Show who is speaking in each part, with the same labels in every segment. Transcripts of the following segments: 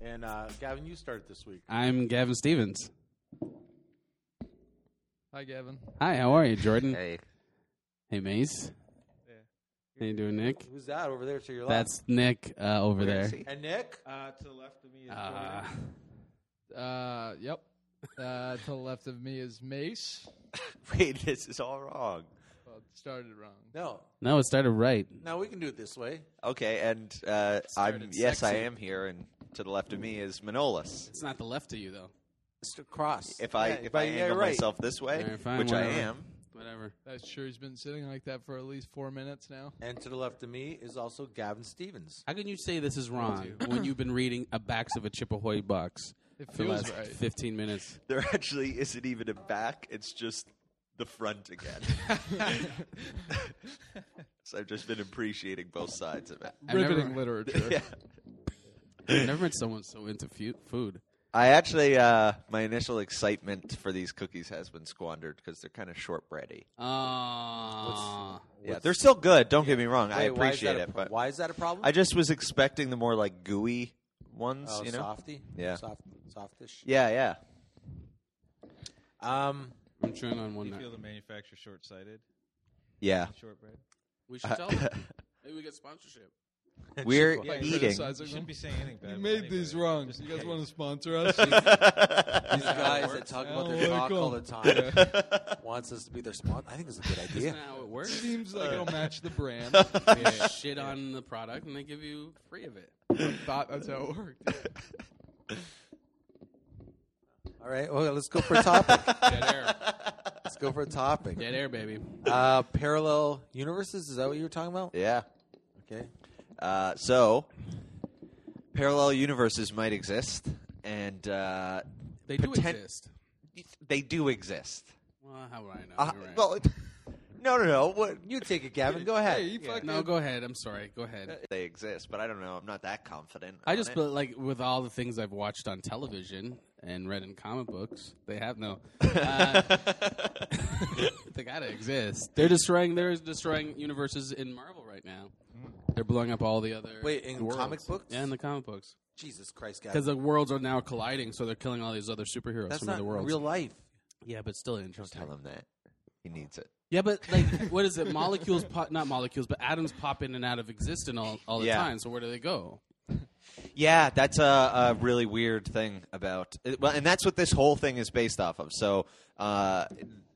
Speaker 1: And uh, Gavin, you start this week.
Speaker 2: I'm Gavin Stevens.
Speaker 3: Hi, Gavin.
Speaker 2: Hi, how are you, Jordan? hey. Hey, Mace. How you doing, Nick?
Speaker 1: Who's that over there to your left?
Speaker 2: That's Nick uh, over there.
Speaker 1: and Nick.
Speaker 3: Uh, to the left of me is
Speaker 2: Uh,
Speaker 3: Jordan. Uh, yep. Uh, to the left of me is Mace.
Speaker 1: Wait, this is all wrong.
Speaker 3: Well, it started wrong.
Speaker 1: No,
Speaker 2: no, it started right.
Speaker 1: no, we can do it this way.
Speaker 4: Okay, and uh, I'm
Speaker 3: Started
Speaker 4: yes, I
Speaker 3: sexy.
Speaker 4: am here, and to the left of me is Manolis.
Speaker 2: It's not the left of you, though.
Speaker 1: Just across.
Speaker 4: If I
Speaker 1: Yeah,
Speaker 4: if
Speaker 1: but
Speaker 4: I
Speaker 1: yeah,
Speaker 4: angle
Speaker 1: you're right.
Speaker 4: myself this way,
Speaker 2: All right, fine,
Speaker 4: which I
Speaker 2: whatever.
Speaker 4: am,
Speaker 2: Whatever.
Speaker 3: That sure has been sitting like that for at least four minutes now.
Speaker 1: and to the left of me is also Gavin Stevens.
Speaker 2: How can you say this is wrong when you've been reading a box of a Chippehoy box
Speaker 3: It
Speaker 2: for the
Speaker 3: feels
Speaker 2: last
Speaker 3: right.
Speaker 2: 15 minutes?
Speaker 4: there actually isn't even a back. It's just the front again. so I've just been appreciating both sides of it.
Speaker 3: Riveting
Speaker 2: never-
Speaker 3: literature.
Speaker 2: I've never met someone so into fu- food.
Speaker 4: I actually uh, my initial excitement for these cookies has been squandered because they're kind of shortbready.
Speaker 2: Ah.
Speaker 4: Yeah, they're still good. Don't get me wrong. I
Speaker 1: Uh, Wait, why is that
Speaker 4: appreciate
Speaker 1: a
Speaker 4: it,
Speaker 1: pro-
Speaker 4: but
Speaker 1: why is that a problem?
Speaker 4: I just was expecting the more like gooey ones.
Speaker 1: oh,
Speaker 4: you know?
Speaker 1: softy.
Speaker 4: Yeah.
Speaker 1: soft, softish.
Speaker 4: Yeah, yeah.
Speaker 1: Um,
Speaker 2: I'm chewing on one.
Speaker 3: you
Speaker 2: now.
Speaker 3: feel the manufacturer short sighted?
Speaker 4: Yeah.
Speaker 3: Shortbread?
Speaker 2: We
Speaker 3: Uh,
Speaker 2: should tell them. Maybe we get sponsorship.
Speaker 4: We're
Speaker 1: Yeah,
Speaker 4: eating.
Speaker 3: Criticizing them?
Speaker 1: saying anything
Speaker 3: You made these wrong. you guys want to sponsor us?
Speaker 1: These guys that talk about
Speaker 3: Oh,
Speaker 1: their cock all the
Speaker 3: cool.
Speaker 1: time wants us to be their sponsor. I think it's a good idea.
Speaker 2: Isn't that how it works?
Speaker 3: Seems like it'll match the brand.
Speaker 2: You shit on the product and they give you free of it.
Speaker 3: Thought that's how it worked.
Speaker 1: All right, well, let's go for a topic.
Speaker 2: Dead air.
Speaker 1: let's go for a topic.
Speaker 2: Dead air, baby.
Speaker 1: Uh, parallel universes. Is that what you were talking about?
Speaker 4: yeah.
Speaker 1: Okay.
Speaker 4: Uh, so, parallel universes might exist, and uh,
Speaker 2: They do
Speaker 4: poten-
Speaker 2: exist.
Speaker 4: They do exist.
Speaker 2: Well, how would I know?
Speaker 4: Uh,
Speaker 2: You're right.
Speaker 4: Well, no, no, no. What,
Speaker 1: You take it, Gavin. Go ahead.
Speaker 3: Hey, you fucking.
Speaker 2: no, go ahead. I'm sorry. Go ahead.
Speaker 4: they exist, but I don't know. I'm not that confident.
Speaker 2: I
Speaker 4: on
Speaker 2: just
Speaker 4: it.
Speaker 2: feel like with all the things I've watched on television and read in comic books, they have no. Uh, they gotta exist. They're destroying. They're destroying universes in Marvel right now.
Speaker 3: Mm.
Speaker 2: They're blowing up all the other.
Speaker 1: Wait, in
Speaker 2: worlds.
Speaker 1: comic books?
Speaker 2: Yeah, in the comic books,
Speaker 1: Jesus Christ,
Speaker 2: because
Speaker 1: Gavin.
Speaker 2: the worlds are now colliding, so they're killing all these other superheroes
Speaker 1: That's
Speaker 2: from
Speaker 1: not
Speaker 2: other worlds.
Speaker 1: real life.
Speaker 2: yeah, but still
Speaker 4: Just
Speaker 2: interesting.
Speaker 4: tell him that he needs it.
Speaker 2: Yeah, but like, what is it? Molecules, pop, not molecules, but atoms pop in and out of existence all, all the
Speaker 4: Yeah.
Speaker 2: time. So where do they go?
Speaker 4: Yeah, that's a, a really weird thing about. it- Well, and that's what this whole thing is based off of. So, uh,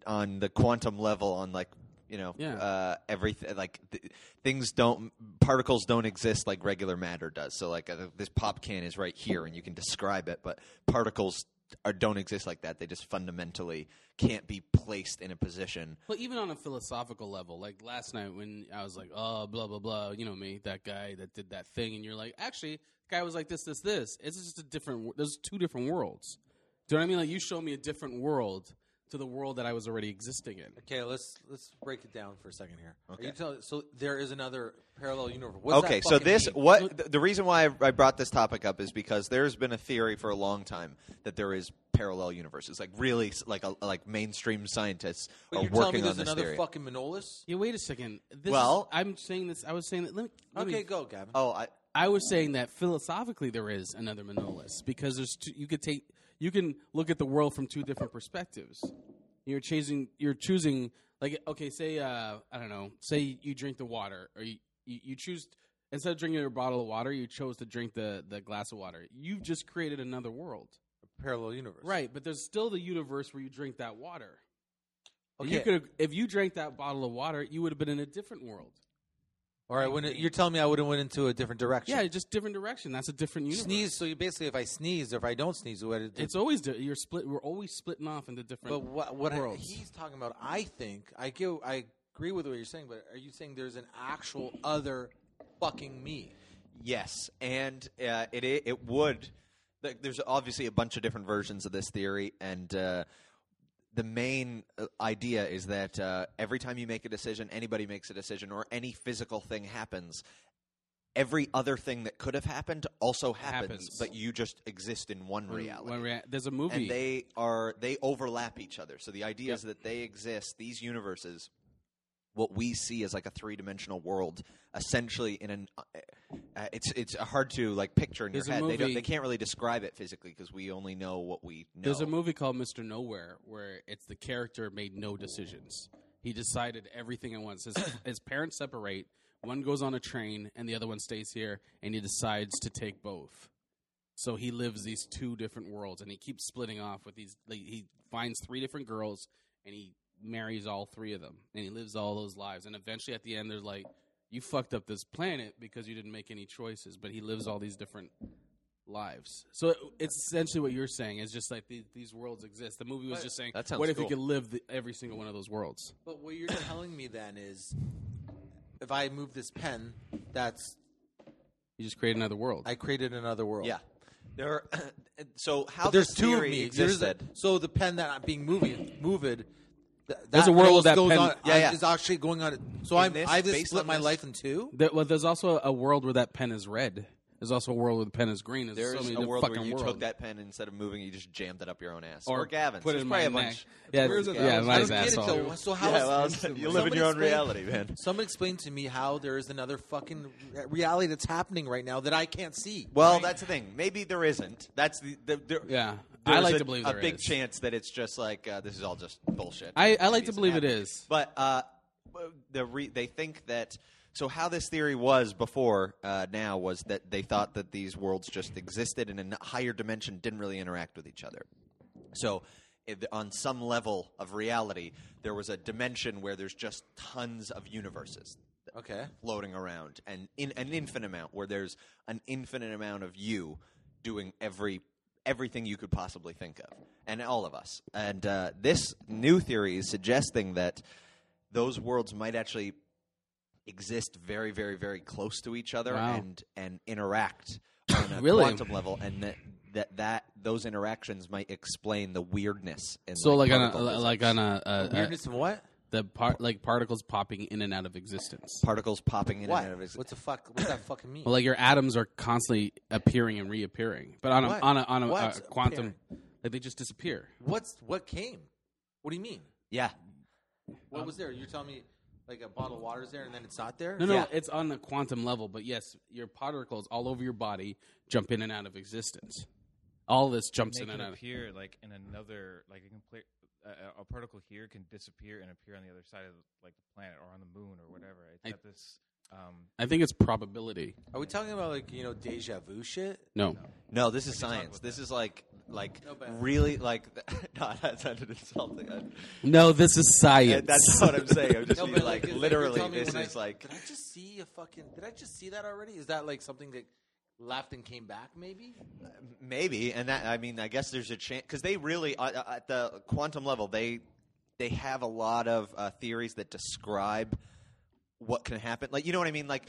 Speaker 4: on the quantum level, on like you know,
Speaker 2: Yeah.
Speaker 4: uh, everything like th- things don't particles don't exist like regular matter does. So, like uh, this pop can is right here, and you can describe it, but particles are, don't exist like that. They just fundamentally can't be placed in a position.
Speaker 2: Well, even on a philosophical level, like last night when I was like, oh, blah, blah, blah, you know me, that guy that did that thing, and you're like, actually, the guy was like this, this, this. It's just a different, wo- there's two different worlds. Do you know what I mean? Like, you show me a different world to the world that I was already existing in.
Speaker 1: Okay, let's let's break it down for a second here. Okay. You tell, so there is another parallel universe. What does
Speaker 4: okay,
Speaker 1: that
Speaker 4: so
Speaker 1: fucking
Speaker 4: this
Speaker 1: mean?
Speaker 4: what th- the reason why I- I brought this topic up is because there's been a theory for a long time that there is parallel universes. Like really, s- like a, like mainstream scientists
Speaker 1: But
Speaker 4: are
Speaker 1: you're telling me
Speaker 4: working
Speaker 1: there's
Speaker 4: on this
Speaker 1: another
Speaker 4: theory.
Speaker 1: fucking Manolis?
Speaker 2: Yeah, wait a second. This
Speaker 4: Well-
Speaker 2: is, I'm saying this, I was saying that, let me, let me-
Speaker 1: Okay, go, Gavin.
Speaker 4: oh, I
Speaker 2: I was saying that philosophically there is another monolith because there's two, you could take you can look at the world from two different perspectives. You're choosing you're choosing like okay, say uh, I don't know, say you drink the water or you, you, you choose instead of drinking your bottle of water, you chose to drink the the glass of water. You've just created another world,
Speaker 1: a parallel universe.
Speaker 2: Right, but there's still the universe where you drink that water.
Speaker 1: Okay.
Speaker 2: You could if you drank that bottle of water, you would have been in a different world.
Speaker 1: All right, when you're telling me I would have went into a different direction.
Speaker 2: Yeah, just different direction. That's a different universe.
Speaker 1: Sneeze. So you basically, if I sneeze or if I don't sneeze, what it
Speaker 2: It's always di- you're split. We're always splitting off into different.
Speaker 1: But what what I-
Speaker 2: worlds.
Speaker 1: he's talking about, I think I give I agree with what you're saying, but are you saying there's an actual other fucking me?
Speaker 4: Yes, and uh, it i- it would. like, There's obviously a bunch of different versions of this theory, and uh, the main uh, idea is that uh, every time you make a decision, anybody makes a decision, or any physical thing happens, every other thing that could have happened also happens,
Speaker 2: Happens.
Speaker 4: but you just exist in one
Speaker 2: One-
Speaker 4: reality.
Speaker 2: one rea- there's a movie.
Speaker 4: and they are they overlap each other. So the idea is that they exist. These universes what we see as like a three-dimensional world essentially in an uh, uh, it's it's hard to like picture in
Speaker 2: There's a
Speaker 4: your head they don't
Speaker 2: movie-
Speaker 4: they can't really describe it physically because we only know what we know
Speaker 2: There's a movie called Mr. Nowhere where it's the character made no decisions. He decided everything at once. His, his parents separate. One goes on a train and the other one stays here, and he decides to take both. So he lives these two different worlds, and he keeps splitting off with these. Like, he finds three different girls, and he marries all three of them, and he lives all those lives. And eventually, at the end, there's like, "You fucked up this planet because you didn't make any choices." But he lives all these different lives. So it- it's essentially what you're saying is just like these, these worlds exist. The movie was
Speaker 1: But-
Speaker 2: just saying,
Speaker 4: That sounds
Speaker 2: "What if
Speaker 4: cool.
Speaker 2: you could live the, every single one of those worlds?"
Speaker 1: But what you're telling me then is, if I move this pen, that's
Speaker 2: You just create another world.
Speaker 1: I created another world.
Speaker 4: yeah there are, so how
Speaker 1: But there's
Speaker 4: this
Speaker 1: two of
Speaker 4: theory
Speaker 1: me. There's a-
Speaker 4: existed
Speaker 1: so the pen that I'm being moving, moved. Th-
Speaker 2: There's a world
Speaker 1: goes-
Speaker 2: with that
Speaker 1: goes
Speaker 2: pen-
Speaker 1: on-
Speaker 2: Yeah, yeah.
Speaker 1: is actually going on. So
Speaker 4: In
Speaker 1: I'm,
Speaker 4: this-
Speaker 1: I've just
Speaker 4: based
Speaker 1: split
Speaker 4: on
Speaker 1: my
Speaker 4: this-
Speaker 1: life in two.
Speaker 2: There, well, there's also a world where that pen is red. There's also a world where the pen is green. There's
Speaker 4: there's
Speaker 2: so many
Speaker 4: a
Speaker 2: different
Speaker 4: world
Speaker 2: fucking
Speaker 4: where you
Speaker 2: worlds.
Speaker 4: took that pen instead of moving it, you just jammed it up your own ass
Speaker 2: Or
Speaker 4: or, Gavin's
Speaker 2: put it
Speaker 4: There's
Speaker 2: in
Speaker 4: probably
Speaker 2: my
Speaker 4: a bunch
Speaker 2: neck. Yeah,
Speaker 4: Where's
Speaker 2: yeah,
Speaker 4: that?
Speaker 2: it's
Speaker 1: I
Speaker 2: nice
Speaker 1: don't get it
Speaker 2: asshole.
Speaker 1: though. So how
Speaker 4: yeah, well,
Speaker 1: is
Speaker 4: you live in
Speaker 1: Somebody
Speaker 4: your own
Speaker 1: explain-
Speaker 4: reality man
Speaker 1: Someone explain to me how there is another fucking re- reality that's happening right now that I can't see.
Speaker 4: Well, that's the thing. Maybe there isn't. That's the, the, the
Speaker 2: Yeah. I
Speaker 4: There's
Speaker 2: like
Speaker 4: a,
Speaker 2: to believe
Speaker 4: a
Speaker 2: there
Speaker 4: big
Speaker 2: is.
Speaker 4: chance that it's just like uh, this is all just bullshit.
Speaker 2: I- I
Speaker 4: Maybe
Speaker 2: like to
Speaker 4: it's
Speaker 2: believe it
Speaker 4: happening.
Speaker 2: is.
Speaker 4: But uh, the re- they think that so how this theory was before uh, now was that they thought that these worlds just existed in a n- higher dimension, didn't really interact with each other. So, if, on some level of reality, there was a dimension where there's just tons of universes
Speaker 1: okay.
Speaker 4: floating around and in an infinite amount where there's an infinite amount of you doing every everything you could possibly think of and all of us and uh, this new theory is suggesting that those worlds might actually exist very very very close to each other
Speaker 2: Wow.
Speaker 4: and and interact on a
Speaker 2: Really?
Speaker 4: quantum level and that that that those interactions might explain the weirdness in
Speaker 2: So like, on
Speaker 4: particle
Speaker 2: a
Speaker 4: physics.
Speaker 2: like on a, a, a
Speaker 1: Weirdness and what?
Speaker 2: the part like particles popping in and out of existence.
Speaker 4: particles popping in
Speaker 1: What?
Speaker 4: and out of ex-
Speaker 1: What the fuck? What's that fucking mean?
Speaker 2: Well, like your atoms are constantly appearing and reappearing, but on a
Speaker 1: What?
Speaker 2: on a on a,
Speaker 1: What's
Speaker 2: a quantum,
Speaker 1: appearing?
Speaker 2: like they just disappear.
Speaker 1: What's what came? What do you mean?
Speaker 4: yeah
Speaker 1: What
Speaker 4: Um,
Speaker 1: was there? You're telling me like a bottle of water's there and then it's not there?
Speaker 2: No, no, it's on the quantum level. But yes, your particles all over your body jump in and out of existence. All this jumps
Speaker 5: they
Speaker 2: in
Speaker 5: can
Speaker 2: and out.
Speaker 5: appear like in another like it can play, a, a particle here can disappear and appear on the other side of like the planet or on the moon or whatever. It's
Speaker 2: I-
Speaker 5: got this. Um,
Speaker 2: I think it's probability.
Speaker 1: Are we talking about like you know deja vu shit?
Speaker 2: No,
Speaker 4: No, this is science. This is like like really like no, that sounded insulting. I-
Speaker 2: no, this is science.
Speaker 4: That's what I'm saying. I'm just
Speaker 1: No,
Speaker 4: being
Speaker 1: but,
Speaker 4: like,
Speaker 1: it's you're
Speaker 4: literally
Speaker 1: telling me
Speaker 4: this
Speaker 1: when
Speaker 4: is
Speaker 1: I-
Speaker 4: like
Speaker 1: Did I just see a fucking? Did I just see that already? Is that like something that left and came back? Maybe.
Speaker 4: maybe and that I mean I guess there's a chance cuz they really uh, uh, at the quantum level they they have a lot of uh, theories that describe what can happen. Like you know what I mean? Like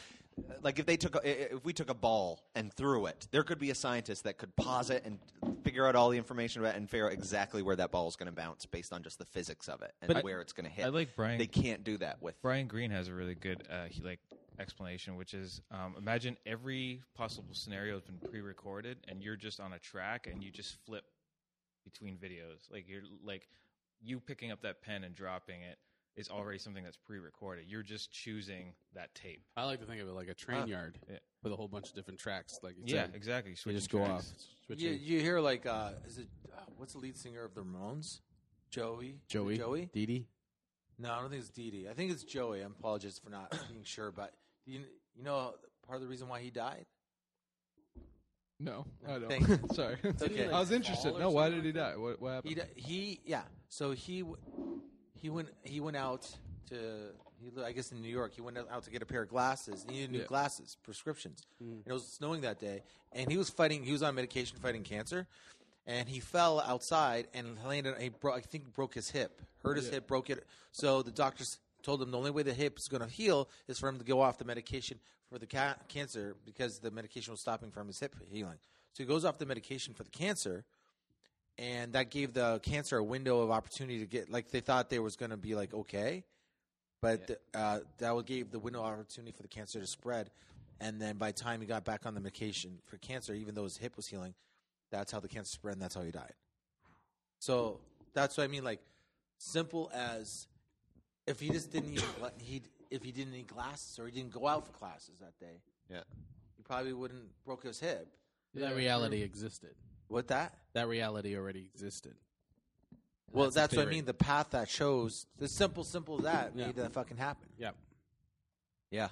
Speaker 4: like if they took a, i- if we took a ball and threw it, there could be a scientist that could pause it and figure out all the information about it and figure out exactly where that ball is going to bounce based on just the physics of it and
Speaker 5: But I-
Speaker 4: where it's going to hit.
Speaker 5: I like Brian-
Speaker 4: They can't do that with
Speaker 5: Brian Green has a really good uh, he, like explanation, which is um, imagine every possible scenario has been pre-recorded, and you're just on a track, and you just flip between videos. Like you're like you picking up that pen and dropping it is already something that's pre-recorded. You're just choosing that tape.
Speaker 2: I like to think of it like a train
Speaker 4: Uh,
Speaker 5: Huh.
Speaker 2: yard with a whole bunch of different tracks. Like you
Speaker 5: Yeah,
Speaker 2: said.
Speaker 5: exactly.
Speaker 2: They
Speaker 5: Switching
Speaker 2: just go off.
Speaker 5: tracks.
Speaker 1: You,
Speaker 2: Switching.
Speaker 1: you hear like uh, is it uh, what's the lead singer of the Ramones? Joey.
Speaker 2: Joey.
Speaker 1: Joey.
Speaker 2: Dee Dee.
Speaker 1: No, I don't think it's Dee Dee. I think it's Joey. I apologize for not being sure, but you, you know part of the reason why he died.
Speaker 3: No, I don't.
Speaker 1: Thank you.
Speaker 3: Sorry.
Speaker 1: It's okay.
Speaker 3: I was interested.
Speaker 1: Fall or
Speaker 3: No, why
Speaker 1: something
Speaker 3: did he die? What, what happened?
Speaker 1: He di- he yeah. So he w- he went he went out to he li- I guess in New York he went out to get a pair of glasses. He needed new
Speaker 3: Yeah.
Speaker 1: glasses, prescriptions.
Speaker 2: Mm.
Speaker 1: Mm-hmm. And it was snowing that day, and he was fighting. He was on medication fighting cancer, and he fell outside and landed. He bro- I think broke his hip, hurt his
Speaker 3: Yeah.
Speaker 1: hip, broke it. So the doctors told him the only way the hip is going to heal is for him to go off the medication for the ca- cancer because the medication was stopping from his hip healing. So he goes off the medication for the cancer and that gave the cancer a window of opportunity to get like they thought they was going to be like okay but uh, that would gave the window of opportunity for the cancer to spread and then by the time he got back on the medication for cancer even though his hip was healing that's how the cancer spread and that's how he died so that's what i mean like simple as if he just didn't even let- he if he didn't need glasses or he didn't go out for classes that day
Speaker 4: Yeah.
Speaker 1: he probably wouldn't broke his hip
Speaker 2: that reality existed.
Speaker 1: What that?
Speaker 2: That reality already existed.
Speaker 1: well that's, what i
Speaker 2: theory.
Speaker 1: mean the path that shows the simple simple as that
Speaker 2: Yeah.
Speaker 1: made that fucking happen
Speaker 2: Yeah.
Speaker 4: Yeah.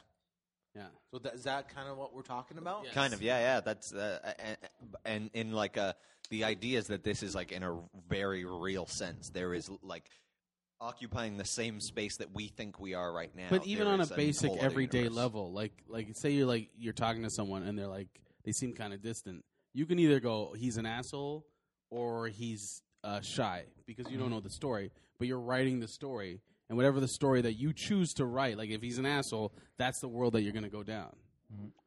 Speaker 2: Yeah.
Speaker 1: So that, is that kind of what we're talking about?
Speaker 4: Kind of, yeah, yeah. That's uh, and, and in like uh, the idea is that this is like in a very real sense. There is like occupying the same space that we think we are right now.
Speaker 2: But even
Speaker 4: there
Speaker 2: on a
Speaker 4: is
Speaker 2: basic
Speaker 4: whole other
Speaker 2: everyday
Speaker 4: universe.
Speaker 2: level, like like say you're like you're talking to someone and they're like they seem kind of distant. You can either go he's an asshole or he's uh, shy because you don't
Speaker 1: Mm-hmm.
Speaker 2: know the story, but you're writing the story and whatever the story that you choose to write, like if he's an asshole, that's the world that you're going to go down.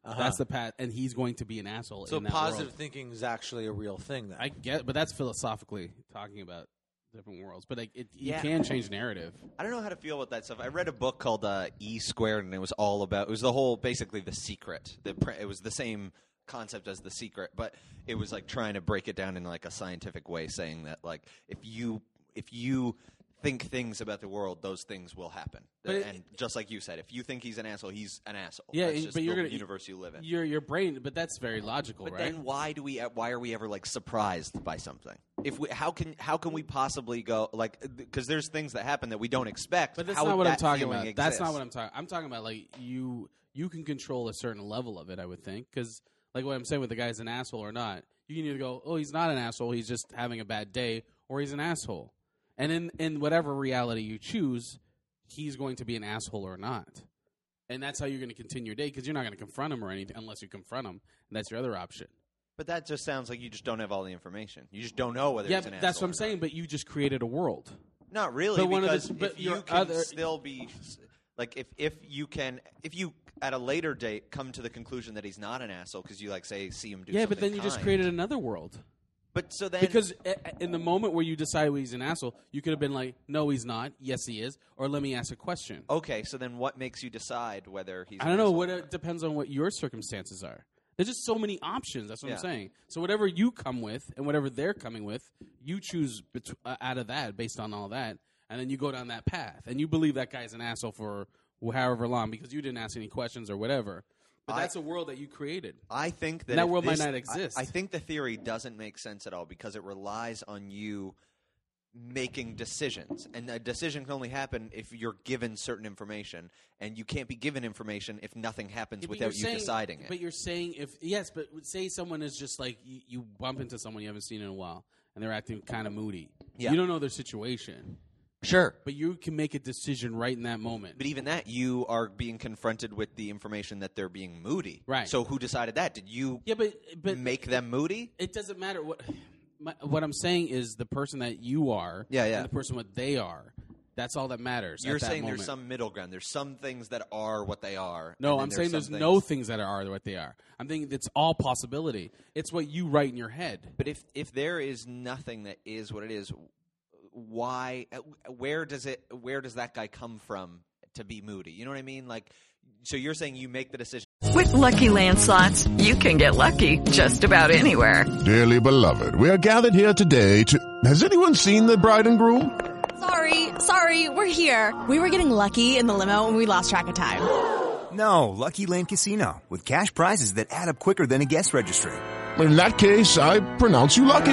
Speaker 1: Uh-huh.
Speaker 2: That's the path, and he's going to be an asshole.
Speaker 1: So
Speaker 2: in that
Speaker 1: positive
Speaker 2: world.
Speaker 1: thinking is actually a real thing. Then
Speaker 2: I get, but that's philosophically talking about different worlds. But like, it,
Speaker 4: Yeah.
Speaker 2: you can change narrative.
Speaker 4: I don't know how to feel about that stuff. I read a book called uh, E Squared, and it was all about. It was the whole basically the secret. The pre- it was the same concept as the secret, but it was like trying to break it down in like a scientific way, saying that like if you if you think things about the world, those things will happen.
Speaker 2: But it-
Speaker 4: and just like you said, if you think he's an asshole, he's an asshole.
Speaker 2: Yeah,
Speaker 4: That's
Speaker 2: it-
Speaker 4: just
Speaker 2: but you're
Speaker 4: the
Speaker 2: gonna
Speaker 4: universe you live in.
Speaker 2: Your your brain, but that's very logical,
Speaker 4: But
Speaker 2: right?
Speaker 4: then why do we why are we ever like surprised by something? If we how can how can we possibly go like because there's things that happen that we don't expect.
Speaker 2: But that's
Speaker 4: how
Speaker 2: not
Speaker 4: would
Speaker 2: what I'm
Speaker 4: that
Speaker 2: talking
Speaker 4: feeling
Speaker 2: about. That's not
Speaker 4: exist?
Speaker 2: what I'm talking. I'm talking about like you you can control a certain level of it. I would think because like what I'm saying with the guy's an asshole or not, you can either go, oh, he's not an asshole, he's just having a bad day, or he's an asshole. And in in whatever reality you choose, he's going to be an asshole or not. And that's how you're going to continue your day because you're not going to confront him or anything unless you confront him. And that's your other option.
Speaker 4: But that just sounds like you just don't have all the information. You just don't know whether
Speaker 2: yeah,
Speaker 4: he's an
Speaker 2: but that's what
Speaker 4: asshole.
Speaker 2: I'm saying. But you just created a world.
Speaker 4: Not really,
Speaker 2: But one of the- but
Speaker 4: because if
Speaker 2: your
Speaker 4: you can
Speaker 2: other-
Speaker 4: still be like if if you can if you at a later date come to the conclusion that he's not an asshole because you like say see him do
Speaker 2: yeah,
Speaker 4: something
Speaker 2: but then you just
Speaker 4: kind.
Speaker 2: created another world.
Speaker 4: But so then
Speaker 2: because i- i- in the moment where you decide he's an asshole, you could have been like, "No, he's not. Yes, he is." Or let me ask a question.
Speaker 4: okay, so then what makes you decide whether he's
Speaker 2: I don't know. What it depends on what your circumstances are. There's just so many options. That's what
Speaker 4: Yeah.
Speaker 2: I'm saying. So whatever you come with and whatever they're coming with, you choose bet- uh, out of that based on all that, and then you go down that path and you believe that guy's an asshole for however long because you didn't ask any questions or whatever. But
Speaker 4: I-
Speaker 2: that's a world that you created.
Speaker 4: I think that
Speaker 2: that
Speaker 4: if
Speaker 2: world
Speaker 4: this-
Speaker 2: might not
Speaker 4: I-
Speaker 2: exist.
Speaker 4: I, think the theory doesn't make sense at all because it relies on you making decisions, and a decision can only happen if you're given certain information, and you can't be given information if nothing happens
Speaker 2: Yeah, but
Speaker 4: without
Speaker 2: you're
Speaker 4: you
Speaker 2: saying-
Speaker 4: deciding it.
Speaker 2: But you're saying if yes, but say someone is just like you, you bump into someone you haven't seen in a while, and they're acting kind of moody.
Speaker 4: Yeah.
Speaker 2: You don't know their situation.
Speaker 4: Sure.
Speaker 2: but you can make a decision right in that moment.
Speaker 4: But even that, you are being confronted with the information that they're being moody.
Speaker 2: Right.
Speaker 4: So who decided that? Did you?
Speaker 2: Yeah, but but
Speaker 4: make them moody.
Speaker 2: It doesn't matter what. My, what I'm saying is the person that you are,
Speaker 4: Yeah, yeah.
Speaker 2: and the person what they are. That's all that matters. at
Speaker 4: You're
Speaker 2: that
Speaker 4: saying
Speaker 2: moment.
Speaker 4: there's some middle ground. There's some things that are what they are.
Speaker 2: No,
Speaker 4: and then
Speaker 2: I'm saying
Speaker 4: some
Speaker 2: there's
Speaker 4: things-
Speaker 2: no things that are what they are. I'm thinking it's all possibility. It's what you write in your head.
Speaker 4: But if if there is nothing that is what it is, why? Where does it? Where does that guy come from to be moody? You know what I mean? Like, so you're saying you make the decision.
Speaker 6: With Lucky Land slots, you can get lucky just about anywhere.
Speaker 7: Dearly beloved, we are gathered here today to. Has anyone seen the bride and groom? Sorry, sorry, we're here. We were getting lucky in the limo and we lost track of time.
Speaker 8: No, Lucky Land Casino with cash prizes that add up quicker than a guest registry.
Speaker 9: In that case, I pronounce you lucky.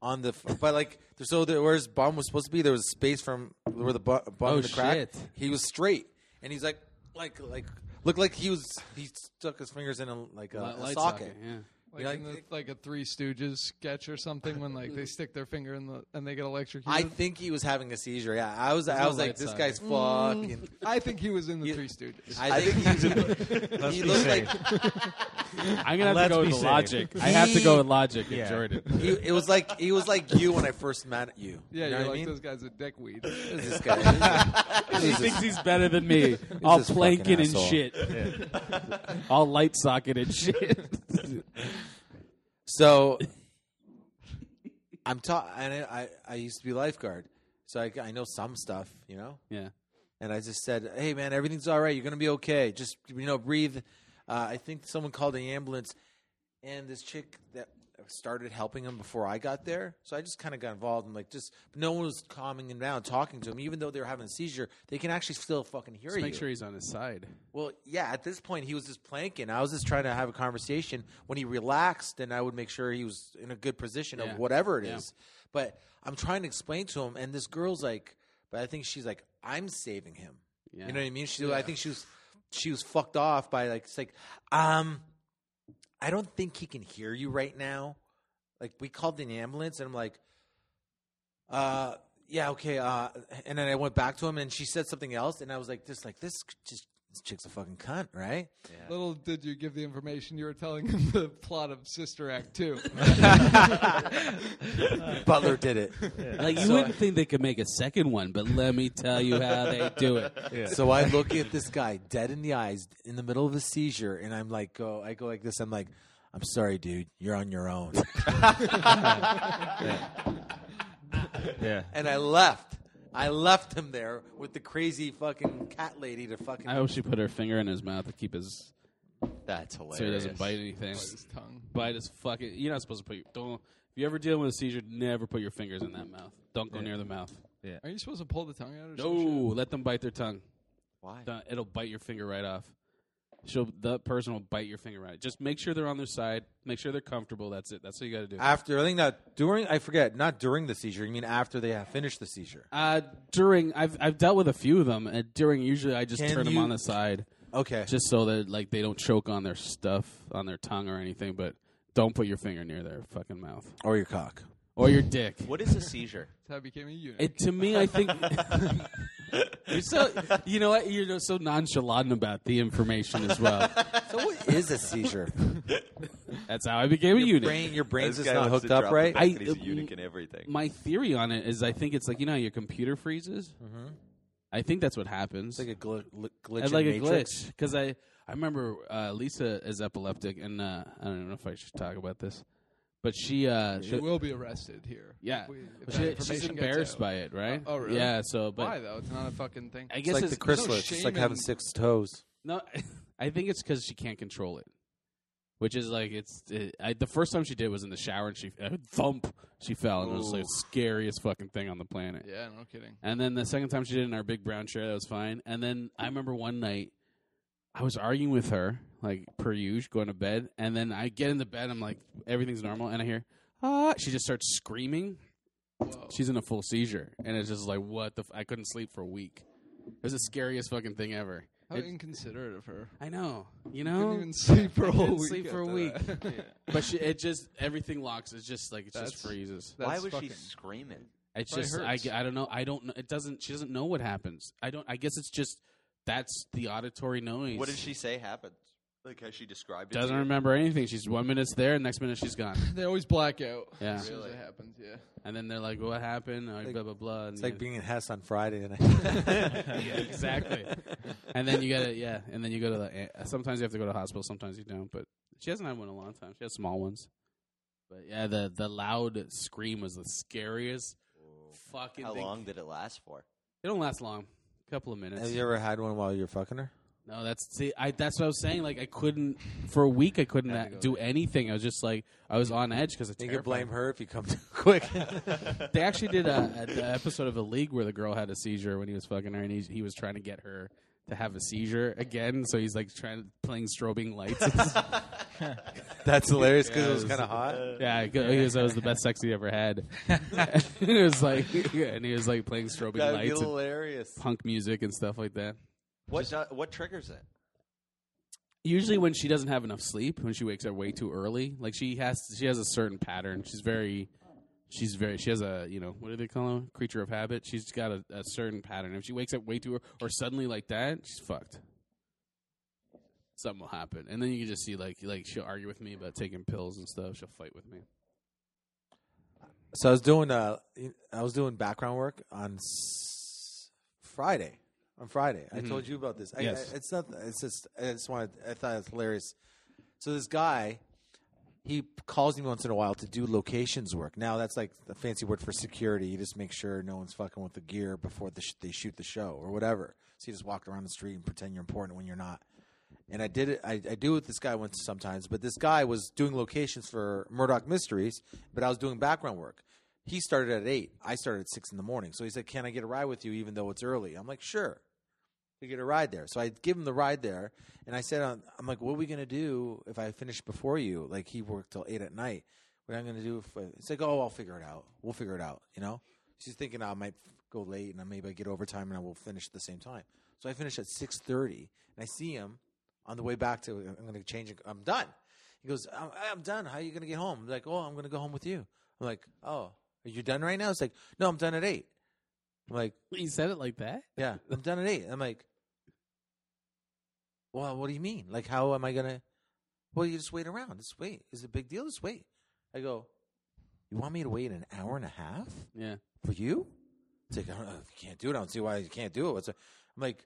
Speaker 1: on the. f- But like, there's- so there, where his bum was supposed to be, there was space from where the bu- bum
Speaker 2: Oh,
Speaker 1: and the crack.
Speaker 2: shit.
Speaker 1: He was straight, and he's like, like, like, looked like he was. He stuck his fingers in a like a,
Speaker 2: Light-
Speaker 1: a
Speaker 2: light
Speaker 1: socket.
Speaker 2: socket, yeah.
Speaker 3: Like,
Speaker 1: You know,
Speaker 3: in the, like a Three Stooges sketch or something when like they stick their finger in the and they get
Speaker 1: I
Speaker 3: electrocuted.
Speaker 1: think he was having a seizure. Yeah, I was.
Speaker 3: There's
Speaker 1: I
Speaker 3: no
Speaker 1: was like,
Speaker 3: light
Speaker 1: this
Speaker 3: socket.
Speaker 1: guy's
Speaker 3: Mm.
Speaker 1: fucking.
Speaker 3: I think he was in the Three Stooges.
Speaker 1: I think he,
Speaker 3: Let's
Speaker 1: he
Speaker 3: be
Speaker 1: looked like.
Speaker 3: safe.
Speaker 2: I'm gonna have to go with logic. I have to go with logic and
Speaker 1: Yeah.
Speaker 2: Jordan.
Speaker 1: He, it was like he was like you when I first met you.
Speaker 3: Yeah,
Speaker 1: you
Speaker 3: you're
Speaker 1: know what
Speaker 3: like
Speaker 1: I mean?
Speaker 3: those guys are dickweed.
Speaker 1: Who's this guy?
Speaker 2: he thinks he's better than me. I'll
Speaker 1: this
Speaker 2: plank
Speaker 1: fucking
Speaker 2: it and
Speaker 1: asshole.
Speaker 2: shit.
Speaker 1: Yeah.
Speaker 2: I'll light socket and shit.
Speaker 1: So I'm taught, and I, I I used to be lifeguard, so I I know some stuff, you know.
Speaker 2: Yeah.
Speaker 1: And I just said, "Hey, man, everything's all right. You're gonna be okay. Just you know, breathe." Uh, I think someone called the ambulance, and this chick that started helping him before I got there. So I just kind of got involved and like just no one was calming him down, talking to him, even though they were having a seizure. They can actually still fucking hear
Speaker 2: Just
Speaker 1: you.
Speaker 2: make sure he's on his side.
Speaker 1: Well, yeah, at this point he was just planking. I was just trying to have a conversation. When he relaxed, then I would make sure he was in a good position
Speaker 2: Yeah.
Speaker 1: of whatever it is.
Speaker 2: Yeah.
Speaker 1: But I'm trying to explain to him, and this girl's like, but I think she's like, I'm saving him.
Speaker 2: Yeah.
Speaker 1: You know what I mean? She,
Speaker 2: Yeah.
Speaker 1: I think she was, she was fucked off by like, it's like, um, I don't think he can hear you right now. Like we called an ambulance, and I'm like, uh, yeah, okay. Uh, and then I went back to him, and she said something else, and I was like, this, like this, just this chick's a fucking cunt, right?
Speaker 3: Little did you give the information you were telling him the plot of Sister Act Two.
Speaker 1: Butler did it.
Speaker 2: Like you
Speaker 1: So-
Speaker 2: wouldn't think they could make a second one, but let me tell you how they do it.
Speaker 1: So I look at this guy dead in the eyes in the middle of a seizure, and I'm like, go, I go like this. I'm like, I'm sorry, dude, you're on your own.
Speaker 5: Yeah.
Speaker 1: And I left. I left him there with the crazy fucking cat lady to fucking.
Speaker 2: I hope she put her finger in his mouth to keep his.
Speaker 4: That's
Speaker 2: So he doesn't
Speaker 4: hilarious.
Speaker 2: bite anything.
Speaker 3: Bite his tongue.
Speaker 2: Bite his fucking. You're not supposed to put. Your, don't. If you ever deal with a seizure, never put your fingers in that mouth. Don't go
Speaker 3: Yeah.
Speaker 2: near the mouth.
Speaker 5: Yeah.
Speaker 3: Are you supposed to pull the tongue out or
Speaker 2: No,
Speaker 3: some shit?
Speaker 2: let them bite their tongue.
Speaker 1: Why?
Speaker 2: Don't- It'll bite your finger right off. She'll the person will bite your finger right. Just make sure they're on their side. Make sure they're comfortable. That's it. That's what you got to do.
Speaker 1: After I think not during I forget not during the seizure. You mean after they have finished the seizure?
Speaker 2: Uh, during I've I've dealt with a few of them. And during usually I just
Speaker 1: Can
Speaker 2: turn them
Speaker 1: you-
Speaker 2: on the side.
Speaker 1: Okay.
Speaker 2: Just so that like they don't choke on their stuff on their tongue or anything. But don't put your finger near their fucking mouth
Speaker 1: Or your cock.
Speaker 2: or your dick.
Speaker 4: What is a seizure?
Speaker 3: That's how I became a eunuch.
Speaker 2: It, to me, I think you're so. You know what? You're so nonchalant about the information as well.
Speaker 1: So what is a seizure?
Speaker 2: That's how I became a
Speaker 1: Your
Speaker 2: eunuch.
Speaker 1: brain, your brain's
Speaker 4: This
Speaker 1: just
Speaker 4: guy
Speaker 1: not
Speaker 4: wants
Speaker 1: hooked
Speaker 4: to
Speaker 1: up
Speaker 4: drop the
Speaker 1: right.
Speaker 4: fact that he's a
Speaker 2: I-
Speaker 4: eunuch and everything.
Speaker 2: My theory on it is, I think it's like you know how your computer freezes.
Speaker 1: Mhm.
Speaker 2: I think that's what happens.
Speaker 1: It's like a gl- li- glitch.
Speaker 2: It's
Speaker 1: in
Speaker 2: like a
Speaker 1: Matrix.
Speaker 2: glitch because I I remember uh, Lisa is epileptic, and uh, I don't know if I should talk about this, but she uh,
Speaker 3: She
Speaker 2: the-
Speaker 3: will be arrested here.
Speaker 2: Yeah.
Speaker 3: If we- if
Speaker 2: She-
Speaker 3: that
Speaker 2: she's
Speaker 3: information gets
Speaker 2: embarrassed
Speaker 3: out.
Speaker 2: by it, right?
Speaker 3: Oh, really?
Speaker 2: Yeah, so, but-
Speaker 3: why though? It's not a fucking thing.
Speaker 2: I
Speaker 1: It's
Speaker 2: guess
Speaker 1: like the
Speaker 2: there's no
Speaker 1: chrysalis. it's
Speaker 3: shame
Speaker 1: like having
Speaker 3: in-
Speaker 1: six toes.
Speaker 2: No, I think it's because she can't control it, which is like it's. It, I, the first time she did was in the shower, and she uh, thump she fell, and it was like the scariest fucking thing on the planet.
Speaker 3: Yeah, no kidding.
Speaker 2: And then the second time she did it in our big brown chair, that was fine. And then I remember one night I was arguing with her, like per usual, going to bed, and then I get into bed, I'm like everything's normal, and I hear ah, she just starts screaming. She's in a full seizure, and it's just like what the. F- I couldn't sleep for a week. It was the scariest fucking thing ever.
Speaker 3: How
Speaker 2: It-
Speaker 3: inconsiderate of her.
Speaker 2: I know. You
Speaker 3: Couldn't
Speaker 2: know,
Speaker 3: even sleep for a
Speaker 2: I
Speaker 3: whole
Speaker 2: couldn't
Speaker 3: week
Speaker 2: Sleep for a
Speaker 3: after
Speaker 2: week.
Speaker 3: that.
Speaker 2: but she, it just everything locks. It's just like it just
Speaker 3: That's-
Speaker 2: freezes.
Speaker 3: that's
Speaker 4: Why was
Speaker 3: fucking-
Speaker 4: she screaming?
Speaker 2: It's
Speaker 5: Probably
Speaker 2: just I,
Speaker 5: hurts.
Speaker 2: g- I don't know. I don't know. It doesn't. She doesn't know what happens. I don't. I guess it's just that's the auditory noise.
Speaker 4: What did she say happened? Like how she described it? to
Speaker 2: Doesn't
Speaker 4: you?
Speaker 2: remember anything. She's one minute's there, next minute she's gone.
Speaker 3: They always black out.
Speaker 2: Yeah.
Speaker 3: As soon as
Speaker 2: Really?
Speaker 3: it happens, yeah.
Speaker 2: And then they're like, "What happened?" Like, blah blah blah.
Speaker 1: It's
Speaker 2: and
Speaker 1: like
Speaker 2: you-
Speaker 1: being in Hess on Friday night.
Speaker 2: yeah, exactly. and then you gotta, yeah, and then you go to the. eh, Sometimes you have to go to the hospital. Sometimes you don't. But she hasn't had one in a long time. She has small ones. But yeah, the the loud scream was the scariest. Fucking.
Speaker 4: How
Speaker 2: thing.
Speaker 4: long did it last for?
Speaker 2: It don't last long. A couple of minutes.
Speaker 1: Have you ever had one while you're fucking her?
Speaker 2: No, that's see, I. That's what I was saying. Like I couldn't for a week. I couldn't
Speaker 1: Had to
Speaker 2: a-
Speaker 1: go
Speaker 2: do anything. I was just like I was on edge because I.
Speaker 1: You could blame her if you come too quick.
Speaker 2: they actually did a, a, a episode of a league where the girl had a seizure when he was fucking her, and he he was trying to get her to have a seizure again. So he's like trying playing strobing lights.
Speaker 1: That's hilarious 'cause it
Speaker 2: Yeah, uh,
Speaker 1: was kinda hot.
Speaker 2: Yeah, I go- he was, that was the best sex he ever had. it was like, yeah, and he was like playing strobing
Speaker 4: That'd be
Speaker 2: lights, and
Speaker 4: hilarious.
Speaker 2: punk music and stuff like that.
Speaker 4: What do- what triggers it?
Speaker 2: usually when she doesn't have enough sleep when she wakes up way too early like she has she has a certain pattern she's very she's very she has a you know what do they call her creature of habit she's got a, a certain pattern if she wakes up way too or suddenly like that she's fucked something will happen and then you can just see like like she'll argue with me about taking pills and stuff she'll fight with me
Speaker 1: So I was doing uh, I was doing background work on s- Friday. On Friday, I
Speaker 2: Mhm.
Speaker 1: told you about this. I,
Speaker 2: Yes.
Speaker 1: I, it's not. It's just. I just wanted. I thought it was hilarious. So this guy, he calls me once in a while to do locations work. Now that's like a fancy word for security. You just make sure no one's fucking with the gear before the sh- they shoot the show or whatever. So you just walk around the street and pretend you're important when you're not. And I did it. I, I do it with this guy once sometimes, but this guy was doing locations for Murdoch Mysteries, but I was doing background work. He started at eight. I started at six in the morning. So he said, "Can I get a ride with you, even though it's early?" I'm like, "Sure." to get a ride there. So I give him the ride there, and I said, um, "I'm like, what are we gonna do if I finish before you? Like he worked till eight at night. What am I gonna do if I, it's like, oh, I'll figure it out. We'll figure it out. You know? She's thinking oh, I might go late, and I maybe I get overtime, and I will finish at the same time. So I finish at six thirty, and I see him on the way back to. I'm gonna change. it. I'm done. He goes, I'm, I'm done. How are you gonna get home? I'm like, oh, I'm gonna go home with you. I'm like, oh, are you done right now? It's like, no, I'm done at eight. I'm like,
Speaker 2: you said it like that
Speaker 1: yeah, I'm done at eight. I'm like, well, what do you mean? Like, how am I gonna? Well, you just wait around. Just wait. Is it a big deal? Just wait. I go. You want me to wait an hour and a half?
Speaker 2: Yeah.
Speaker 1: For you? It's like I don't know if you can't do it. I don't see why you can't do it. What's I'm like,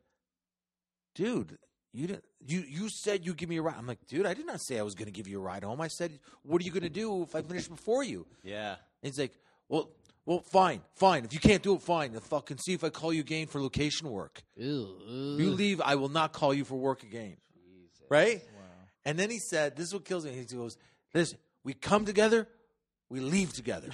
Speaker 1: dude. You didn't. You you said you give me a ride. I'm like, dude. I did not say I was going to give you a ride home. I said, what are you going to do if I finish before you?
Speaker 4: Yeah.
Speaker 1: And he's like, well, well, fine, fine. If you can't do it, fine. Then fucking see if I call you again for location work. You leave, I will not call you for work again. Right? And then he said, this is what kills me. He goes, this, we come together, we leave together.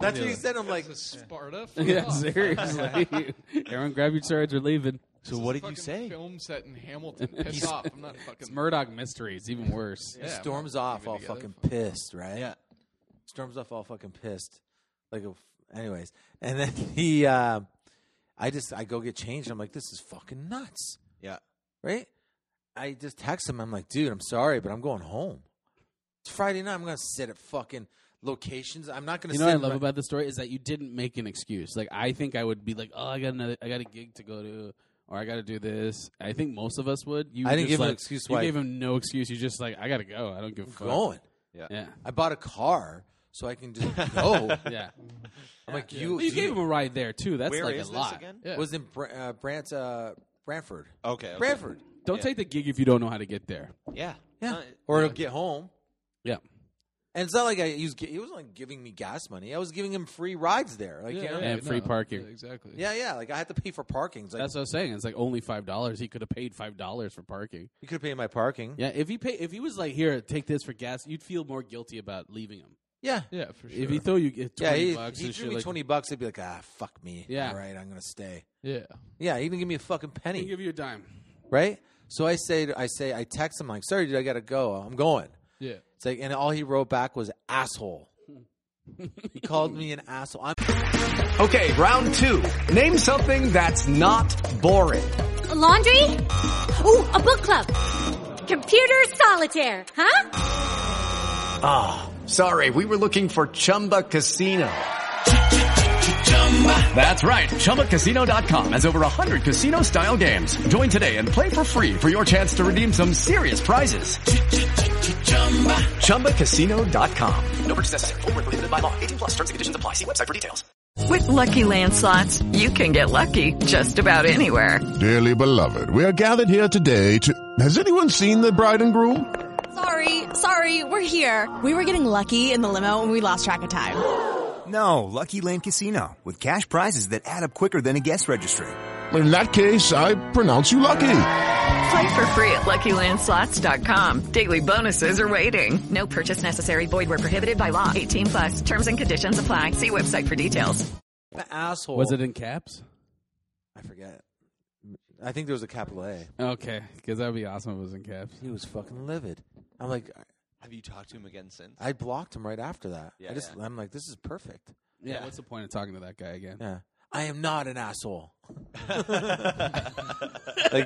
Speaker 1: That's what he said. I'm like,
Speaker 3: Sparta. fuck
Speaker 2: yeah
Speaker 3: off.
Speaker 2: seriously aaron grab your swords we're leaving so what
Speaker 3: Fucking Film set in Hamilton. Piss off. I'm not fucking.
Speaker 2: it's murdoch mystery it's even worse
Speaker 1: He storms off all fucking pissed, right? Yeah. Storms off all fucking pissed. Like, a, anyways. And then he, uh, I just, I go get changed. I'm like, this is fucking nuts.
Speaker 4: Yeah.
Speaker 1: Right? I just text him. I'm like, dude, I'm sorry, but I'm going home. It's Friday night. I'm going to sit at fucking locations. I'm not going to
Speaker 2: You know
Speaker 1: sit
Speaker 2: what I
Speaker 1: in
Speaker 2: love
Speaker 1: my-
Speaker 2: about the story is that you didn't make an excuse. Like I think I would be like, oh, I got another, I got a gig to go to, or I got to do this. I think most of us would. You
Speaker 1: I didn't
Speaker 2: just,
Speaker 1: give him an
Speaker 2: like-
Speaker 1: excuse
Speaker 2: You
Speaker 1: why-
Speaker 2: gave him no excuse. You just like, I got to go. I don't give a fuck.
Speaker 1: going.
Speaker 2: Yeah.
Speaker 1: I bought a car so I can just go.
Speaker 2: Yeah.
Speaker 1: I'm like,
Speaker 2: Yeah.
Speaker 1: you.
Speaker 2: Well, you gave him a ride there, too. That's, Where like, a is this lot. again? Yeah.
Speaker 1: Was in Br- uh, Brant, uh, Brantford.
Speaker 4: Okay, okay.
Speaker 1: Brantford.
Speaker 2: Don't take the gig if you don't know how to get there.
Speaker 4: Yeah.
Speaker 1: Yeah.
Speaker 4: Uh,
Speaker 1: or he'll get home.
Speaker 2: Yeah.
Speaker 1: And it's not like I, he was. gi- He wasn't like giving me gas money. I was giving him free rides there, like you
Speaker 2: Yeah,
Speaker 1: know,
Speaker 2: yeah, And free no, parking. yeah, exactly.
Speaker 1: Yeah, yeah. Like I had to pay for parking. It's like,
Speaker 2: That's what I was saying. It's like only five dollars. He could have paid five dollars for parking.
Speaker 1: You could have paid my parking.
Speaker 2: Yeah, if he pay, if he was like, here, take this for gas, you'd feel more guilty about leaving him.
Speaker 1: yeah,
Speaker 3: yeah, for
Speaker 2: If he throw you get
Speaker 1: Yeah,
Speaker 2: twenty
Speaker 1: he,
Speaker 2: bucks,
Speaker 1: he
Speaker 2: and
Speaker 1: threw
Speaker 2: shit
Speaker 1: me
Speaker 2: like-
Speaker 1: twenty bucks. I'd be like, ah, fuck me.
Speaker 2: Yeah.
Speaker 1: all right, I'm gonna stay.
Speaker 3: Yeah.
Speaker 1: yeah. He didn't give me a fucking
Speaker 2: He
Speaker 1: penny.
Speaker 2: give you a dime.
Speaker 1: right? So I say, I say, I text him like, "Sorry, dude, I gotta go. I'm going."
Speaker 3: Yeah.
Speaker 1: It's like, and all he wrote back was "asshole." he called me an asshole. I'm-
Speaker 10: Okay, round two. Name something that's not boring.
Speaker 11: A laundry? Ooh, a book club. Computer solitaire, huh?
Speaker 10: Ah, Sorry, we were looking for Chumba Casino. That's right. ChumbaCasino.com has over 100 casino style games. Join today and play for free for your chance to redeem some serious prizes. ChumbaCasino.com.
Speaker 12: No purchase necessary. Void where prohibited by law. 18 plus terms and conditions apply. See website for details.
Speaker 6: With Lucky Land slots, you can get lucky just about anywhere.
Speaker 9: Dearly beloved, we are gathered here today to. Has anyone seen the bride and groom?
Speaker 7: Sorry, sorry, we're here. We were getting lucky in the limo and we lost track of time.
Speaker 8: No, Lucky Land Casino with cash prizes that add up quicker than a guest registry.
Speaker 9: In that case, I pronounce you lucky.
Speaker 6: Play for free at LuckyLandSlots.com. Daily bonuses are waiting. No purchase necessary. Void were prohibited by law. 18 plus. Terms and conditions apply. See website for details.
Speaker 1: The asshole.
Speaker 2: Was it in caps?
Speaker 1: I forget. I think there was a capital A.
Speaker 2: Okay, because that'd be awesome if it was in caps.
Speaker 1: He was fucking livid. I'm like,
Speaker 4: Have you talked to him again since?
Speaker 1: I blocked him right after that. I just, I'm like, this is perfect.
Speaker 2: Yeah. what's the point of talking to that guy again?
Speaker 1: Yeah. I am not an asshole. like,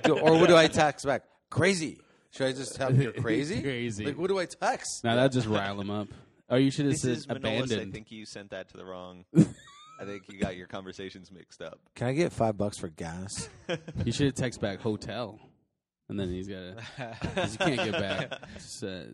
Speaker 1: do- or what do I text back? Crazy. Should I just tell him you're crazy?
Speaker 2: Crazy.
Speaker 1: Like, what do I text?
Speaker 2: Now that just rile him up. Oh, you should have
Speaker 4: This
Speaker 2: said
Speaker 4: is Manolis. I
Speaker 2: abandoned.
Speaker 4: think you sent that to the wrong. I think you got your conversations mixed up.
Speaker 1: Can I get five bucks for gas?
Speaker 2: you should have text back hotel, and then he's got to. You can't get back. Just, uh,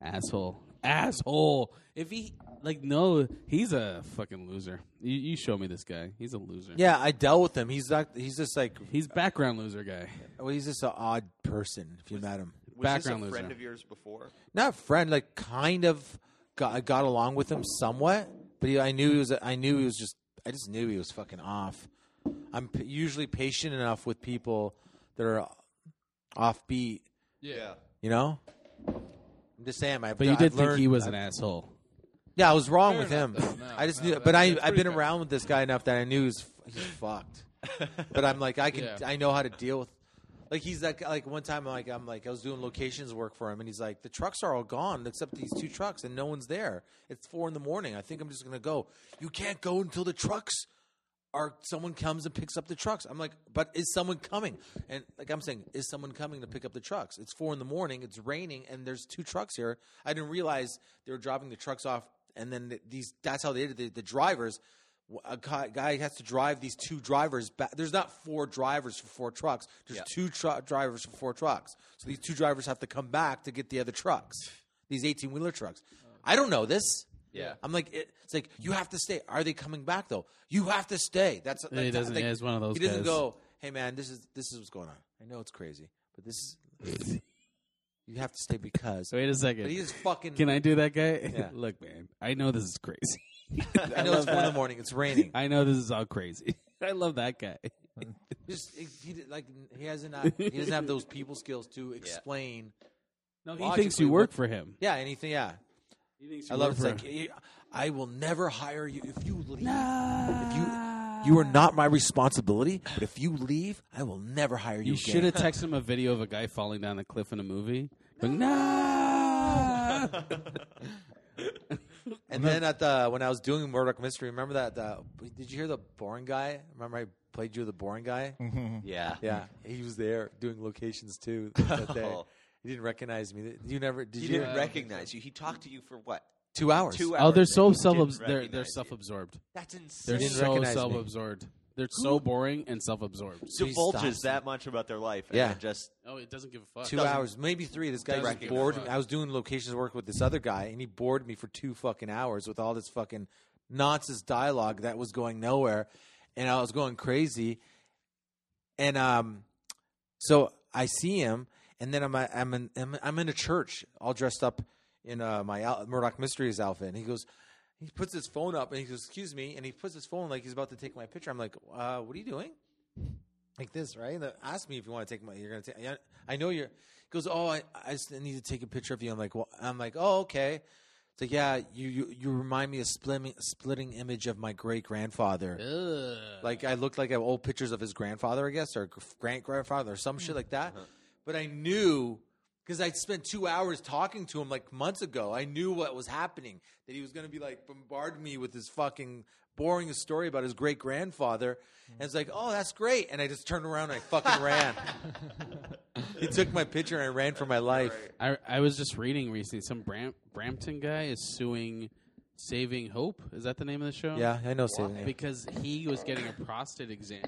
Speaker 2: asshole, asshole. If he like no, he's a fucking loser. You, you show me this guy. He's a loser.
Speaker 1: Yeah, I dealt with him. He's not. He's just like
Speaker 2: he's background loser guy.
Speaker 1: Well, he's just an odd person. If you met him,
Speaker 4: Was this a friend of yours before?
Speaker 1: not friend, like kind of got, I got along with him somewhat, but he, I knew he was I knew he was just I just knew he was fucking off. I'm p- usually patient enough with people that are offbeat.
Speaker 4: Yeah.
Speaker 1: You know? I'm just saying, I've,
Speaker 2: But you did
Speaker 1: I've
Speaker 2: think
Speaker 1: learned-
Speaker 2: he was an
Speaker 1: I've-
Speaker 2: asshole.
Speaker 1: Yeah, I was wrong
Speaker 2: Fair
Speaker 1: with him.
Speaker 2: enough, though. No,
Speaker 1: I just
Speaker 2: no,
Speaker 1: knew,
Speaker 2: that-
Speaker 1: but I
Speaker 2: that's
Speaker 1: I've
Speaker 2: pretty
Speaker 1: been around with this guy enough that I knew he's he's fucked. But I'm like I can
Speaker 2: Yeah.
Speaker 1: I know how to deal with. Like he's that guy- like one time like I'm like I was doing locations work for him and he's like the trucks are all gone except these two trucks and no one's there. It's four in the morning. I think I'm just gonna go. You can't go until the trucks are someone comes and picks up the trucks. I'm like, but is someone coming? And like I'm saying, is someone coming to pick up the trucks? It's four in the morning. It's raining, and there's two trucks here. I didn't realize they were dropping the trucks off, and then th- these. That's how they did it. The, the drivers. w- A guy guy has to drive these two drivers back. There's not four drivers for four trucks. There's
Speaker 4: Yeah.
Speaker 1: two tru drivers for four trucks. So these two drivers have to come back to get the other trucks. These 18 wheeler trucks. I don't know this.
Speaker 4: Yeah.
Speaker 1: I'm like, it, it's like you have to stay. Are they coming back though? You have to stay. That's
Speaker 2: Yeah, he
Speaker 1: that's-
Speaker 2: doesn't-
Speaker 1: like,
Speaker 2: yeah, he's one of those
Speaker 1: He doesn't
Speaker 2: guys.
Speaker 1: go, hey man, this is this is what's going on. I know it's crazy, but this is you have to stay because.
Speaker 2: Wait a second.
Speaker 1: But he just fucking.
Speaker 2: Can I do that guy?
Speaker 1: Yeah.
Speaker 2: Look, man, I know this is crazy.
Speaker 1: I know it's four in the morning. It's raining.
Speaker 2: I know this is all crazy. I love that guy.
Speaker 1: Just it- he did- like he hasn't not- he doesn't have those people skills to explain.
Speaker 2: No, he thinks you work for him.
Speaker 1: Yeah, anything. Yeah. He
Speaker 2: thinks
Speaker 1: I
Speaker 2: you
Speaker 1: love
Speaker 2: work
Speaker 1: it's
Speaker 2: for
Speaker 1: like
Speaker 2: him.
Speaker 1: "Eh, I will never hire you if you leave. If you you are not my responsibility, but if you leave, I will never hire you.
Speaker 2: You
Speaker 1: again."
Speaker 2: should have texted him a video of a guy falling down a cliff in a movie. But no.
Speaker 1: And then at the when I was doing Murdoch Mystery, remember that? The, did you hear the boring guy? Remember I played you the boring guy?
Speaker 4: Yeah.
Speaker 1: yeah. He was there doing locations too that day.
Speaker 4: Oh.
Speaker 1: He didn't recognize me. You never did.
Speaker 4: he
Speaker 1: you
Speaker 2: uh,
Speaker 4: didn't recognize you. He talked to you for what?
Speaker 1: Two hours.
Speaker 4: Two hours.
Speaker 2: Oh, they're so
Speaker 4: and he
Speaker 2: self
Speaker 4: didn't
Speaker 2: they're
Speaker 4: recognize
Speaker 2: they're
Speaker 4: you.
Speaker 2: self absorbed.
Speaker 4: That's insane.
Speaker 2: They're
Speaker 1: Didn't
Speaker 2: so
Speaker 1: recognize me.
Speaker 2: self absorbed. They're so boring and self absorbed.
Speaker 4: Divulges that much about their life. And
Speaker 1: Yeah.
Speaker 4: then just
Speaker 2: Oh, it doesn't give a fuck.
Speaker 1: Two
Speaker 4: Doesn't-
Speaker 1: hours, maybe three. This guy was
Speaker 4: Doesn't give a
Speaker 1: bored.
Speaker 4: fuck.
Speaker 1: I was doing locations work with this other guy, and he bored me for two fucking hours with all this fucking nonsense dialogue that was going nowhere, and I was going crazy. And um, so I see him, and then I'm I'm in, I'm, I'm in a church, all dressed up in uh, my out- Murdoch Mysteries outfit, and he goes. He puts his phone up and he goes, "Excuse me," and he puts his phone like he's about to take my picture. I'm like, uh, "What are you doing?" like this, right? And then ask me if you want to take my. You're gonna take. yeah, I know you're. He goes, oh, I, I just need to take a picture of you. I'm like, well, I'm like, oh, okay. It's like, yeah, you you, you remind me of splitting splitting image of my great grandfather. Like I looked like I have old pictures of his grandfather, I guess, or grand grandfather, or some shit like that. But I knew because I'd spent two hours talking to him like months ago. I knew what was happening. That he was going to be like bombard me with this fucking boring story about his great grandfather. And it's like, oh, that's great. And I just turned around and I fucking ran. he took my picture and I ran for my life.
Speaker 2: I I was just reading recently. Some Bram, Brampton guy is suing Saving Hope. Is that the name of the show?
Speaker 1: Yeah, I know Saving Hope.
Speaker 2: Because he was getting a prostate exam,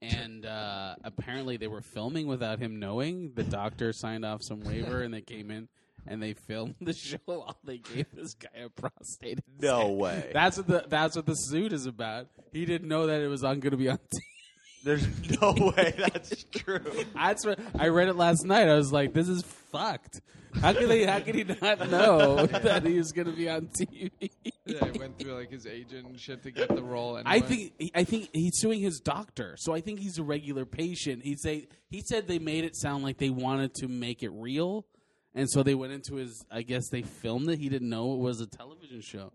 Speaker 2: and uh, apparently they were filming without him knowing. The doctor signed off some waiver, and they came in. And they filmed the show while they gave this guy a prostate.
Speaker 4: No
Speaker 2: exam.
Speaker 4: way.
Speaker 2: That's what the that's what the suit is about. He didn't know that it was on going to be on TV.
Speaker 4: There's no way that's true.
Speaker 2: That's what I read it last night. I was like, "This is fucked. How could they? How could he not know that he was going to be on TV?"
Speaker 3: Yeah, he went through like his agent and shit to get the role. Anyway.
Speaker 2: I think I think he's suing his doctor, so I think he's a regular patient. He say he said they made it sound like they wanted to make it real, and so they went into his. I guess they filmed it. He didn't know it was a television show.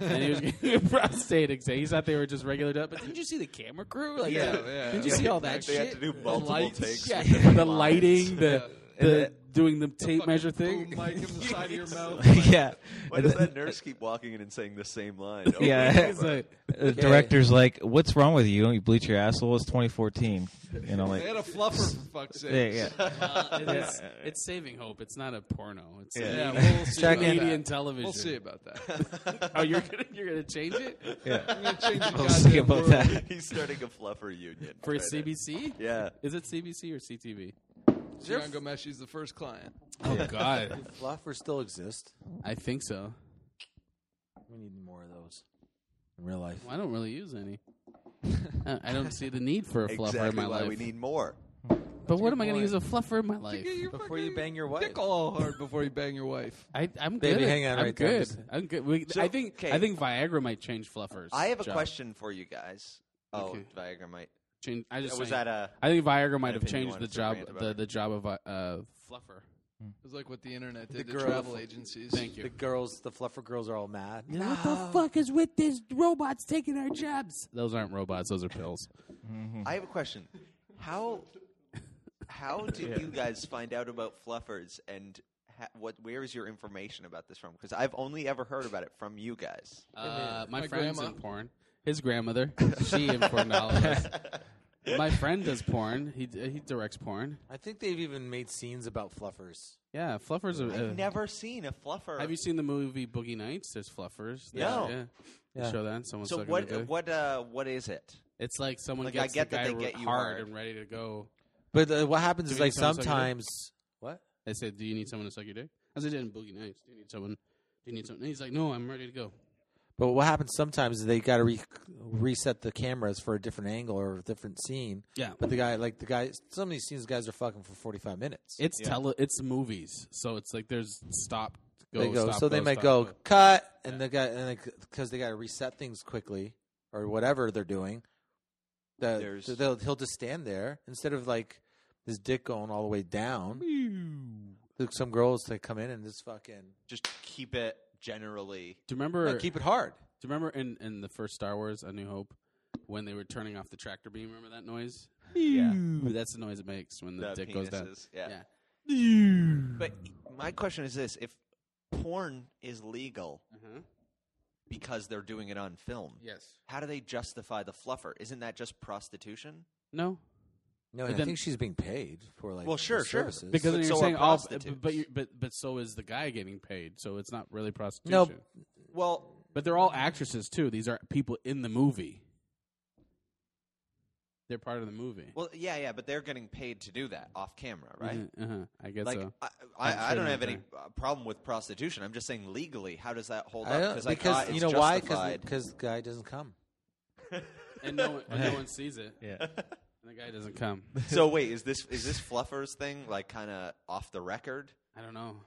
Speaker 2: and he was getting a prostate exam. He thought they were just regular. doc- But didn't you see the camera crew? Like,
Speaker 4: Yeah,
Speaker 2: uh,
Speaker 4: yeah.
Speaker 2: Didn't you see all that
Speaker 4: They
Speaker 2: shit?
Speaker 4: had to do multiple
Speaker 2: the lights,
Speaker 4: takes
Speaker 2: yeah,
Speaker 4: with different
Speaker 2: the
Speaker 4: lines.
Speaker 2: lighting, the,
Speaker 4: Yeah.
Speaker 2: the,
Speaker 4: And that-
Speaker 2: doing the tape measure thing.
Speaker 4: yeah. Why does that nurse keep walking in and saying the same line? over and
Speaker 13: Yeah,
Speaker 4: over?
Speaker 1: uh,
Speaker 13: the director's like, "What's wrong with you? You bleach your asshole." It's 2014. You know, like
Speaker 2: They had a fluffer, for fuck's sake.
Speaker 13: Yeah, yeah.
Speaker 2: Well, Uh, it is- it's saving hope. It's not a porno. It's yeah.
Speaker 13: Yeah. Yeah, we'll see about
Speaker 2: media
Speaker 13: that.
Speaker 2: and television.
Speaker 3: We'll see about that.
Speaker 2: oh, you're gonna you're gonna change it?
Speaker 13: Yeah.
Speaker 2: I'm gonna change the
Speaker 13: We'll see
Speaker 2: goddamn
Speaker 13: about
Speaker 2: world.
Speaker 13: that.
Speaker 4: He's starting a fluffer union
Speaker 2: for
Speaker 4: right there.
Speaker 2: CBC.
Speaker 4: Yeah.
Speaker 2: is it CBC or CTV?
Speaker 3: John Gomesh is the first client.
Speaker 2: Oh God,
Speaker 1: Do Floppers still exist?
Speaker 2: I think so.
Speaker 1: We need more of those in real life.
Speaker 2: Well, I don't really use any. I I don't see the need for a fluffer
Speaker 4: exactly
Speaker 2: in my
Speaker 4: why
Speaker 2: life.
Speaker 4: we need more.
Speaker 2: but what am I going to use a fluffer in my life?
Speaker 1: Before you bang your wife.
Speaker 3: Dick all hard before you bang your wife.
Speaker 2: I, I'm
Speaker 1: Baby,
Speaker 2: good.
Speaker 1: hang on
Speaker 2: I'm
Speaker 1: right there.
Speaker 2: good. I'm good. We,
Speaker 4: So,
Speaker 2: I think
Speaker 4: okay.
Speaker 2: I think Viagra might change fluffers.
Speaker 4: I have a
Speaker 2: Joe.
Speaker 4: question for you guys. Oh,
Speaker 2: Okay.
Speaker 4: Viagra might
Speaker 2: Change. I just
Speaker 4: was
Speaker 2: saying.
Speaker 4: that a.
Speaker 2: I think Viagra
Speaker 4: an
Speaker 2: might have
Speaker 4: opinion you
Speaker 2: changed the
Speaker 4: wanted to
Speaker 2: job.
Speaker 4: rant about?
Speaker 2: The, the job of Vi- uh, fluffer.
Speaker 3: It was like what the internet
Speaker 1: The
Speaker 3: did to
Speaker 1: girl-
Speaker 3: travel agencies.
Speaker 2: Thank you.
Speaker 1: The girls, the fluffer girls are all mad.
Speaker 2: What the fuck is with this robots taking our jobs? Those aren't robots. Those are pills.
Speaker 4: I have a question. How Oh. how did you guys find out about fluffers and ha- what? Where is your information about this from? Because I've only ever heard about it from you guys.
Speaker 2: Uh, my,
Speaker 3: My
Speaker 2: friend's
Speaker 3: grandma.
Speaker 2: in porn. His grandmother. She informed all of us. My friend does porn. He d- he directs porn.
Speaker 1: I think they've even made scenes about fluffers.
Speaker 2: Yeah, fluffers are.
Speaker 4: I've
Speaker 2: Uh,
Speaker 4: never seen a fluffer.
Speaker 2: have you seen the movie Boogie Nights? There's fluffers. They-
Speaker 4: No.
Speaker 2: Yeah. They
Speaker 4: Yeah.
Speaker 2: Show that. Someone's
Speaker 4: so
Speaker 2: sucking
Speaker 4: what?
Speaker 2: a dick.
Speaker 4: What? Uh, what is it?
Speaker 2: It's like someone
Speaker 4: Like, I
Speaker 2: gets
Speaker 4: get
Speaker 2: the
Speaker 4: that
Speaker 2: guy
Speaker 4: they get you
Speaker 2: hard,
Speaker 4: hard.
Speaker 2: and ready to go.
Speaker 1: But uh, what happens
Speaker 2: Do
Speaker 1: is
Speaker 2: you
Speaker 1: like
Speaker 2: need someone to suck your dick?
Speaker 1: sometimes. What?
Speaker 2: They said, "Do you need someone to suck your dick?" As I did in Boogie Nights. Do you need someone? Do you need someone? And he's like, "No, I'm ready to go."
Speaker 1: But what happens sometimes is they got to re- reset the cameras for a different angle or a different scene.
Speaker 2: Yeah.
Speaker 1: But the guy, like the guy, some of these scenes, guys are fucking for forty five minutes.
Speaker 2: It's tele. It's movies, so it's like there's stop. Go,
Speaker 1: they go,
Speaker 2: stop,
Speaker 1: so they might
Speaker 2: stop,
Speaker 1: go cut, and the guy, and because they got to reset things quickly or whatever they're doing, the,
Speaker 4: There's-
Speaker 1: they'll, he'll just stand there instead of like his dick going all the way down. Look, some girls they come in and just fucking
Speaker 4: Just keep it generally.
Speaker 2: Do you remember?
Speaker 1: Like, keep it hard.
Speaker 2: Do you remember in, in the first Star Wars, A New Hope, when they were turning off the tractor beam? Remember that noise?
Speaker 4: Yeah.
Speaker 2: That's the noise it makes when the,
Speaker 4: The
Speaker 2: dick goes down.
Speaker 4: penises, yeah. But my question is this: If porn is legal because they're doing it on film,
Speaker 2: Mm-hmm. Yes.
Speaker 4: How do they justify the fluffer? Isn't that just prostitution?
Speaker 2: No.
Speaker 1: No,
Speaker 2: But
Speaker 1: and I
Speaker 2: then-
Speaker 1: think she's being paid for like
Speaker 4: Well,
Speaker 1: her
Speaker 4: sure, sure.
Speaker 1: services.
Speaker 2: Because
Speaker 4: But
Speaker 2: then you're
Speaker 4: so are
Speaker 2: saying all,
Speaker 4: prostitutes.
Speaker 2: but you but but so is the guy getting paid, so it's not really prostitution.
Speaker 1: No,
Speaker 4: Well,
Speaker 2: But they're all actresses too. These are people in the movie. They're part of the movie.
Speaker 4: well, yeah, yeah, but they're getting paid to do that off camera, right?
Speaker 2: Mhm, uh-huh. I guess
Speaker 4: Like,
Speaker 2: so.
Speaker 4: I, I, I
Speaker 2: Sure
Speaker 4: don't
Speaker 2: not
Speaker 4: have any
Speaker 2: there.
Speaker 4: uh, problem with prostitution. I'm just saying legally, how does that hold
Speaker 1: I
Speaker 4: up?
Speaker 1: don't,
Speaker 4: I
Speaker 1: because
Speaker 4: thought
Speaker 1: you
Speaker 4: it's
Speaker 1: know why?
Speaker 4: justified.
Speaker 1: Because the guy doesn't come.
Speaker 2: and no one, and no one sees it.
Speaker 13: Yeah.
Speaker 2: And the guy doesn't come.
Speaker 4: so wait, is this is this fluffers thing like kind of off the record?
Speaker 2: I don't know.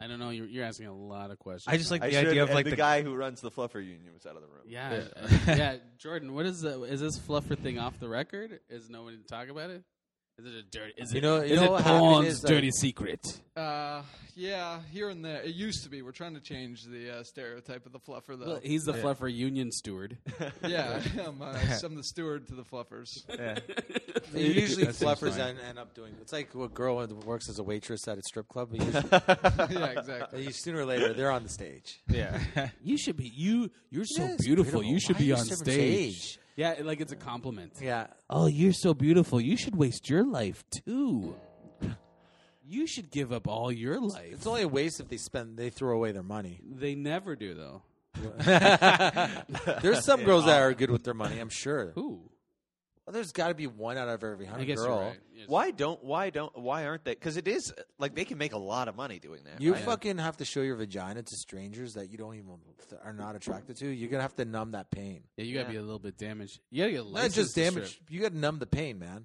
Speaker 2: I don't know. You're, you're asking a lot of questions.
Speaker 13: I just like
Speaker 4: I
Speaker 13: the idea
Speaker 4: should-
Speaker 13: of
Speaker 4: and
Speaker 13: like
Speaker 4: the, guy who runs the fluffer union was out of the room.
Speaker 2: Yeah, yeah. Jordan, what is the is this fluffer thing off the record? Is nobody to talk about it? Is it a dirty? Is
Speaker 1: You
Speaker 2: it,
Speaker 1: know- you
Speaker 2: is
Speaker 1: know
Speaker 2: it
Speaker 1: what happened
Speaker 2: porn's
Speaker 1: is, uh,
Speaker 2: dirty secret?
Speaker 3: Uh, yeah, here and there. It used to be. We're trying to change the uh, stereotype of the fluffer, though.
Speaker 2: Well, he's the
Speaker 3: yeah.
Speaker 2: fluffer union steward.
Speaker 3: Yeah, I am, uh, I'm the steward to the fluffers.
Speaker 1: Yeah. usually fluffers end, end up doing. It's like a girl that works as a waitress at a strip club. but usually-
Speaker 3: yeah, exactly.
Speaker 1: You- sooner or later, they're on the stage.
Speaker 13: Yeah.
Speaker 2: you should be you. You're so
Speaker 1: Yes,
Speaker 2: beautiful. You should
Speaker 1: Why
Speaker 2: be
Speaker 1: are
Speaker 2: on
Speaker 1: so
Speaker 2: stage.
Speaker 1: stage?
Speaker 2: Yeah, like it's a compliment.
Speaker 1: Yeah.
Speaker 2: Oh, you're so beautiful. You should waste your life too. You should give up all your life.
Speaker 1: It's only a waste if they spend they throw away their money.
Speaker 2: They never do though.
Speaker 1: There's some girls that are good with their money, I'm sure.
Speaker 2: Who?
Speaker 1: Well, there's got to be one out of every
Speaker 4: I
Speaker 1: hundred
Speaker 4: guess you're
Speaker 1: girl.
Speaker 4: right. Why don't? Why don't? Why aren't they? Because it is uh, like they can make a lot of money doing that.
Speaker 1: You
Speaker 4: right?
Speaker 1: fucking have to show your vagina to strangers that you don't even are not attracted to. You're gonna have to numb that pain.
Speaker 2: Yeah, you gotta be a little bit damaged. You gotta get a
Speaker 1: Not
Speaker 2: license
Speaker 1: just
Speaker 2: to
Speaker 1: damage.
Speaker 2: strip.
Speaker 1: You gotta numb the pain, man.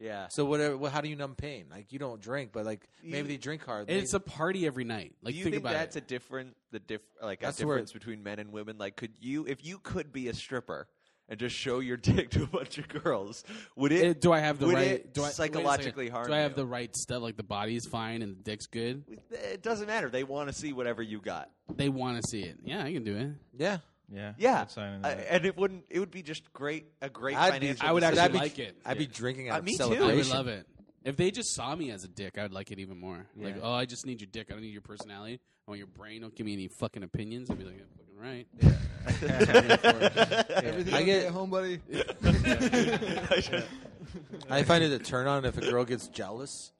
Speaker 4: Yeah.
Speaker 1: So whatever. Well, how do you numb pain? Like you don't drink, but like maybe they drink hard.
Speaker 2: And it's a party every night. Like
Speaker 4: Do you
Speaker 2: think,
Speaker 4: think
Speaker 2: about
Speaker 4: that's
Speaker 2: it.
Speaker 4: a different the diff like
Speaker 1: That's
Speaker 4: a
Speaker 1: the word.
Speaker 4: difference between men and women? Like, could you if you could be a stripper and just show your dick to a bunch of girls, would it?
Speaker 2: Eh, do I have the
Speaker 4: would
Speaker 2: right?
Speaker 4: It
Speaker 2: do I, wait a second.
Speaker 4: psychologically harm?
Speaker 2: Do I have
Speaker 4: you?
Speaker 2: the right stuff? Like the body's fine and the dick's good.
Speaker 4: It doesn't matter. They want to see whatever you got.
Speaker 2: They want to see it. Yeah, I can do it.
Speaker 1: Yeah.
Speaker 5: Yeah.
Speaker 4: Yeah,
Speaker 5: I'd sign
Speaker 4: I-
Speaker 5: into that.
Speaker 4: and it wouldn't. It would be just great. A great financial.
Speaker 2: I would
Speaker 4: decision.
Speaker 2: actually like it.
Speaker 1: I'd be drinking out
Speaker 4: Uh,
Speaker 1: of
Speaker 4: me
Speaker 2: I would
Speaker 1: celebration.
Speaker 2: love it. If they just saw me as a dick, I would like it even more. Like,
Speaker 4: Yeah.
Speaker 2: oh, I just need your dick. I don't need your personality. I want your brain. Don't give me any fucking opinions. I'd be like, I'm fucking right.
Speaker 3: Everything
Speaker 1: I
Speaker 3: okay
Speaker 1: get-
Speaker 3: at home, buddy.
Speaker 1: I find it a turn on if a girl gets jealous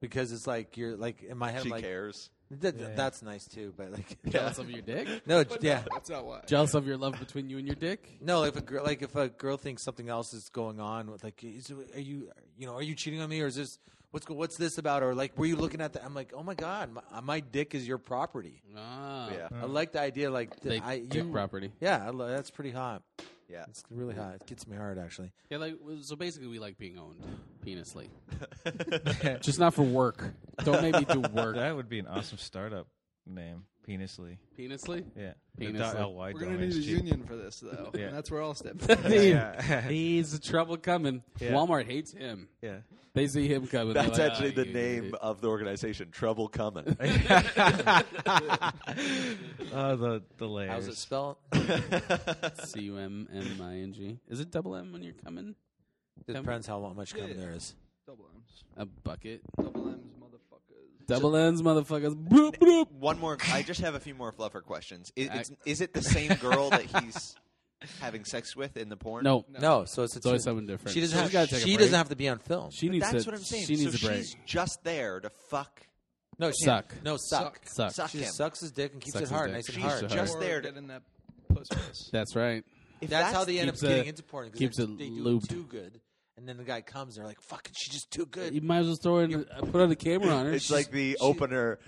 Speaker 1: because it's like you're like in my head.
Speaker 4: She
Speaker 1: I'm like,
Speaker 4: cares.
Speaker 1: That, That's nice too, but like
Speaker 2: Jealous of your dick?
Speaker 1: No,
Speaker 2: But
Speaker 1: yeah,
Speaker 2: no, that's not why. Jealous of your love between you and your dick?
Speaker 1: No, if a girl, like if a girl thinks something else is going on with like, is, are you, you know, are you cheating on me or is this what's go- what's this about or like were you looking at that? I'm like, oh my god, my, my dick is your property.
Speaker 2: Ah.
Speaker 4: Yeah.
Speaker 1: I like the idea like th-
Speaker 2: Like
Speaker 1: I,
Speaker 2: dick property.
Speaker 1: Yeah, I lo- that's pretty hot.
Speaker 4: Yeah,
Speaker 1: it's really hot. It gets me hard actually.
Speaker 2: Yeah, like so. Basically, we like being owned penisly, just not for work. Don't make me do work.
Speaker 5: That would be an awesome startup name, Penisly.
Speaker 2: Penisly?
Speaker 5: Yeah. oh,
Speaker 2: Penisly.
Speaker 5: The
Speaker 3: We're
Speaker 5: .ly
Speaker 3: gonna
Speaker 5: domain's
Speaker 3: need a
Speaker 5: cheap.
Speaker 3: union for this though,
Speaker 5: Yeah.
Speaker 3: and that's where I'll step. in.
Speaker 2: Dude,
Speaker 5: Yeah.
Speaker 2: he's the trouble coming.
Speaker 5: Yeah.
Speaker 2: Walmart hates him.
Speaker 5: Yeah.
Speaker 2: they see him coming. They're
Speaker 4: That's
Speaker 2: like,
Speaker 4: actually
Speaker 2: "Ah,
Speaker 4: the
Speaker 2: you
Speaker 4: name
Speaker 2: idiot."
Speaker 4: of the organization. Trouble coming.
Speaker 2: Uh,
Speaker 5: Oh, the the layers.
Speaker 1: How's it spelled?
Speaker 2: C U M M I N G. Is it double M when you're coming?
Speaker 1: Depends how lo- much cum there is.
Speaker 3: Double M's.
Speaker 2: A bucket.
Speaker 3: Double M's, motherfuckers.
Speaker 2: Double N's, motherfuckers. Bloop, bloop.
Speaker 4: One more. I just have a few more fluffer questions. Is,
Speaker 2: I-
Speaker 4: it's, is it the same girl that he's having sex with in the porn?
Speaker 2: No.
Speaker 1: No, so it's, a
Speaker 2: It's always
Speaker 1: two-
Speaker 2: someone different.
Speaker 1: She doesn't
Speaker 2: She's
Speaker 1: have
Speaker 2: gotta take a
Speaker 1: she
Speaker 2: break.
Speaker 1: doesn't have to be on film.
Speaker 2: She
Speaker 4: But
Speaker 2: needs
Speaker 4: that's
Speaker 2: to-
Speaker 4: what I'm saying.
Speaker 2: She needs
Speaker 4: so
Speaker 2: a break.
Speaker 4: she's just there to fuck.
Speaker 1: no, she,
Speaker 2: Suck.
Speaker 1: No, suck.
Speaker 2: Suck.
Speaker 4: Suck
Speaker 1: She
Speaker 4: him.
Speaker 1: just sucks his dick and keeps
Speaker 2: Sucks
Speaker 1: it hard,
Speaker 2: his
Speaker 1: nice
Speaker 2: dick.
Speaker 1: and
Speaker 2: She's
Speaker 1: hard.
Speaker 2: just
Speaker 4: Just there.
Speaker 3: Get
Speaker 4: To,
Speaker 3: in that pussy. puss.
Speaker 2: That's right.
Speaker 4: if
Speaker 1: that's, how they end up
Speaker 2: keeps
Speaker 1: getting
Speaker 2: it-
Speaker 1: into porn. 'cause
Speaker 2: keeps
Speaker 1: they,
Speaker 2: it
Speaker 1: they do
Speaker 2: lubed.
Speaker 1: too good, and then the guy comes. They're like, "Fucking, she's just too good."
Speaker 2: You might as well throw in, uh, put on a camera on her.
Speaker 4: It's
Speaker 2: She's-
Speaker 4: like the opener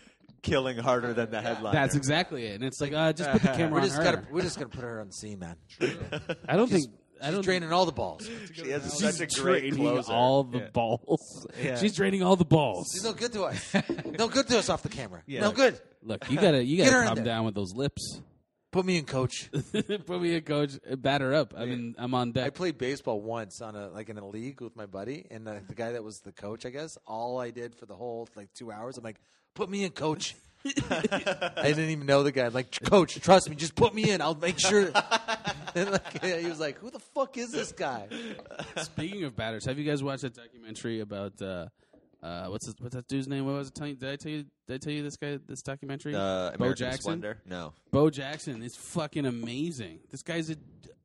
Speaker 4: killing harder than the headline.
Speaker 2: That's exactly it. And it's like, uh, just put the camera
Speaker 1: we're
Speaker 2: on
Speaker 1: just
Speaker 2: her.
Speaker 1: gonna we're just gonna put her on scene, man.
Speaker 2: I don't
Speaker 1: She's-
Speaker 2: think. I don't
Speaker 1: She's draining all the balls.
Speaker 4: She has
Speaker 2: She's
Speaker 4: such a great
Speaker 2: draining
Speaker 4: closer.
Speaker 2: all the balls.
Speaker 5: Yeah.
Speaker 2: She's draining all the
Speaker 1: She's
Speaker 2: balls.
Speaker 1: no good to us. no good to us off the camera.
Speaker 5: Yeah.
Speaker 1: No good.
Speaker 2: Look, you gotta you
Speaker 1: Get her
Speaker 2: gotta
Speaker 1: in
Speaker 2: calm
Speaker 1: there.
Speaker 2: down with those lips.
Speaker 1: Put me in, coach.
Speaker 2: Put me in, coach. Batter up. I mean, I'm on
Speaker 1: I
Speaker 2: deck.
Speaker 1: played baseball once on a like in a league with my buddy and the, the guy that was the coach. I guess all I did for the whole like two hours, I'm like, put me in, coach. I didn't even know the guy. I'm like, coach, trust me, just put me in. I'll make sure. and like, he was like, who the fuck is this guy?
Speaker 2: Speaking of batters, have you guys watched that documentary about uh, uh, what's his, what's that dude's name? What was it? Tell you, did I tell you? Did I tell you this guy? This documentary?
Speaker 4: Uh,
Speaker 2: Bo
Speaker 4: American
Speaker 2: Jackson.
Speaker 4: Splendor? No.
Speaker 2: Bo Jackson is fucking amazing. This guy's a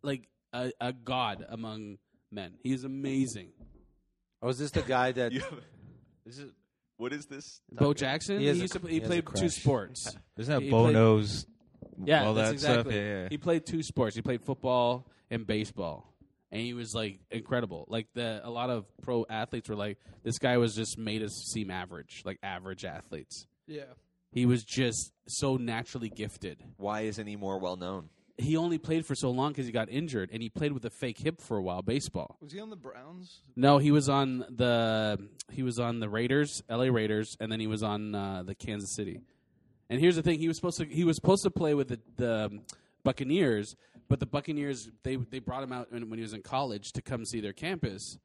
Speaker 2: like a, a god among men. He is amazing.
Speaker 1: Oh, is this the guy that?
Speaker 4: You have- what is this?
Speaker 2: Bo Jackson.
Speaker 1: He
Speaker 2: He,
Speaker 1: has a
Speaker 2: used to,
Speaker 1: cr-
Speaker 2: he,
Speaker 1: he has a
Speaker 2: played two
Speaker 1: crush.
Speaker 2: sports.
Speaker 5: Isn't that
Speaker 2: He
Speaker 5: Bo
Speaker 2: played-
Speaker 5: knows?
Speaker 2: Yeah,
Speaker 5: all
Speaker 2: that's
Speaker 5: that
Speaker 2: exactly.
Speaker 5: stuff. Yeah, yeah.
Speaker 2: He played two sports. He played football and baseball, and he was like incredible. Like the a lot of pro athletes were like, this guy was just made us seem average, like average athletes.
Speaker 3: Yeah.
Speaker 2: He was just so naturally gifted.
Speaker 4: Why isn't he more well known?
Speaker 2: He only played for so long because he got injured, and he played with a fake hip for a while. Baseball.
Speaker 3: Was he on the Browns?
Speaker 2: No, he was on the he was on the Raiders, L.A. Raiders, and then he was on uh, the Kansas City. And here's the thing: he was supposed to he was supposed to play with the, the um, Buccaneers, but the Buccaneers they they brought him out when, when he was in college to come see their campus,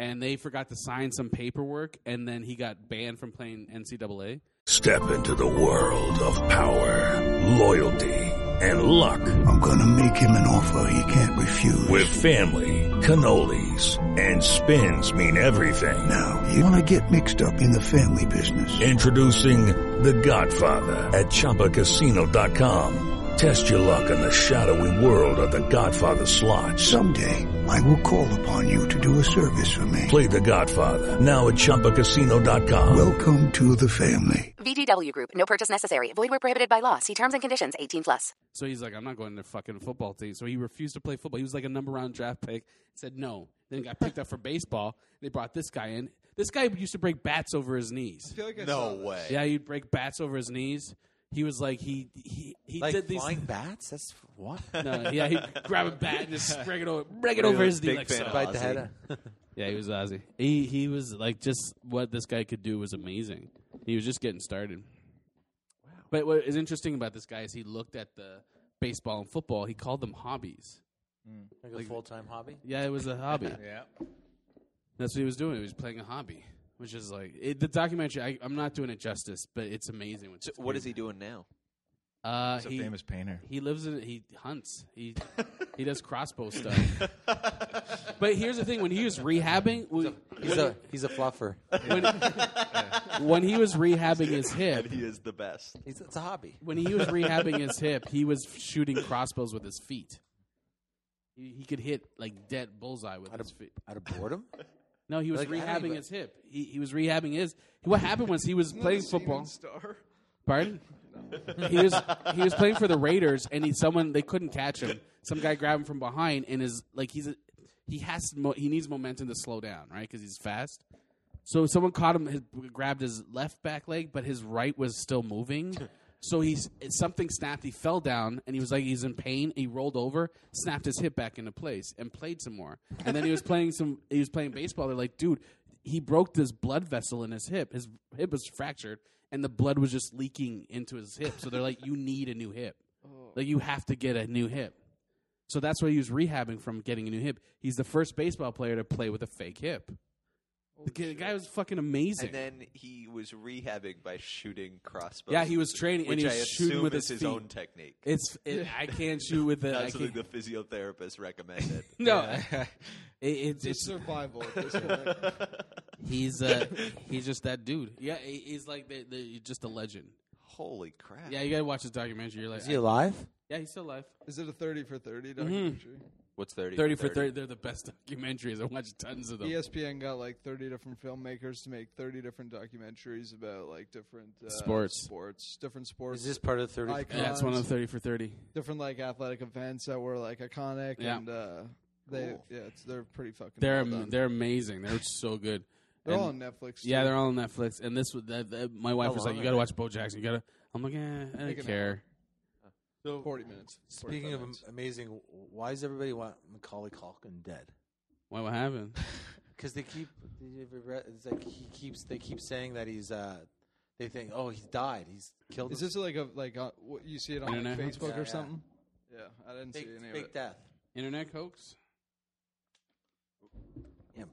Speaker 2: and they forgot to sign some paperwork, and then he got banned from playing NCAA.
Speaker 14: Step into the world of power, loyalty, and luck. I'm gonna make him an offer he can't refuse. With family, cannolis, and spins mean everything. Now, you wanna get mixed up in the family business. Introducing The Godfather at ChumbaCasino.com. Test your luck in the shadowy world of The Godfather slot. Someday.
Speaker 8: I will call upon you to do a service for me.
Speaker 14: Play the Godfather now at ChumbaCasino.com.
Speaker 8: Welcome to the family.
Speaker 15: VGW Group. No purchase necessary. Void where prohibited by law. See terms and conditions. 18 plus.
Speaker 2: So he's like, I'm not going to fucking football team. So he refused to play football. He was like a number round draft pick. Said no. Then got picked up for baseball. They brought this guy in. This guy used to break bats over his knees.
Speaker 4: like I No saw this. way.
Speaker 2: Yeah, he'd break bats over his knees. He was like he he he
Speaker 1: like
Speaker 2: did these
Speaker 1: flying bats? That's what?
Speaker 2: No, yeah, he'd grab a bat and just break it over, break it over his knee like so.
Speaker 1: Bite the head. off.
Speaker 2: yeah, he was Ozzy. He he was like just what this guy could do was amazing. He was just getting started. Wow. But what is interesting about this guy is he looked at the baseball and football. He called them hobbies.
Speaker 1: Hmm. Like a full time hobby.
Speaker 2: Yeah, it was a hobby.
Speaker 1: Yeah.
Speaker 2: That's what he was doing. He was playing a hobby, which is like it, the documentary. I, I'm not doing it justice, but it's amazing. What,
Speaker 4: What is he doing now?
Speaker 2: Uh,
Speaker 4: He's a
Speaker 2: he-
Speaker 4: famous
Speaker 5: painter.
Speaker 2: He lives in. He hunts. He he does crossbow stuff. but here's the thing: when he was rehabbing, we-
Speaker 1: He's
Speaker 2: when-
Speaker 1: a he's a fluffer.
Speaker 2: when, when he was rehabbing his hip,
Speaker 4: he is the best.
Speaker 1: It's, it's a hobby.
Speaker 2: when he was rehabbing his hip, he was shooting crossbows with his feet. He, he could hit like dead bullseye with his feet.
Speaker 1: Out of boredom?
Speaker 2: No, he was
Speaker 1: Like, I don't
Speaker 2: rehabbing
Speaker 1: even-
Speaker 2: his hip. He, he was rehabbing his. What happened was he was
Speaker 3: Isn't that
Speaker 2: playing
Speaker 3: a Steven
Speaker 2: football.
Speaker 3: Star?
Speaker 2: Pardon? he was he was playing for the Raiders, and he someone they couldn't catch him. Some guy grabbed him from behind, and is like he's a, he has mo- he needs momentum to slow down, right? Because he's fast. So someone caught him, his, grabbed his left back leg, but his right was still moving. So he's something snapped. He fell down, and he was like he's in pain. He rolled over, snapped his hip back into place, and played some more. And then he was playing some. He was playing baseball. They're like, dude, he broke this blood vessel in his hip. His hip was fractured, and the blood was just leaking into his hip. So they're like, you need a new hip. Like you have to get a new hip. So that's why he was rehabbing from getting a new hip. He's the first baseball player to play with a fake hip. The guy- the guy was fucking amazing.
Speaker 4: And then he was rehabbing by shooting crossbows.
Speaker 2: Yeah, he was training
Speaker 4: which
Speaker 2: and he
Speaker 4: I
Speaker 2: was shooting
Speaker 4: assume
Speaker 2: with
Speaker 4: is
Speaker 2: his,
Speaker 4: his
Speaker 2: feet.
Speaker 4: own technique.
Speaker 2: It's it, I can't shoot with the. I
Speaker 4: That's something
Speaker 2: can't,
Speaker 4: the physiotherapist recommended.
Speaker 2: no,
Speaker 4: Yeah.
Speaker 2: it, it's,
Speaker 4: It's
Speaker 3: survival at this point.
Speaker 2: He's uh, he's just that dude. Yeah, he- he's like the, the, he's just a legend.
Speaker 4: Holy crap!
Speaker 2: Yeah, you gotta watch this documentary. You're like,
Speaker 1: Is he
Speaker 2: I-
Speaker 1: alive?
Speaker 2: Yeah, he's still alive. Mm-hmm.
Speaker 3: Is it a thirty for thirty documentary?
Speaker 4: What's thirty?
Speaker 2: Thirty for thirty. They're the best documentaries. I watched tons of them.
Speaker 3: ESPN got like 30 different filmmakers to make 30 different documentaries about like different uh,
Speaker 2: Sports.
Speaker 3: sports, different sports.
Speaker 1: this part of 30 for 30?
Speaker 2: Yeah, it's one of the
Speaker 3: icons,
Speaker 2: 30 for 30.
Speaker 3: Different like athletic events that were like iconic
Speaker 2: Yeah.
Speaker 3: and uh, they yeah, it's, they're pretty fucking.
Speaker 2: They're
Speaker 3: well
Speaker 2: am-
Speaker 3: done.
Speaker 2: they're amazing. They're so good.
Speaker 3: They're all on Netflix,
Speaker 2: Yeah,
Speaker 3: too.
Speaker 2: they're all on Netflix. And this, was- that, that, my wife
Speaker 3: How
Speaker 2: was
Speaker 3: long
Speaker 2: like, "You
Speaker 3: are
Speaker 2: gotta
Speaker 3: they?
Speaker 2: watch Bo Jackson. You gotta." I'm like, eh, I
Speaker 3: Like
Speaker 2: don't
Speaker 3: an
Speaker 2: care.
Speaker 1: So,
Speaker 3: Forty minutes. 45
Speaker 1: Speaking of am-
Speaker 3: minutes.
Speaker 1: amazing, why does everybody want Macaulay Culkin dead?
Speaker 2: Why? What happened?
Speaker 1: Because they keep, did you ever read- it's like he keeps, they keep saying that he's, uh, they think, oh, he's died, he's killed.
Speaker 3: is this like a like uh what you see it on like,
Speaker 2: Internet hoax?
Speaker 3: Facebook
Speaker 1: Yeah, yeah.
Speaker 3: or something? Yeah, I didn't
Speaker 1: fake,
Speaker 3: see any of
Speaker 1: fake
Speaker 3: it.
Speaker 1: death?
Speaker 2: Internet hoax.
Speaker 1: Yeah.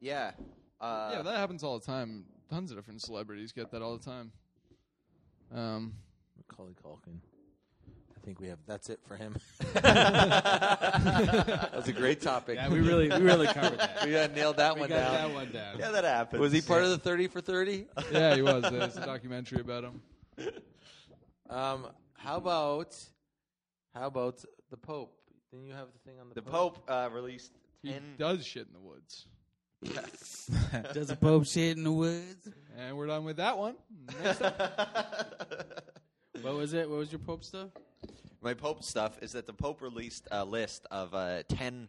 Speaker 4: Yeah. Uh,
Speaker 3: yeah, that happens all the time. Tons of different celebrities get that all the time. Um,
Speaker 1: Macaulay Culkin. I think we have. That's it for him. that was a great topic.
Speaker 2: Yeah, we really- we really covered that.
Speaker 1: we uh, nailed that
Speaker 2: We
Speaker 1: one
Speaker 2: got
Speaker 1: down.
Speaker 2: that one down. Yeah,
Speaker 4: that happens.
Speaker 1: Was he part of the thirty for thirty?
Speaker 3: yeah, he was. There's a documentary about him.
Speaker 1: Um, how about how about the Pope? Then you have the thing on the,
Speaker 4: The Pope uh, released
Speaker 3: He
Speaker 4: ten.
Speaker 3: does shit in the woods.
Speaker 2: Does a Pope shit in the woods?
Speaker 3: And we're done with that one. Next up.
Speaker 2: What was it? What was your Pope stuff?
Speaker 4: my Pope stuff is that the Pope released a list of uh, ten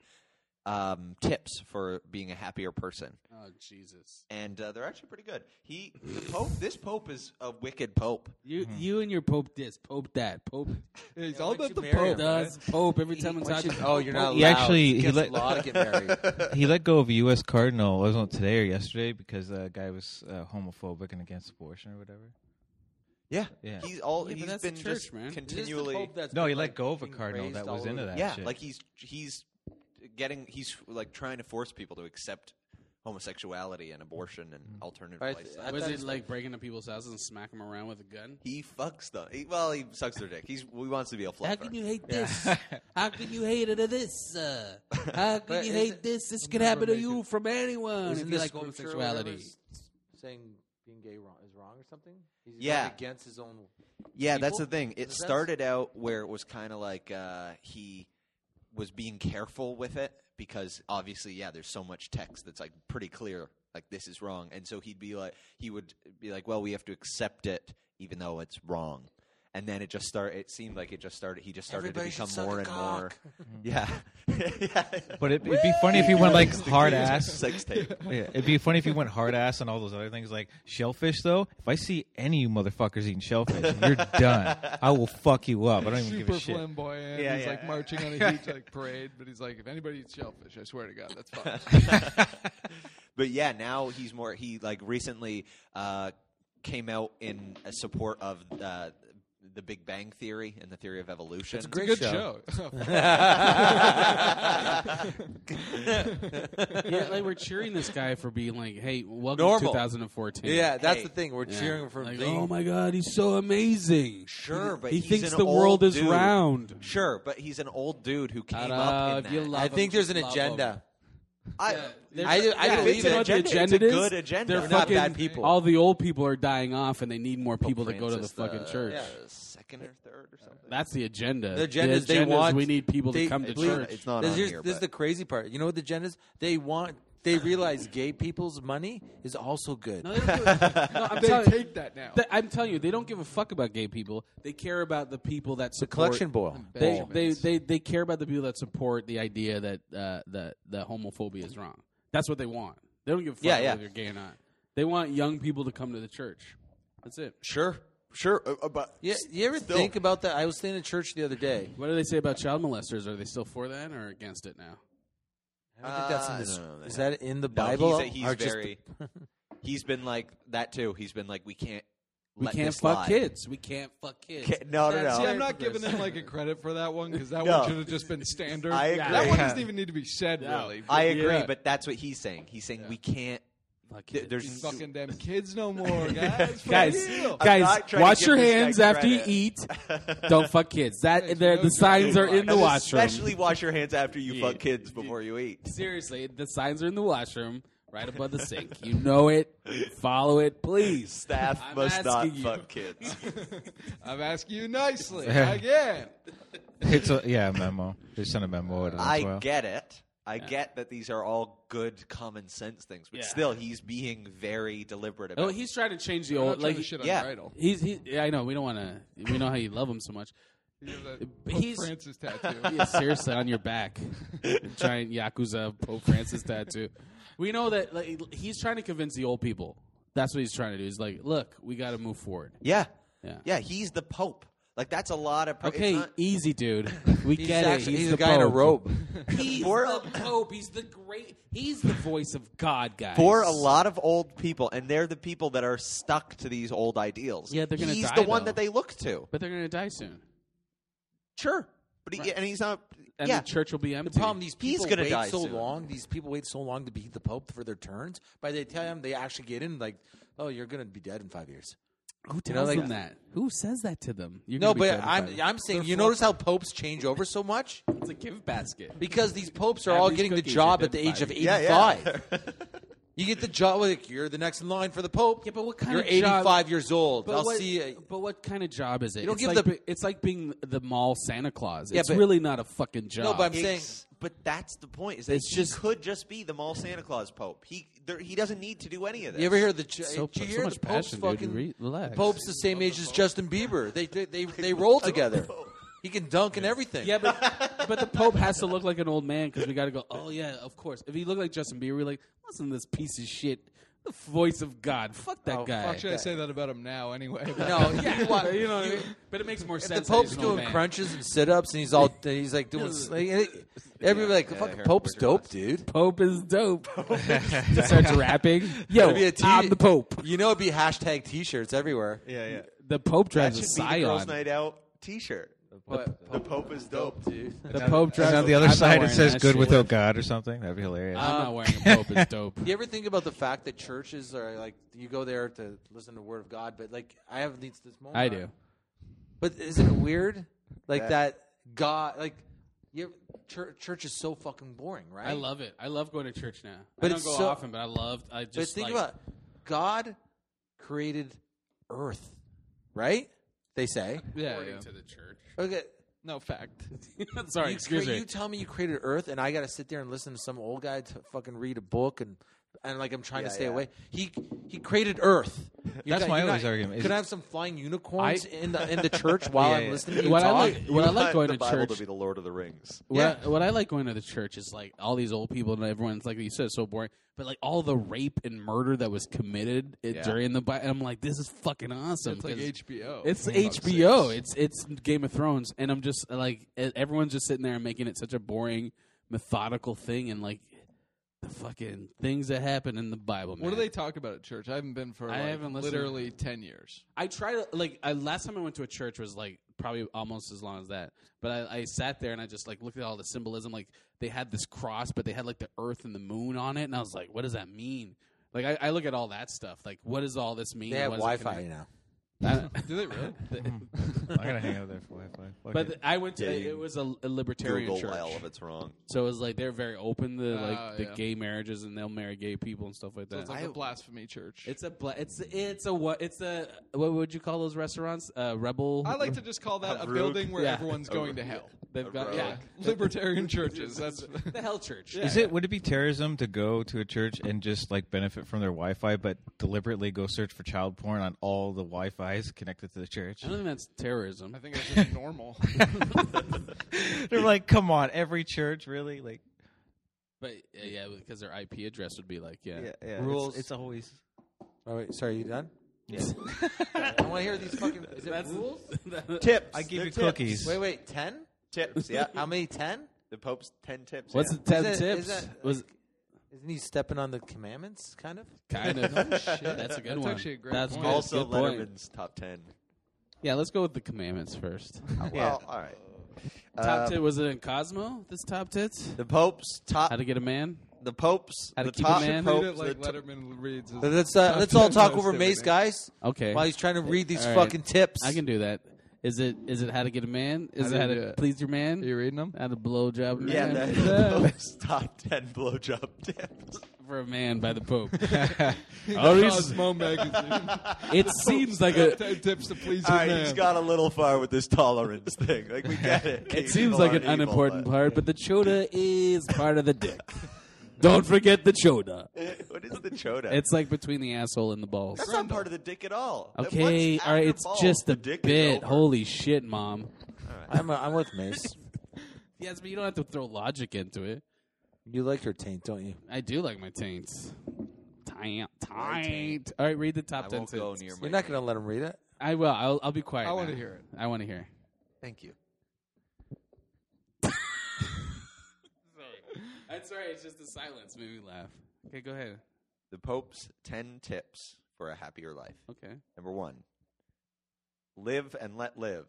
Speaker 4: um, tips for being a happier person.
Speaker 2: Oh Jesus!
Speaker 4: and uh, they're actually pretty good. He, the Pope, this Pope is a wicked Pope.
Speaker 2: You
Speaker 13: Mm-hmm.
Speaker 2: you and your Pope this, Pope that, Pope.
Speaker 3: He's all about the
Speaker 2: Pope does Pope every time I'm
Speaker 1: Why
Speaker 2: talking.
Speaker 1: should- oh, you're not
Speaker 2: Yeah.
Speaker 1: allowed.
Speaker 13: actually-
Speaker 1: It
Speaker 13: he
Speaker 1: gets
Speaker 13: let-
Speaker 1: law to get married.
Speaker 13: he let go of a U.S. cardinal. Wasn't it today or yesterday because the guy was uh, homophobic and against abortion or whatever.
Speaker 4: Yeah,
Speaker 13: Yeah.
Speaker 4: He's all.
Speaker 2: Yeah, but
Speaker 4: he's
Speaker 2: that's the
Speaker 4: been
Speaker 2: church,
Speaker 4: just
Speaker 2: man. It is the
Speaker 4: continually.
Speaker 1: Pope that's
Speaker 13: No, he
Speaker 1: been,
Speaker 13: let
Speaker 1: like,
Speaker 13: go of a
Speaker 1: being
Speaker 13: cardinal
Speaker 1: raised
Speaker 13: that
Speaker 1: all
Speaker 13: was
Speaker 1: over
Speaker 13: into
Speaker 1: the-
Speaker 13: that.
Speaker 4: yeah,
Speaker 13: shit.
Speaker 4: like he's he's getting he's like trying to force people to accept homosexuality and abortion and alternative
Speaker 2: Right,
Speaker 4: lifestyles.
Speaker 2: Mm-hmm. was it like breaking into people's houses and smacking them around with a gun?
Speaker 4: He fucks them. He, well, he sucks their dick. He's he wants to be a fluffer.
Speaker 2: How can you hate this? How can you hate it of this? Uh, how can
Speaker 1: But
Speaker 2: you
Speaker 1: is
Speaker 2: hate
Speaker 1: it-
Speaker 2: this? This
Speaker 1: I'm
Speaker 2: could
Speaker 1: never
Speaker 2: happen to
Speaker 1: making-
Speaker 2: you from anyone.
Speaker 1: Isn't
Speaker 2: if you
Speaker 1: this
Speaker 2: like
Speaker 1: scripture or
Speaker 2: homosexuality.
Speaker 1: whatever s- saying being gay wrong is wrong or something? He's going
Speaker 4: Yeah.
Speaker 1: against his own.
Speaker 4: Yeah, that's
Speaker 1: people?
Speaker 4: the thing. It
Speaker 1: Is that-
Speaker 4: started out where it was kind of like uh, he was being careful with it because obviously, yeah, there's so much text that's like pretty clear, like this is wrong, and so he'd be like, he would be like, well, we have to accept it even though it's wrong, and then it just started. It seemed like it just started. He just started
Speaker 1: Everybody
Speaker 4: to
Speaker 1: should
Speaker 4: become
Speaker 1: suck
Speaker 4: more
Speaker 1: a
Speaker 4: and
Speaker 1: cock.
Speaker 4: more, yeah. yeah.
Speaker 13: But it, it'd be funny if you went like
Speaker 4: It's the
Speaker 13: hard
Speaker 4: greatest
Speaker 13: ass.
Speaker 4: sex tape.
Speaker 13: Yeah, it'd be funny if you went hard ass and all those other things. Like shellfish, though, if I see any you motherfuckers eating shellfish, you're done. I will fuck you up. I don't even
Speaker 3: Super
Speaker 13: give a shit.
Speaker 3: flamboyant.
Speaker 4: Yeah,
Speaker 3: he's
Speaker 4: yeah.
Speaker 3: like marching on a huge like parade, but he's like, if anybody eats shellfish, I swear to God, that's fine.
Speaker 4: but yeah, now he's more. He like recently uh, came out in a support of uh, the Big Bang Theory and the theory of evolution.
Speaker 3: It's a great It's a good show. show.
Speaker 2: Yeah, like we're cheering this guy for being like, "Hey, welcome to
Speaker 1: Normal.
Speaker 2: 2014."
Speaker 1: Yeah, that's the thing. We're
Speaker 2: Yeah.
Speaker 1: cheering for
Speaker 2: like,
Speaker 1: the-
Speaker 2: "Oh my god, he's so amazing."
Speaker 4: Sure, but
Speaker 2: he
Speaker 4: he's
Speaker 2: thinks
Speaker 4: an
Speaker 2: the world
Speaker 4: old
Speaker 2: is
Speaker 4: dude.
Speaker 2: round.
Speaker 4: Sure, but he's an old dude who came
Speaker 2: Ta-da,
Speaker 4: up
Speaker 2: if
Speaker 4: in
Speaker 2: you
Speaker 4: that.
Speaker 2: love I him, think there's just an love agenda. him.
Speaker 4: I,
Speaker 2: They're-
Speaker 4: I, I
Speaker 2: yeah,
Speaker 4: believe
Speaker 2: it's not
Speaker 4: it's an
Speaker 2: the agenda
Speaker 4: It's a
Speaker 2: is.
Speaker 4: good agenda.
Speaker 2: They're
Speaker 4: We're
Speaker 2: fucking,
Speaker 4: not bad people.
Speaker 2: All the old people are dying off, and they need more people to go to the
Speaker 4: Francis
Speaker 2: fucking church.
Speaker 4: uh, yeah, second or third or something.
Speaker 2: That's the agenda.
Speaker 1: The agenda is they
Speaker 2: agenda is
Speaker 1: want
Speaker 2: we need people
Speaker 1: they
Speaker 2: to come to
Speaker 1: believe-
Speaker 2: church.
Speaker 1: this, is- this is the crazy part. You know what the agenda is? They want. They realize gay people's money is also good.
Speaker 2: No, I'm
Speaker 3: They
Speaker 2: telling-
Speaker 3: take that now.
Speaker 2: Th- I'm telling you, they don't give a fuck about gay people. They care about the people that support
Speaker 1: collection ball.
Speaker 2: They,
Speaker 1: Ball.
Speaker 2: they they they care about the people that support the idea that uh, that that homophobia is wrong. That's what they want. They don't give a fuck
Speaker 4: Yeah, yeah.
Speaker 2: whether you're gay or not. They want young people to come to the church. That's it.
Speaker 4: Sure, sure. Uh, but
Speaker 1: Yeah, you ever
Speaker 2: Still.
Speaker 1: think about that? I was staying in church the other day.
Speaker 2: What do they say about child molesters? Are they still for that or against it now?
Speaker 1: I don't think that's
Speaker 3: Ah,
Speaker 4: Uh,
Speaker 1: in this- is that in the
Speaker 4: No,
Speaker 1: Bible?
Speaker 4: he's, a- he's
Speaker 1: or just
Speaker 4: very. he's been like that too. He's been like, we can't.
Speaker 2: We
Speaker 4: let
Speaker 2: can't
Speaker 4: this
Speaker 2: fuck
Speaker 4: lie.
Speaker 2: kids. We can't fuck kids.
Speaker 4: Ca- no, no,
Speaker 3: Yeah,
Speaker 4: no.
Speaker 3: See, I'm not giving them like a credit for that one because that
Speaker 4: No.
Speaker 3: one should have just been standard.
Speaker 4: I agree.
Speaker 3: That one doesn't even need to be said, really.
Speaker 4: I agree,
Speaker 3: Yeah.
Speaker 4: but that's what he's saying. He's saying we can't. th-
Speaker 3: These
Speaker 4: There's
Speaker 3: fucking damn kids no more, guys. For
Speaker 2: guys,
Speaker 3: real.
Speaker 2: guys, wash your hands after you eat. Don't fuck kids. That they're- the signs are in the
Speaker 4: And
Speaker 2: washroom.
Speaker 4: Especially wash your hands after you fuck kids before you eat.
Speaker 2: Seriously, the signs are in the washroom, right above the sink. You know it. Follow it, please.
Speaker 4: Staff
Speaker 2: I'm
Speaker 4: must not
Speaker 2: asking you.
Speaker 4: fuck kids.
Speaker 3: I'm asking you nicely again.
Speaker 13: It's a yeah memo. They sent a memo. out as
Speaker 4: I
Speaker 13: well.
Speaker 4: get it. I get that these are all good common sense things, but
Speaker 2: Yeah.
Speaker 4: still, he's being very deliberate about.
Speaker 2: Oh, he's trying to change the
Speaker 3: We're not
Speaker 2: old.
Speaker 3: trying
Speaker 2: Like
Speaker 3: to shit on
Speaker 2: yeah,
Speaker 3: your idol.
Speaker 2: he's he. Yeah, I know. We don't want to. We know how you love him so much.
Speaker 3: that
Speaker 2: But
Speaker 3: Pope
Speaker 2: he's
Speaker 3: Francis tattoo.
Speaker 2: Yeah, seriously, on your back, giant yakuza Pope Francis tattoo. We know that like, he's trying to convince the old people. That's what he's trying to do. He's like, look, we got to move forward.
Speaker 4: Yeah.
Speaker 2: Yeah.
Speaker 4: Yeah, he's the Pope. Like that's a lot of. it's
Speaker 2: Okay,
Speaker 4: not-
Speaker 2: easy, dude. We
Speaker 4: He's
Speaker 2: get
Speaker 4: actually-
Speaker 2: it.
Speaker 4: he's
Speaker 2: the
Speaker 4: a guy in a
Speaker 2: Pope.
Speaker 4: robe.
Speaker 2: He's
Speaker 4: For-
Speaker 2: the Pope. He's the great. He's the voice of God, guys.
Speaker 4: for a lot of old people, and they're the people that are stuck to these old ideals.
Speaker 2: Yeah, they're gonna
Speaker 4: He's
Speaker 2: die,
Speaker 4: the one
Speaker 2: though.
Speaker 4: that they look to.
Speaker 2: but they're gonna die soon.
Speaker 4: Sure, but he, and he's not.
Speaker 2: And
Speaker 4: yeah,
Speaker 2: the church will be empty.
Speaker 1: The problem these
Speaker 4: He's
Speaker 1: people
Speaker 4: gonna
Speaker 1: wait
Speaker 4: die
Speaker 1: so
Speaker 4: soon.
Speaker 1: long. These people wait so long to be the Pope for their turns. By the time they actually get in, like, oh, you're gonna be dead in five years.
Speaker 2: Who tells
Speaker 1: You know, like-
Speaker 2: them that? Who says that to them? You're
Speaker 1: No,
Speaker 2: gonna be
Speaker 1: but
Speaker 2: dead in
Speaker 1: I'm
Speaker 2: five
Speaker 1: I'm
Speaker 2: years.
Speaker 1: saying
Speaker 2: They're
Speaker 1: you notice how popes change over so much
Speaker 2: It's a gift basket.
Speaker 1: because these popes are all
Speaker 2: Average
Speaker 1: getting the
Speaker 2: cookies,
Speaker 1: job
Speaker 2: you're
Speaker 1: at the
Speaker 2: dead in
Speaker 1: age of
Speaker 2: five
Speaker 1: eighty
Speaker 2: years.
Speaker 1: five. You get the job like you're the next in line for the Pope. Yeah,
Speaker 2: but what kind
Speaker 1: you're
Speaker 2: of job-
Speaker 1: 85 years old.
Speaker 2: But
Speaker 1: I'll
Speaker 2: what-
Speaker 1: see. You.
Speaker 2: But what kind of job is it?
Speaker 1: You don't
Speaker 2: it's,
Speaker 1: give
Speaker 2: like,
Speaker 1: the-
Speaker 2: be- it's like being the mall Santa Claus.
Speaker 1: Yeah,
Speaker 2: it's
Speaker 1: but-
Speaker 2: really not a fucking job.
Speaker 1: No, but I'm saying
Speaker 4: Ex- but that's the point. Is that
Speaker 2: It's
Speaker 4: he
Speaker 2: just-
Speaker 4: could just be the mall Santa Claus Pope. He there, he doesn't need to do any of this.
Speaker 1: You ever hear the? ch-
Speaker 2: So-
Speaker 1: did you
Speaker 2: so
Speaker 1: hear
Speaker 2: much
Speaker 1: the Pope's
Speaker 2: passion, dude.
Speaker 1: fucking?
Speaker 2: Re- relax.
Speaker 1: The Pope's the same age as Justin Bieber. They they they, they roll together. He can dunk and everything.
Speaker 2: yeah, but but the Pope has to look like an old man because we got to go. Oh yeah, of course. If he looked like Justin Bieber, we're like, listen, to this piece of shit, the voice of God. Fuck
Speaker 1: Oh,
Speaker 2: that guy.
Speaker 3: Fuck, should I say that about him now anyway?
Speaker 1: No, you want-
Speaker 2: you know, what I mean? but it makes more
Speaker 1: If the
Speaker 2: sense.
Speaker 1: Pope's
Speaker 2: that he's an old
Speaker 1: doing
Speaker 2: man.
Speaker 1: crunches and sit ups, and he's all he's like doing. Like, everybody like the fucking Pope's dope, dude.
Speaker 2: Pope is dope. He starts rapping. Yo,
Speaker 1: It'd be a t-
Speaker 2: I'm the Pope.
Speaker 1: You know, it'd be hashtag T-shirts everywhere.
Speaker 4: Yeah, yeah.
Speaker 2: The Pope
Speaker 4: That
Speaker 2: drives a
Speaker 4: should be the girls'
Speaker 2: Scion.
Speaker 4: night out T-shirt.
Speaker 1: What?
Speaker 4: The Pope is dope, dude.
Speaker 2: The Pope
Speaker 13: And
Speaker 2: drives.
Speaker 13: on the
Speaker 2: a-
Speaker 13: other
Speaker 2: I'm not
Speaker 13: side, it
Speaker 2: wearing
Speaker 13: says
Speaker 2: that
Speaker 13: "Good
Speaker 2: shit.
Speaker 13: without God" or something. That'd be hilarious.
Speaker 2: I'm not wearing a Pope. It's dope.
Speaker 1: You ever think about the fact that churches are like you go there to listen to the Word of God, but like I have these this moment.
Speaker 2: I do.
Speaker 1: But isn't it weird? Like that God, like you church, church is so fucking boring, right?
Speaker 2: I love it. I love going to church now.
Speaker 1: But
Speaker 2: I don't
Speaker 1: it's
Speaker 2: go
Speaker 1: so-
Speaker 2: often, but I love. I
Speaker 1: But
Speaker 2: just
Speaker 1: think
Speaker 2: like,
Speaker 1: about God created Earth, right? They say.
Speaker 3: Yeah,
Speaker 2: according
Speaker 3: yeah.
Speaker 2: to the church.
Speaker 1: Okay,
Speaker 3: No fact.
Speaker 2: Sorry,
Speaker 1: you
Speaker 2: excuse
Speaker 1: crea-
Speaker 2: me.
Speaker 1: You tell me you created Earth, and I got to sit there and listen to some old guy to fucking read a book and. And like I'm trying to
Speaker 13: Yeah,
Speaker 1: stay
Speaker 13: yeah.
Speaker 1: away. He he created Earth. You
Speaker 13: That's
Speaker 1: got-
Speaker 13: my
Speaker 1: you
Speaker 13: always
Speaker 1: got-
Speaker 13: argument, is
Speaker 1: Could I
Speaker 13: it-
Speaker 1: have some flying unicorns in the in the church while
Speaker 2: Yeah,
Speaker 1: I'm
Speaker 2: yeah.
Speaker 1: listening to you
Speaker 2: What I
Speaker 1: talk?
Speaker 2: like- what I like going
Speaker 4: the
Speaker 2: to
Speaker 4: Bible
Speaker 2: church-
Speaker 4: to be the Lord of the Rings.
Speaker 2: What, I, what I like going to the church is like all these old people and everyone's like you said so boring, but like all the rape and murder that was committed it,
Speaker 3: Yeah.
Speaker 2: during the Bi- and I'm like this is fucking awesome.
Speaker 3: It's like
Speaker 2: 'cause
Speaker 3: HBO.
Speaker 2: It's
Speaker 3: For fuck's
Speaker 2: HBO. It's it's Game of Thrones, and I'm just like e- everyone's just sitting there and making it such a boring, methodical thing, and like the fucking things that happen in the Bible. Man.
Speaker 3: What do they talk about at church? I haven't been for
Speaker 2: I
Speaker 3: like,
Speaker 2: haven't listened.
Speaker 3: literally ten years.
Speaker 2: I try to like I, last time I went to a church was like probably almost as long as that. But I, I sat there and I just like looked at all the symbolism. Like they had this cross, but they had like the earth and the moon on it, and I was like, what does that mean? Like I, I look at all that stuff. Like what does all this mean?
Speaker 1: They have
Speaker 2: What does it
Speaker 1: Wi-Fi
Speaker 2: connect-
Speaker 1: now.
Speaker 2: I-
Speaker 3: Do they really? Mm-hmm.
Speaker 2: The-
Speaker 3: I gotta hang out there for Wi-Fi. Fuck
Speaker 2: But
Speaker 3: it.
Speaker 2: I went to
Speaker 3: Yeah,
Speaker 2: it
Speaker 3: you
Speaker 2: was a, a libertarian
Speaker 4: Google
Speaker 2: church.
Speaker 4: L if it's wrong.
Speaker 2: So it was like they're very open to like
Speaker 3: Oh,
Speaker 2: the
Speaker 3: yeah.
Speaker 2: gay marriages and they'll marry gay people and stuff like
Speaker 3: So
Speaker 2: that.
Speaker 3: it's like a blasphemy church.
Speaker 2: It's a bla- it's it's a what it's a what would you call those restaurants? Uh, rebel.
Speaker 3: I like to just call that a, building where everyone's going to hell.
Speaker 2: They've got yeah.
Speaker 3: libertarian churches. That's
Speaker 2: the hell church.
Speaker 3: Yeah.
Speaker 13: Is it would it be terrorism to go to a church and just like benefit from their Wi-Fi, but deliberately go search for child porn on all the Wi-Fi's connected to the church?
Speaker 2: I don't think that's terrorism. I
Speaker 3: think that's just normal.
Speaker 13: They're like, come on, every church really like
Speaker 2: But uh, yeah, because their IP address would be like yeah.
Speaker 1: Rules.
Speaker 13: It's, always.
Speaker 1: Oh wait, sorry, you done?
Speaker 13: Yeah.
Speaker 1: I want to hear these fucking. Is it
Speaker 2: That's-
Speaker 1: rules?
Speaker 4: Tips.
Speaker 1: I give
Speaker 4: They're
Speaker 1: you
Speaker 4: tips.
Speaker 1: cookies. Wait, wait, ten
Speaker 4: Tips, yeah.
Speaker 1: How many? Ten.
Speaker 4: The Pope's ten tips.
Speaker 2: What's
Speaker 4: yeah.
Speaker 2: the ten
Speaker 1: Is it-
Speaker 2: tips?
Speaker 1: is that-
Speaker 2: was
Speaker 1: Isn't he stepping on the commandments? Kind of.
Speaker 2: Kind of. Oh, shit. That's a good That's one. actually a great That's point. good.
Speaker 4: also
Speaker 2: Good point.
Speaker 4: Letterman's top ten?
Speaker 2: yeah. Let's go with the commandments first.
Speaker 4: Oh, Well, all right.
Speaker 2: Top
Speaker 4: Um,
Speaker 2: tit was it in Cosmo? This top tits.
Speaker 4: The Pope's top.
Speaker 2: How to get a man?
Speaker 4: The Pope's.
Speaker 2: How to
Speaker 4: the
Speaker 2: keep
Speaker 4: top
Speaker 2: a man?
Speaker 4: Pope's.
Speaker 3: Read it like
Speaker 4: the
Speaker 3: Letterman reads. his
Speaker 1: Let's uh,
Speaker 3: top
Speaker 1: let's all
Speaker 3: 10
Speaker 1: talk
Speaker 3: most
Speaker 1: over
Speaker 3: every
Speaker 1: Mace,
Speaker 3: day.
Speaker 1: guys.
Speaker 2: Okay.
Speaker 1: While he's trying to read these
Speaker 2: All right.
Speaker 1: fucking tips.
Speaker 2: I can do that. Is it is it how to get a man? Is
Speaker 3: How
Speaker 2: it how
Speaker 3: to
Speaker 2: to
Speaker 3: do it.
Speaker 2: please your man? Are
Speaker 3: you reading them?
Speaker 2: How to blow job? a
Speaker 4: Yeah,
Speaker 2: man?
Speaker 4: that's the Pope's top ten blowjob tips.
Speaker 2: for a man by the Pope.
Speaker 3: Oh, he's- Cosmo magazine.
Speaker 2: It seems like a.
Speaker 3: Ten tips to please
Speaker 4: All
Speaker 3: your
Speaker 4: right,
Speaker 3: man.
Speaker 4: he's got a little far with this tolerance thing. Like we get it.
Speaker 2: It seems like an
Speaker 4: People aren't evil,
Speaker 2: unimportant part, but the chota is part of the dick. Don't forget the chota.
Speaker 4: but- what is the choda?
Speaker 2: It's like between the asshole and the balls.
Speaker 4: That's not part of the dick at all. Like,
Speaker 2: Okay,
Speaker 4: what's
Speaker 2: all right,
Speaker 4: after
Speaker 2: it's
Speaker 4: balls?
Speaker 2: just
Speaker 4: The
Speaker 2: a
Speaker 4: dick is
Speaker 2: bit.
Speaker 4: over.
Speaker 2: Holy shit, mom.
Speaker 1: I'm uh, I'm with Mace.
Speaker 2: Yes, but you don't have to throw logic into it.
Speaker 1: You like your taint, don't you?
Speaker 2: I do like my taints. Taint,
Speaker 1: My
Speaker 2: taint. All right, read the top
Speaker 4: I
Speaker 2: ten.
Speaker 4: won't go
Speaker 2: taints.
Speaker 4: near my
Speaker 1: You're not gonna let him read it.
Speaker 2: I will. I'll, I'll be quiet.
Speaker 3: I
Speaker 2: want
Speaker 3: wanna
Speaker 2: to
Speaker 3: hear it.
Speaker 2: I want to hear.
Speaker 4: Thank you.
Speaker 2: That's all right. It's just the silence made me laugh. Okay, go ahead.
Speaker 4: The Pope's 10 tips for a happier life.
Speaker 2: Okay.
Speaker 4: Number one, live and let live.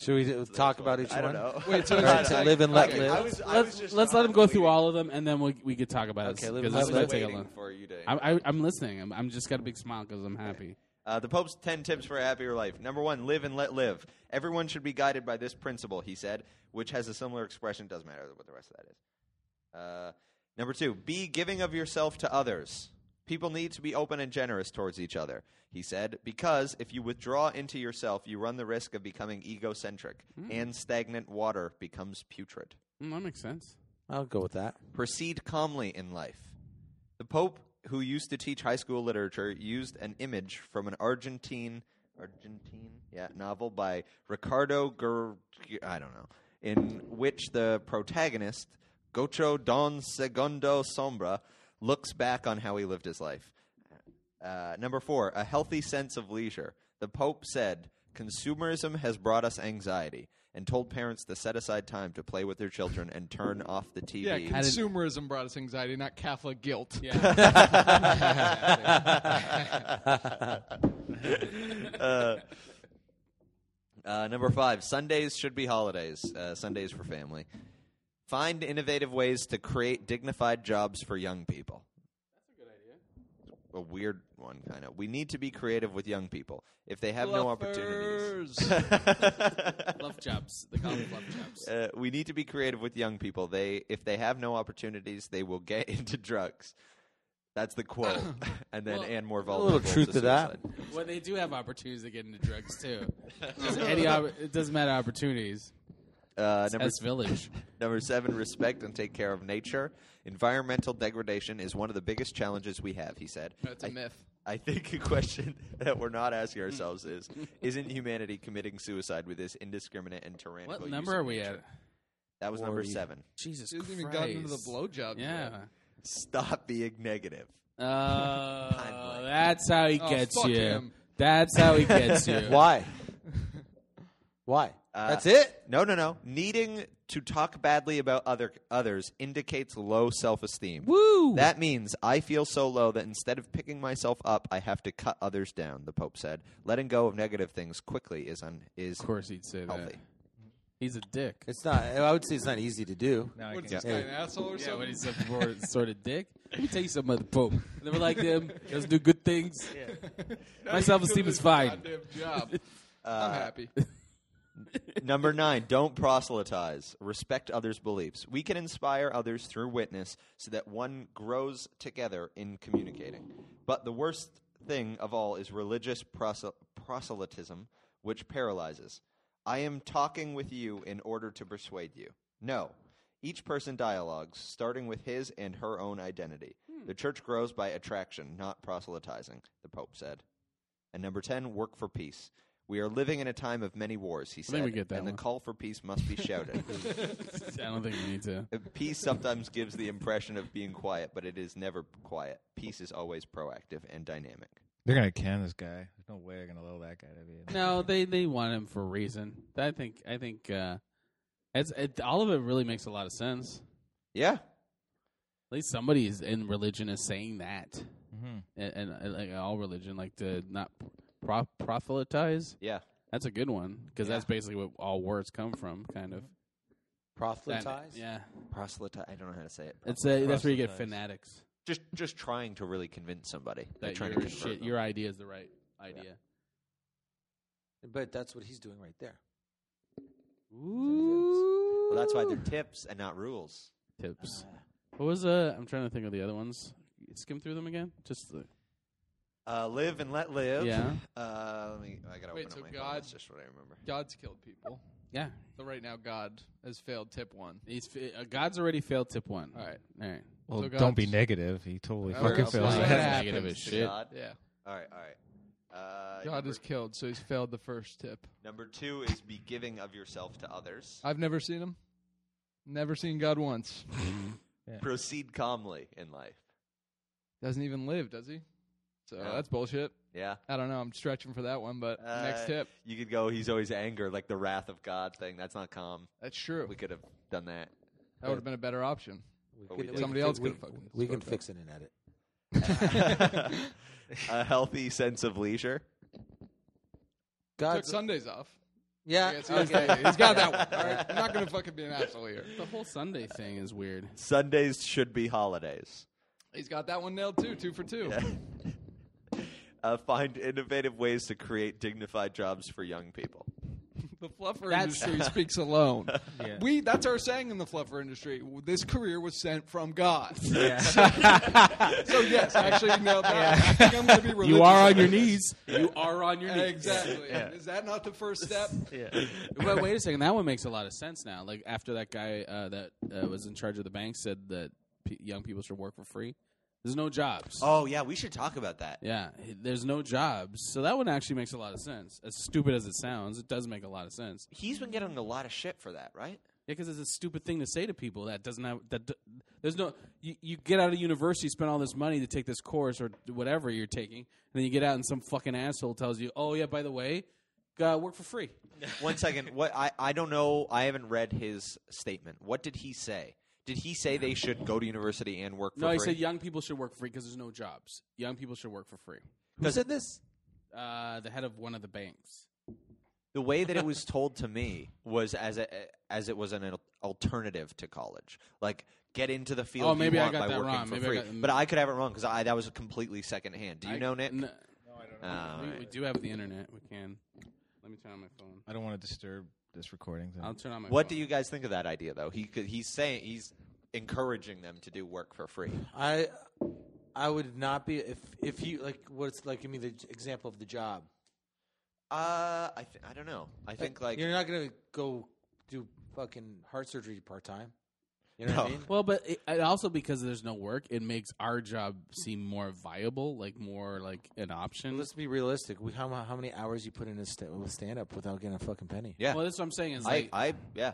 Speaker 1: Should we do- talk about each
Speaker 4: I
Speaker 1: one?
Speaker 4: don't know.
Speaker 3: Wait, so
Speaker 1: All
Speaker 3: is
Speaker 1: right,
Speaker 3: it
Speaker 1: to
Speaker 3: like-
Speaker 1: live and let
Speaker 3: okay,
Speaker 1: live.
Speaker 4: I was, I was
Speaker 2: Let's,
Speaker 4: just
Speaker 2: let's let him go through all of them, and then we we could talk about
Speaker 1: Okay,
Speaker 2: it
Speaker 1: let him-
Speaker 2: because this
Speaker 1: let
Speaker 2: might
Speaker 1: him-
Speaker 2: take a
Speaker 4: waiting
Speaker 2: long.
Speaker 4: for you to-
Speaker 2: I'm, I, I'm listening. I'm, I'm just got a big smile because I'm happy.
Speaker 4: Uh, the Pope's 10 tips for a happier life. Number one, live and let live. Everyone should be guided by this principle, he said, which has a similar expression. Doesn't matter what the rest of that is. Uh, number two, be giving of yourself to others. People need to be open and generous towards each other, he said, because if you withdraw into yourself, you run the risk of becoming egocentric,
Speaker 3: Hmm.
Speaker 4: and stagnant water becomes putrid.
Speaker 2: Mm, that makes sense.
Speaker 1: I'll go with that.
Speaker 4: Proceed calmly in life. The Pope, who used to teach high school literature, used an image from an Argentine Argentine yeah, novel by Ricardo Ger- I don't know, in which the protagonist, Gocho Don Segundo Sombra, looks back on how he lived his life. Uh, number four, a healthy sense of leisure. The Pope said, Consumerism has brought us anxiety and told parents to set aside time to play with their children and turn off the TV.
Speaker 3: Yeah, consumerism brought us anxiety, not Catholic guilt.
Speaker 4: uh, uh, number five, Sundays should be holidays. Uh, Sundays for family. Find innovative ways to create dignified jobs for young people. That's a good idea. A weird one, kind of. We need to be creative with young people. If they have no opportunities,
Speaker 2: Bluff jobs. They call them bluff jobs.
Speaker 4: uh, we need to be creative with young people. They, if they have no opportunities, they will get into drugs. That's the quote. and then
Speaker 2: Well,
Speaker 4: Anne more
Speaker 1: little
Speaker 4: vulnerable.
Speaker 1: truth to that.
Speaker 4: suicide.
Speaker 2: Well, they do have opportunities to get into drugs too. Just any opp- it doesn't matter opportunities.
Speaker 4: Uh,
Speaker 2: It's S Village.
Speaker 4: number seven, respect and take care of nature. Environmental degradation is one of the biggest challenges we have, he said.
Speaker 3: That's a
Speaker 4: I-
Speaker 3: myth.
Speaker 4: I think a question that we're not asking ourselves is Isn't humanity committing suicide with this indiscriminate and tyrannical
Speaker 2: What
Speaker 4: use
Speaker 2: number
Speaker 4: of
Speaker 2: are we
Speaker 4: nature?
Speaker 2: at?
Speaker 4: That was number
Speaker 2: Forty.
Speaker 4: seven.
Speaker 2: Jesus
Speaker 3: She hasn't
Speaker 2: Christ!
Speaker 3: even gotten into the blowjob
Speaker 2: Yeah.
Speaker 3: yet.
Speaker 4: Stop being negative.
Speaker 2: Oh, that's how he
Speaker 3: Oh,
Speaker 2: gets
Speaker 3: fuck
Speaker 2: you.
Speaker 3: him.
Speaker 2: That's how he gets you.
Speaker 1: Why? Why?
Speaker 4: Uh,
Speaker 1: That's it?
Speaker 4: No, no, no. Needing to talk badly about other others indicates low self-esteem.
Speaker 2: Woo!
Speaker 4: That means I feel so low that instead of picking myself up, I have to cut others down. The Pope said, "Letting go of negative things quickly is un- is
Speaker 2: Of course he'd say
Speaker 4: healthy."
Speaker 2: that. He's a dick.
Speaker 1: It's not. I would say it's not easy to do.
Speaker 2: I
Speaker 3: What's
Speaker 2: can't.
Speaker 3: this guy, an asshole or
Speaker 2: Yeah,
Speaker 3: something?
Speaker 2: when he's some more sort of dick. Let me tell you something about the Pope. I never liked him. Doesn't do good things.
Speaker 3: Now
Speaker 2: My
Speaker 3: he's
Speaker 2: self esteem
Speaker 3: doing
Speaker 2: is
Speaker 3: his
Speaker 2: fine.
Speaker 3: goddamn job.
Speaker 4: Uh,
Speaker 3: I'm happy.
Speaker 4: Number nine, don't proselytize. Respect others' beliefs. We can inspire others through witness so that one grows together in communicating. But the worst thing of all is religious prosel- proselytism, which paralyzes. I am talking with you in order to persuade you. No. Each person dialogues, starting with his and her own identity.
Speaker 3: Hmm.
Speaker 4: The church grows by attraction, not proselytizing, the Pope said. And number 10, work for peace. We are living in a time of many wars, he
Speaker 2: I
Speaker 4: said.
Speaker 2: think we get that
Speaker 4: and
Speaker 2: one.
Speaker 4: the call for peace must be shouted. Uh,
Speaker 2: I don't think we need to.
Speaker 4: peace sometimes gives the impression of being quiet, but it is never quiet. Peace is always proactive and dynamic.
Speaker 13: They're gonna can this guy. There's no way they're gonna allow that guy to be. in there.
Speaker 2: No, they they want him for a reason. I think I think uh, it's it, all of it really makes a lot of sense.
Speaker 4: Yeah.
Speaker 2: At least somebody is in religion is saying that,
Speaker 4: Mm-hmm.
Speaker 13: Mhm.
Speaker 2: and, and, uh, like all religion, like to not pro- proselytize.
Speaker 4: Yeah.
Speaker 2: That's a good one because
Speaker 4: Yeah.
Speaker 2: that's basically what all words come from, kind of.
Speaker 1: Proselytize?
Speaker 2: Yeah,
Speaker 4: Proselytize. I don't know how to say it.
Speaker 2: it's uh that's where you get
Speaker 4: Proselytize.
Speaker 2: fanatics.
Speaker 4: Just, just trying to really convince somebody. They're
Speaker 2: That
Speaker 4: trying
Speaker 2: your
Speaker 4: to convert
Speaker 2: shit,
Speaker 4: them.
Speaker 2: your idea is the right idea.
Speaker 1: But that's what he's doing right there.
Speaker 4: Well, that's why they're tips and not rules.
Speaker 2: Tips. What was uh? I'm trying to think of the other ones. Skim through them again. Just the,
Speaker 4: Uh, live and let live.
Speaker 2: Yeah.
Speaker 4: Uh, let me. I gotta
Speaker 3: Wait,
Speaker 4: open
Speaker 3: so
Speaker 4: up my. phone.
Speaker 3: God-
Speaker 4: That's just what I remember.
Speaker 3: God's killed people.
Speaker 2: yeah.
Speaker 3: So right now, God has failed tip one.
Speaker 2: He's fa- uh, God's already failed tip one.
Speaker 3: All right.
Speaker 2: all right.
Speaker 13: Well,
Speaker 3: So
Speaker 13: don't be
Speaker 3: God's-
Speaker 13: negative. He totally
Speaker 3: Oh,
Speaker 13: fucking
Speaker 3: okay.
Speaker 2: fails
Speaker 3: So
Speaker 2: That's
Speaker 3: what
Speaker 2: that.
Speaker 3: happens-
Speaker 2: Negative as
Speaker 4: To
Speaker 2: shit.
Speaker 4: God?
Speaker 3: Yeah.
Speaker 4: All right. All right. Uh,
Speaker 3: God
Speaker 4: number,
Speaker 3: is killed, so he's failed the first tip.
Speaker 4: number two is be giving of yourself to others.
Speaker 3: I've never seen him. Never seen God once.
Speaker 4: Proceed calmly in life.
Speaker 3: Doesn't even live, does he? So
Speaker 4: Yeah.
Speaker 3: that's bullshit.
Speaker 4: Yeah.
Speaker 3: I don't know. I'm stretching for that one, but next
Speaker 4: Uh,
Speaker 3: tip.
Speaker 4: You could go. He's always anger, like the wrath of God thing. That's not calm.
Speaker 3: That's true.
Speaker 4: We could have done that.
Speaker 3: that would have been a better option.
Speaker 4: But we
Speaker 1: could-
Speaker 4: didn't.
Speaker 3: Somebody
Speaker 1: could-
Speaker 3: else
Speaker 1: uh, we,
Speaker 3: could've fucking
Speaker 1: We can
Speaker 3: spoke up.
Speaker 1: fix it and edit.
Speaker 4: a healthy sense of leisure.
Speaker 3: Took
Speaker 1: God's
Speaker 3: Sundays off.
Speaker 1: yeah.
Speaker 3: Yeah, it's Sunday. He's got that one. All right? I'm not gonna fucking be an asshole here.
Speaker 2: The whole Sunday thing is weird.
Speaker 4: Sundays should be holidays.
Speaker 3: He's got that one nailed too. Two for two.
Speaker 4: Uh, find innovative ways to create dignified jobs for young people.
Speaker 3: The fluffer
Speaker 2: That's-
Speaker 3: industry speaks alone.
Speaker 13: Yeah.
Speaker 3: We that's our saying in the fluffer industry. This career was sent from God. so yes, actually you nailed that. I think I'm going to be religious.
Speaker 2: You are on your knees. You are on your knees.
Speaker 3: Exactly. Is that not the first step?
Speaker 2: Well, wait a second. That one makes a lot of sense now. Like after that guy uh, that uh, was in charge of the bank said that p- young people should work for free. There's no jobs.
Speaker 4: Oh yeah, we should talk about that.
Speaker 2: Yeah, there's no jobs. So that one actually makes a lot of sense. As stupid as it sounds, it does make a lot of sense.
Speaker 4: He's been getting a lot of shit for that, right?
Speaker 2: Yeah, because it's a stupid thing to say to people that doesn't have that. d- There's no. You, you get out of university, spend all this money to take this course or whatever you're taking, and then you get out and some fucking asshole tells you, "Oh yeah, by the way, uh, work for free."
Speaker 4: One second. What I, I don't know. I haven't read his statement. What did he say? Did he say they should go to university and work for
Speaker 2: no,
Speaker 4: free?
Speaker 2: he said young people should work for free because there's no jobs. Young people should work for free.
Speaker 1: Who said this? Oh,
Speaker 2: Uh, the head of one of the banks.
Speaker 4: the way that it was told to me was as a, as it was an al- alternative to college. Like get into the field
Speaker 2: Oh,
Speaker 4: you
Speaker 2: maybe I
Speaker 4: want
Speaker 2: got
Speaker 4: by
Speaker 2: that
Speaker 4: working
Speaker 2: wrong.
Speaker 4: for
Speaker 2: Maybe I
Speaker 4: free.
Speaker 2: got-
Speaker 4: but I could have it wrong because I that was completely secondhand. Do you
Speaker 2: I-
Speaker 4: know Nick?
Speaker 2: n-
Speaker 4: Oh, all
Speaker 2: we,
Speaker 4: right.
Speaker 2: we do have the internet. We can. Let me turn on my phone.
Speaker 13: I don't want to disturb this recording. Thing.
Speaker 2: I'll turn on my.
Speaker 4: What do
Speaker 2: phone.
Speaker 4: you guys think of that idea though? He could, he's saying he's encouraging them to do work for free.
Speaker 1: I I would not be if if you like what's like. Give me the example of the job.
Speaker 4: Uh, I th- I don't know.
Speaker 13: Uh,
Speaker 4: I think like
Speaker 1: you're not gonna go do fucking heart surgery part time. You know what I mean?
Speaker 2: Well, but it, it also because there's no work, it makes our job seem more viable, like more like an option.
Speaker 1: Let's be realistic. We, how, how many hours you put in a sta- with stand up without getting a fucking penny?
Speaker 2: Well, that's what I'm saying. Is
Speaker 1: I-
Speaker 2: like
Speaker 4: I yeah.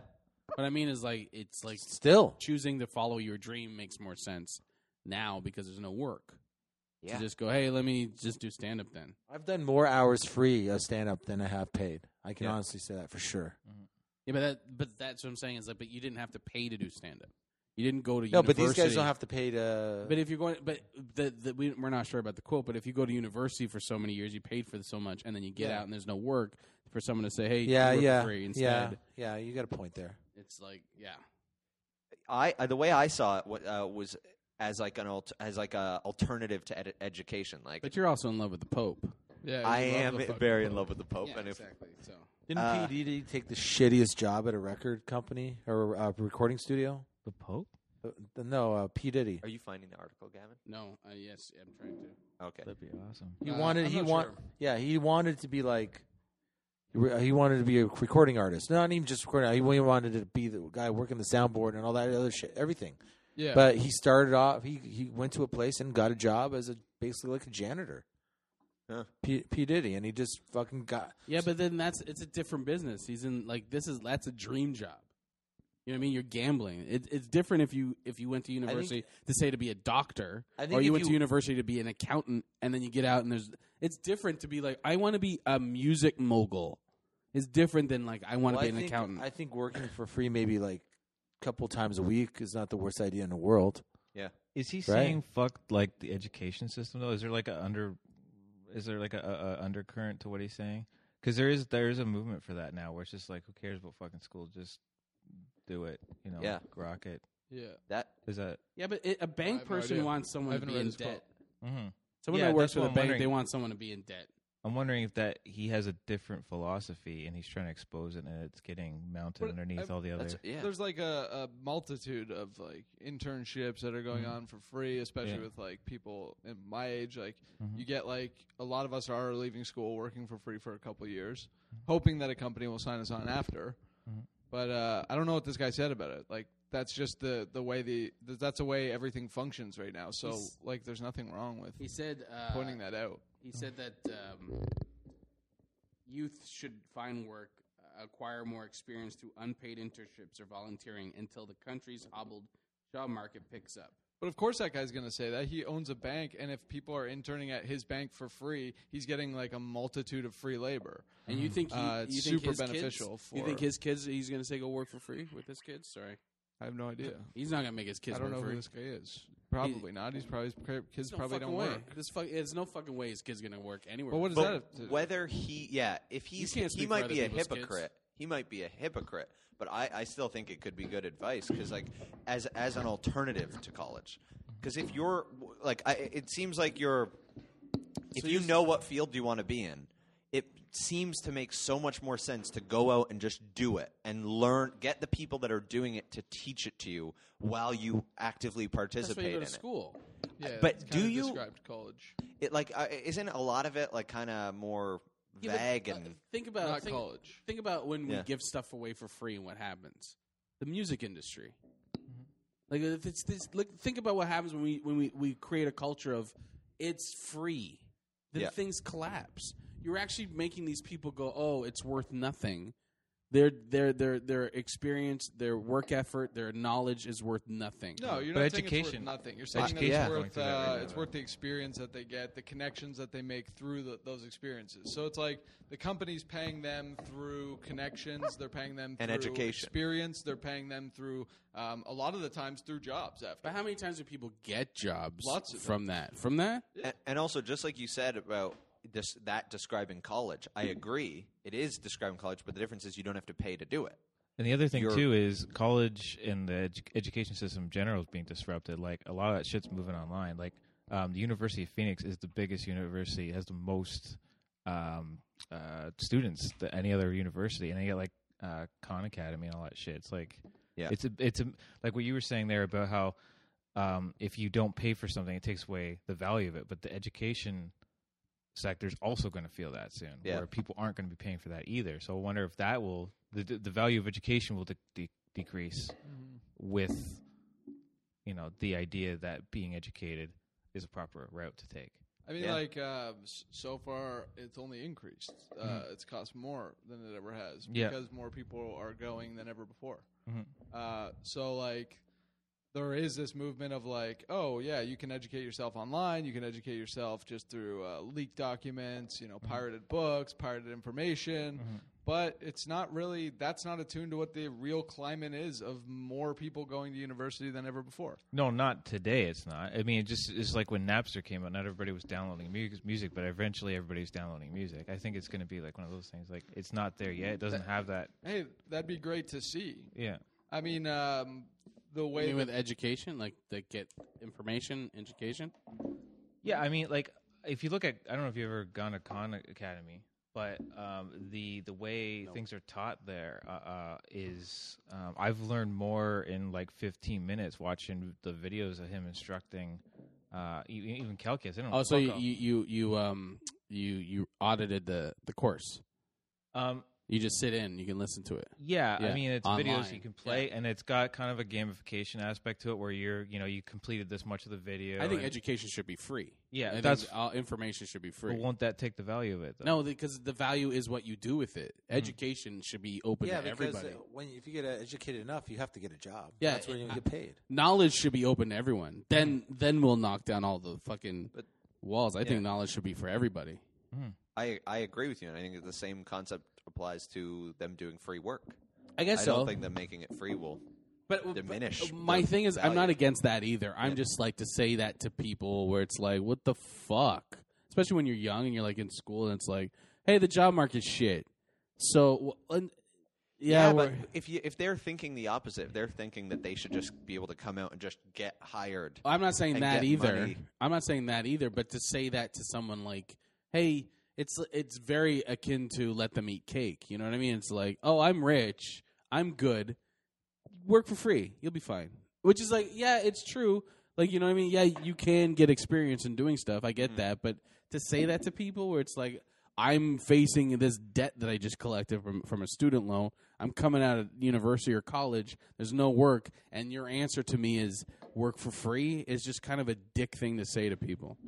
Speaker 2: What I mean is like it's like
Speaker 1: Still.
Speaker 2: choosing to follow your dream makes more sense now because there's no work.
Speaker 1: Yeah.
Speaker 2: To just go, hey, let me just do stand up then.
Speaker 1: I've done more hours free of stand up than I have paid. I can
Speaker 2: Yeah.
Speaker 1: honestly say that for sure.
Speaker 2: Yeah, but that, but that's what I'm saying is like, but you didn't have to pay to do stand up. You didn't go to
Speaker 1: No, but these guys
Speaker 2: university.
Speaker 1: don't have to pay to.
Speaker 2: But if you're going, but the, the, we, we're not sure about the quote. But if you go to university for so many years, you paid for so much, and then you get
Speaker 1: Yeah.
Speaker 2: out and there's no work for someone to say, "Hey, you
Speaker 1: yeah,
Speaker 2: work for
Speaker 1: yeah,
Speaker 2: free
Speaker 1: yeah,
Speaker 2: instead."
Speaker 1: yeah, you got a point there.
Speaker 2: It's like, yeah,
Speaker 4: I uh, the way I saw it what, uh, was as like an alt- as like a alternative to ed- education. Like
Speaker 2: but you're also in love with the Pope. Yeah,
Speaker 4: I
Speaker 2: you love
Speaker 4: am
Speaker 2: the fucking
Speaker 4: very in
Speaker 2: Pope.
Speaker 4: love with the Pope.
Speaker 2: Yeah,
Speaker 4: and if,
Speaker 2: exactly. So
Speaker 1: Didn't P. Diddy take the shittiest job at a record company or a recording studio?
Speaker 13: The Pope?
Speaker 1: no, uh, P. Diddy.
Speaker 4: Are you finding the article, Gavin?
Speaker 2: No, uh, yes, I'm trying to.
Speaker 4: Okay,
Speaker 13: that'd be awesome.
Speaker 1: He
Speaker 2: Uh,
Speaker 1: wanted.
Speaker 2: I'm
Speaker 1: He
Speaker 2: not
Speaker 1: want.
Speaker 2: sure.
Speaker 1: Yeah, he wanted to be like. He wanted to be a recording artist, not even just recording. He wanted to be the guy working the soundboard and all that other shit, everything.
Speaker 2: Yeah.
Speaker 1: But he started off. He he went to a place and got a job as a basically like a janitor.
Speaker 4: Huh.
Speaker 1: P, P Diddy, and he just fucking got.
Speaker 2: Yeah, but then that's it's a different business. He's in like this is that's a dream job. You know what I mean? You're gambling. It, it's different if you if you went to university to say to be a doctor,
Speaker 1: I think
Speaker 2: or you
Speaker 1: if
Speaker 2: went to
Speaker 1: you-
Speaker 2: university to be an accountant, and then you get out and there's it's different to be like I want to be a music mogul. It's different than like I want to
Speaker 1: Well,
Speaker 2: be an
Speaker 1: think,
Speaker 2: accountant.
Speaker 1: I think working for free maybe like a couple times a week is not the worst idea in the world.
Speaker 4: Yeah.
Speaker 13: Is he
Speaker 1: Right.
Speaker 13: saying fuck like the education system though? Is there like a under? Is there like a, a, a undercurrent to what he's saying? Because there is there is a movement for that now, where it's just like, who cares about fucking school? Just do it, you know?
Speaker 4: Yeah.
Speaker 13: rock it.
Speaker 2: Yeah.
Speaker 4: That
Speaker 13: is that.
Speaker 2: yeah, but it, a bank
Speaker 13: no
Speaker 2: person
Speaker 13: idea.
Speaker 2: wants
Speaker 13: I
Speaker 2: someone to
Speaker 13: haven't
Speaker 2: be
Speaker 13: read
Speaker 2: in
Speaker 13: his quote.
Speaker 2: debt. Mm-hmm.
Speaker 13: Mhm.
Speaker 2: Someone
Speaker 13: Yeah,
Speaker 2: that works
Speaker 13: that's
Speaker 2: for
Speaker 13: what
Speaker 2: the
Speaker 13: I'm
Speaker 2: bank,
Speaker 13: wondering.
Speaker 2: they want someone to be in debt.
Speaker 13: I'm wondering if that he has a different philosophy and he's trying to expose it, and it's getting mounted
Speaker 3: But
Speaker 13: underneath
Speaker 3: I-
Speaker 13: all the other.
Speaker 3: There's like a, a multitude of like internships that are going
Speaker 13: Mhm.
Speaker 3: on for free, especially
Speaker 13: Yeah.
Speaker 3: with like people in my age. Like
Speaker 13: Mhm.
Speaker 3: you get like a lot of us are leaving school working for free for a couple years, hoping that a company will sign us on after.
Speaker 13: Mhm.
Speaker 3: But uh, I don't know what this guy said about it. Like that's just the the way the th- that's the way everything functions right now. So
Speaker 2: He's-
Speaker 3: like there's nothing wrong with.
Speaker 2: He said uh,
Speaker 3: pointing that out.
Speaker 2: He said that um, youth should find work, uh, acquire more experience through unpaid internships or volunteering until the country's hobbled job market picks up.
Speaker 3: But of course, that guy's going to say that he owns a bank, and if people are interning at his bank for free, he's getting like a multitude of free labor.
Speaker 2: And you think he,
Speaker 3: uh, it's
Speaker 2: you think
Speaker 3: super
Speaker 2: his kids-
Speaker 3: beneficial for?
Speaker 2: you think his kids he's going to say go work for free with his kids? Sorry,
Speaker 3: I have no idea.
Speaker 2: He's not going to make his kids.
Speaker 3: I don't know
Speaker 2: work for
Speaker 3: who
Speaker 2: free.
Speaker 3: this guy is. Probably not. He's probably his kids
Speaker 2: There's no
Speaker 3: probably
Speaker 2: fucking
Speaker 3: don't
Speaker 2: way.
Speaker 3: work.
Speaker 2: This fuck, there's no fucking way his kid's going to work anywhere.
Speaker 3: But what does
Speaker 4: But
Speaker 3: that have to-
Speaker 4: whether he, yeah, if
Speaker 2: You
Speaker 4: he's
Speaker 2: can't
Speaker 4: he
Speaker 2: speak for
Speaker 4: might
Speaker 2: other
Speaker 4: be a
Speaker 2: people's kids.
Speaker 4: hypocrite. He might be a hypocrite, but I, I still think it could be good advice because like as as an alternative to college, because if you're like I, it seems like you're if you know what field you want to be in, it seems to make so much more sense to go out and just do it and learn get the people that are doing it to teach it to you while you actively
Speaker 2: That's why
Speaker 4: participate
Speaker 2: you go
Speaker 4: in
Speaker 2: to
Speaker 4: it
Speaker 2: school.
Speaker 3: Yeah,
Speaker 4: But
Speaker 3: it's
Speaker 4: do
Speaker 3: kinda
Speaker 4: you-
Speaker 3: described college?
Speaker 4: it like uh, isn't a lot of it like kind of more
Speaker 2: Yeah, but,
Speaker 4: vague
Speaker 2: uh,
Speaker 4: and
Speaker 2: think about
Speaker 3: Not
Speaker 2: think,
Speaker 3: college.
Speaker 2: Think about when
Speaker 4: Yeah.
Speaker 2: we give stuff away for free and what happens. The music industry.
Speaker 3: Mm-hmm.
Speaker 2: Like if it's this, look, think about what happens when we when we, we create a culture of it's free. Then
Speaker 4: Yeah.
Speaker 2: things collapse. You're actually making these people go, "Oh, it's worth nothing." Their their their their experience, their work effort, their knowledge is worth nothing.
Speaker 3: No, you're not saying it's worth nothing. You're saying that
Speaker 2: Education's
Speaker 3: it's
Speaker 2: going
Speaker 3: worth
Speaker 2: through that right
Speaker 3: uh,
Speaker 2: now,
Speaker 3: it's
Speaker 2: though.
Speaker 3: worth the experience that they get, the connections that they make through the, those experiences. So it's like the company's paying them through connections, they're paying them
Speaker 4: And
Speaker 3: through
Speaker 4: education.
Speaker 3: experience, they're paying them through um, a lot of the times through jobs. After,
Speaker 2: but how many times do people get jobs
Speaker 3: Lots of
Speaker 2: from that? From that,
Speaker 4: and, and also just like you said about this that describing college i agree it is describing college but the difference is you don't have to pay to do it
Speaker 13: And the other thing
Speaker 4: You're-
Speaker 13: too is college and the edu- education system in general is being disrupted. Like a lot of that shit's moving online. Like um, the University of Phoenix is the biggest university, has the most um, uh, students than any other university, and they get like uh, Khan Academy and all that shit. It's like
Speaker 4: Yeah.
Speaker 13: it's a, it's a, like what you were saying there about how um, if you don't pay for something, it takes away the value of it. But the education sector's also going to feel that soon,
Speaker 4: Yeah.
Speaker 13: where people aren't going to be paying for that either. So I wonder if that will the the value of education will de- de- decrease with you know the idea that being educated is a proper route to take.
Speaker 3: I mean,
Speaker 13: Yeah.
Speaker 3: like uh, s- so far, it's only increased. Uh,
Speaker 13: Mhm.
Speaker 3: It's cost more than it ever has
Speaker 13: Yeah.
Speaker 3: because more people are going than ever before.
Speaker 13: Mhm.
Speaker 3: Uh, so, like, there is this movement of like, oh yeah, you can educate yourself online. You can educate yourself just through uh, leaked documents, you know,
Speaker 13: Mm-hmm.
Speaker 3: pirated books, pirated information. But it's not really. That's not attuned to what the real climate is of more people going to university than ever before.
Speaker 13: No, not today. It's not. I mean, it just it's like when Napster came out. Not everybody was downloading mu- music, but eventually everybody was downloading music. I think it's going to be like one of those things. Like it's not there yet. It doesn't have that.
Speaker 3: Hey, that'd be great to see.
Speaker 13: Yeah.
Speaker 3: I mean, um, the
Speaker 2: I
Speaker 3: way
Speaker 2: mean, with
Speaker 3: that-
Speaker 2: education, like they get information, education.
Speaker 13: Yeah, I mean, like if you look at, I don't know if you've ever gone to Khan Academy, but um, the the way things are taught there uh, uh, is, um, I've learned more in like 15 minutes watching the videos of him instructing, uh, e- e- even calculus. I don't know.
Speaker 2: Oh, so you,
Speaker 13: Coco.
Speaker 2: you you um you you audited the the course.
Speaker 13: Um,
Speaker 2: you just sit in. You can listen to it.
Speaker 13: Yeah, I mean it's videos
Speaker 2: online.
Speaker 13: you can play, and it's got kind of a gamification aspect to it where you're, you know, you completed this much of the video.
Speaker 2: I think
Speaker 13: and-
Speaker 2: education should be free.
Speaker 13: Yeah,
Speaker 2: I think
Speaker 13: that's-
Speaker 2: all information should be free.
Speaker 13: But won't that take the value of it? Though? Hmm.
Speaker 2: no, because the value is what you do with it. Education should be open
Speaker 1: yeah,
Speaker 2: to
Speaker 1: because
Speaker 2: everybody.
Speaker 1: uh, when if you get uh, educated enough, you have to get a job.
Speaker 2: Yeah,
Speaker 1: that's when you
Speaker 2: I-
Speaker 1: get paid.
Speaker 2: knowledge should be open to everyone. Then
Speaker 13: Hmm.
Speaker 2: then we'll knock down all the fucking walls. I think knowledge should be for everybody.
Speaker 4: I I agree with you, and I think that the same concept applies to them doing free work.
Speaker 2: I guess
Speaker 4: I don't
Speaker 2: so.
Speaker 4: think that making it free will
Speaker 2: but,
Speaker 4: diminish.
Speaker 2: My
Speaker 4: the
Speaker 2: thing is, I'm
Speaker 4: value.
Speaker 2: not against that either. I'm just like to say that to people where it's like, what the fuck? Especially when you're young and you're like in school and it's like, hey, the job market's shit. So, wh- and- yeah,
Speaker 4: but
Speaker 2: we're-
Speaker 4: if you if they're thinking the opposite, if they're thinking that they should just be able to come out and just get hired.
Speaker 2: I'm not saying
Speaker 4: and
Speaker 2: that
Speaker 4: get
Speaker 2: either.
Speaker 4: money-
Speaker 2: I'm not saying that either. But to say that to someone like, hey, it's it's very akin to let them eat cake. You know what I mean? It's like, oh, I'm rich, I'm good, work for free, you'll be fine. Which is like, yeah, it's true. Like you know what I mean? Yeah, you can get experience in doing stuff. I
Speaker 4: Mm-hmm.
Speaker 2: get that, but to say that to people where it's like. I'm facing this debt that I just collected from, from a student loan. I'm coming out of university or college. There's no work, and your answer to me is work for free is just kind of a dick thing to say to people.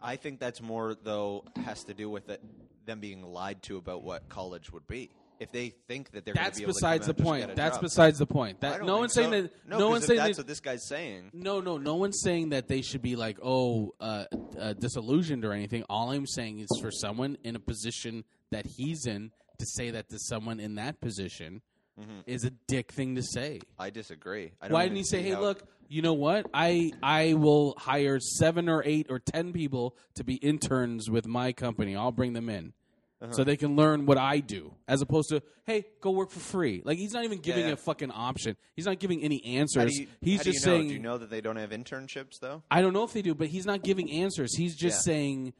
Speaker 4: I think that's more though has to do with it, them being lied to about what college would be. If they think that they're gonna
Speaker 2: That's
Speaker 4: be able
Speaker 2: besides
Speaker 4: to
Speaker 2: the
Speaker 4: come out and just
Speaker 2: point.
Speaker 4: get a
Speaker 2: That's
Speaker 4: job.
Speaker 2: besides the point.
Speaker 4: I
Speaker 2: That
Speaker 4: don't
Speaker 2: no
Speaker 4: think
Speaker 2: one's saying
Speaker 4: so.
Speaker 2: that. No,
Speaker 4: No, 'cause
Speaker 2: one's
Speaker 4: if
Speaker 2: saying
Speaker 4: that's
Speaker 2: that.
Speaker 4: what this guy's saying.
Speaker 2: Mm-hmm. No, no, no one's saying that they should be like, oh, uh, uh, disillusioned or anything. All I'm saying is for someone in a position that he's in to say that to someone in that position
Speaker 4: Mhm.
Speaker 2: is a dick thing to say.
Speaker 4: I disagree. I don't
Speaker 2: Why
Speaker 4: even
Speaker 2: didn't he say,
Speaker 4: see
Speaker 2: "Hey,
Speaker 4: how-
Speaker 2: look, you know what? I I will hire seven or eight or ten people to be interns with my company. I'll bring them in,
Speaker 16: Uh-huh.
Speaker 2: so they can learn what I do." As opposed to, "Hey, go work for free." Like he's not even giving
Speaker 4: yeah.
Speaker 2: a fucking option. He's not giving any
Speaker 4: How do
Speaker 2: answers.
Speaker 4: you-
Speaker 2: he's
Speaker 4: how do
Speaker 2: just
Speaker 4: you know?
Speaker 2: saying,
Speaker 4: Do you know that they don't have internships though?
Speaker 2: "I don't know if they do," but he's not giving answers. He's just
Speaker 4: Yeah.
Speaker 2: saying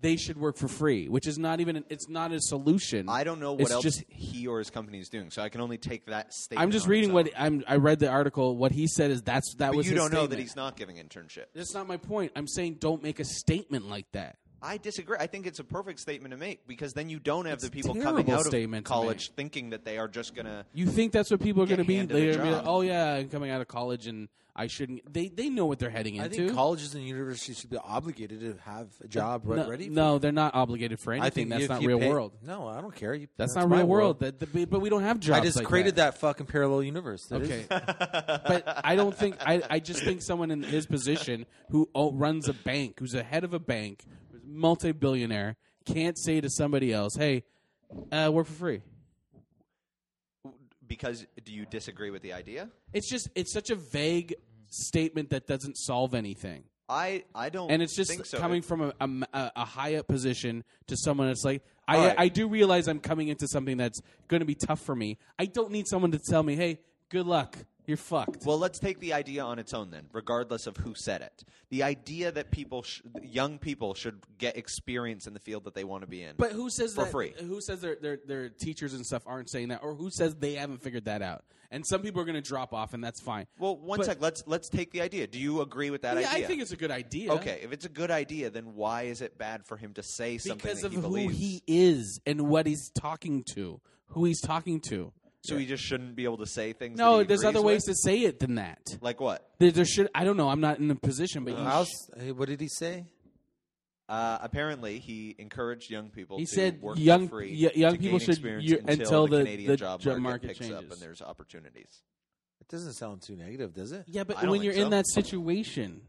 Speaker 2: they should work for free, which is not even. An, it's not a solution.
Speaker 4: I don't know what
Speaker 2: It's
Speaker 4: else
Speaker 2: just-
Speaker 4: he or his company is doing, so I can only take that statement.
Speaker 2: I'm just
Speaker 4: on
Speaker 2: reading
Speaker 4: its
Speaker 2: what I'm. I read the article. What he said is that's that
Speaker 4: But
Speaker 2: was.
Speaker 4: you
Speaker 2: his
Speaker 4: don't know that
Speaker 2: statement.
Speaker 4: he's not giving internship.
Speaker 2: That's not my point. I'm saying don't make a statement like that.
Speaker 4: I disagree. I think it's a perfect statement to make because then you don't have the people
Speaker 2: terrible
Speaker 4: coming out of
Speaker 2: statement to
Speaker 4: college thinking that they are just gonna.
Speaker 2: You think that's what people are
Speaker 4: Get
Speaker 2: going to be?
Speaker 4: handed a
Speaker 2: They're gonna be
Speaker 4: job.
Speaker 2: like, oh yeah, I'm coming out of college and I shouldn't. They they know what they're heading
Speaker 1: I
Speaker 2: into.
Speaker 1: think colleges and universities should be obligated to have a job re-
Speaker 2: no,
Speaker 1: ready. for
Speaker 2: No,
Speaker 1: you.
Speaker 2: they're not obligated for anything.
Speaker 1: I think
Speaker 2: that's
Speaker 1: if
Speaker 2: not
Speaker 1: you
Speaker 2: real
Speaker 1: pay-
Speaker 2: world.
Speaker 1: No, I don't care. You,
Speaker 2: That's, not real
Speaker 1: my
Speaker 2: world. That, the, but we don't have jobs.
Speaker 1: I just
Speaker 2: like
Speaker 1: created that. fucking parallel universe. that is-
Speaker 2: okay, but I don't think I. I just think someone in his position who o- runs a bank, who's the head of a bank, who's a multi-billionaire, can't say to somebody else, "Hey, uh, work for free."
Speaker 4: Because do you disagree with the idea?
Speaker 2: It's just it's such a vague statement that doesn't solve anything.
Speaker 4: I I don't.
Speaker 2: and it's just
Speaker 4: think so.
Speaker 2: coming
Speaker 4: It-
Speaker 2: from a, a m- a- a high up position to someone that's like I,
Speaker 4: All right.
Speaker 2: I do realize I'm coming into something that's going to be tough for me. I don't need someone to tell me, "Hey, good luck. You're fucked.
Speaker 4: Well, let's take the idea on its own then, regardless of who said it. The idea that people, sh- young people, should get experience in the field that they want to be in.
Speaker 2: But who says
Speaker 4: for
Speaker 2: that,
Speaker 4: free?
Speaker 2: Who says their, their their teachers and stuff aren't saying that, or who says they haven't figured that out? And some people are going to drop off, and that's fine.
Speaker 4: Well, one
Speaker 2: But-
Speaker 4: sec. Let's let's take the idea. Do you agree with that
Speaker 2: Yeah, I
Speaker 4: idea?
Speaker 2: think it's a good idea.
Speaker 4: Okay, if it's a good idea, then why is it bad for him to say something
Speaker 2: because
Speaker 4: that
Speaker 2: of
Speaker 4: he
Speaker 2: who
Speaker 4: believes?
Speaker 2: he is and what he's talking to, who he's talking to.
Speaker 4: so he just shouldn't be able to say things. that
Speaker 2: No,
Speaker 4: he
Speaker 2: there's
Speaker 4: agrees
Speaker 2: other ways
Speaker 4: with?
Speaker 2: to say it than that.
Speaker 4: Like what?
Speaker 2: There, there should. I don't know. I'm not in a position,
Speaker 1: Uh,
Speaker 2: but you
Speaker 4: Uh, I'll
Speaker 2: sh-
Speaker 1: what did he say?
Speaker 4: Uh, apparently, he encouraged young people.
Speaker 2: He
Speaker 4: to
Speaker 2: said
Speaker 4: work
Speaker 2: young-
Speaker 4: for free
Speaker 2: y- young
Speaker 4: to
Speaker 2: people
Speaker 4: gain
Speaker 2: should
Speaker 4: experience
Speaker 2: u-
Speaker 4: until,
Speaker 2: until
Speaker 4: the
Speaker 2: the-
Speaker 4: Canadian
Speaker 2: the
Speaker 4: job,
Speaker 2: job
Speaker 4: market,
Speaker 2: market
Speaker 4: picks up
Speaker 2: changes.
Speaker 4: and there's opportunities.
Speaker 1: It doesn't sound too negative, does it?
Speaker 2: Yeah,
Speaker 4: I
Speaker 2: but
Speaker 4: don't
Speaker 2: when
Speaker 4: think
Speaker 2: you're
Speaker 4: so.
Speaker 2: in that situation,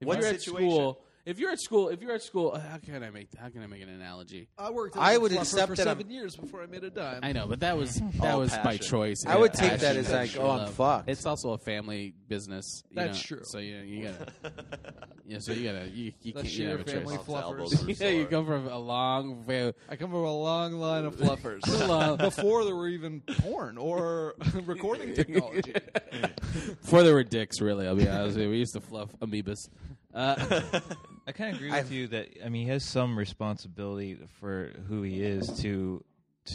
Speaker 2: if
Speaker 4: What
Speaker 2: you're
Speaker 4: situation?
Speaker 2: at school, if you're at school, if you're at school, uh, how can I make how can I make an analogy?
Speaker 3: I worked.
Speaker 1: I
Speaker 3: as a
Speaker 1: would
Speaker 3: fluffer
Speaker 1: accept
Speaker 3: for
Speaker 1: that I'm-
Speaker 3: 7 years before I made a dime.
Speaker 2: I know, but that was that
Speaker 3: All
Speaker 2: was by
Speaker 3: passion.
Speaker 2: choice.
Speaker 1: I
Speaker 2: Yeah,
Speaker 1: would take that
Speaker 2: passion,
Speaker 1: as like,
Speaker 2: passion,
Speaker 1: oh, I'm
Speaker 2: love.
Speaker 1: fucked.
Speaker 2: It's also a family business. you
Speaker 3: That's
Speaker 2: know,
Speaker 3: true.
Speaker 2: So you you gotta yeah, so you gotta you, you
Speaker 3: Let's
Speaker 2: can't you
Speaker 3: share
Speaker 2: don't have a
Speaker 3: family
Speaker 2: choice.
Speaker 3: fluffers.
Speaker 2: yeah, you come from a long way.
Speaker 3: I come from a long line of fluffers
Speaker 2: Hello.
Speaker 3: before there were even porn or recording technology.
Speaker 2: Before there were dicks, really. I'll be honest. with you. We used to fluff amoebas. Uh,
Speaker 13: I kind of agree with you that I mean he has some responsibility for who he is to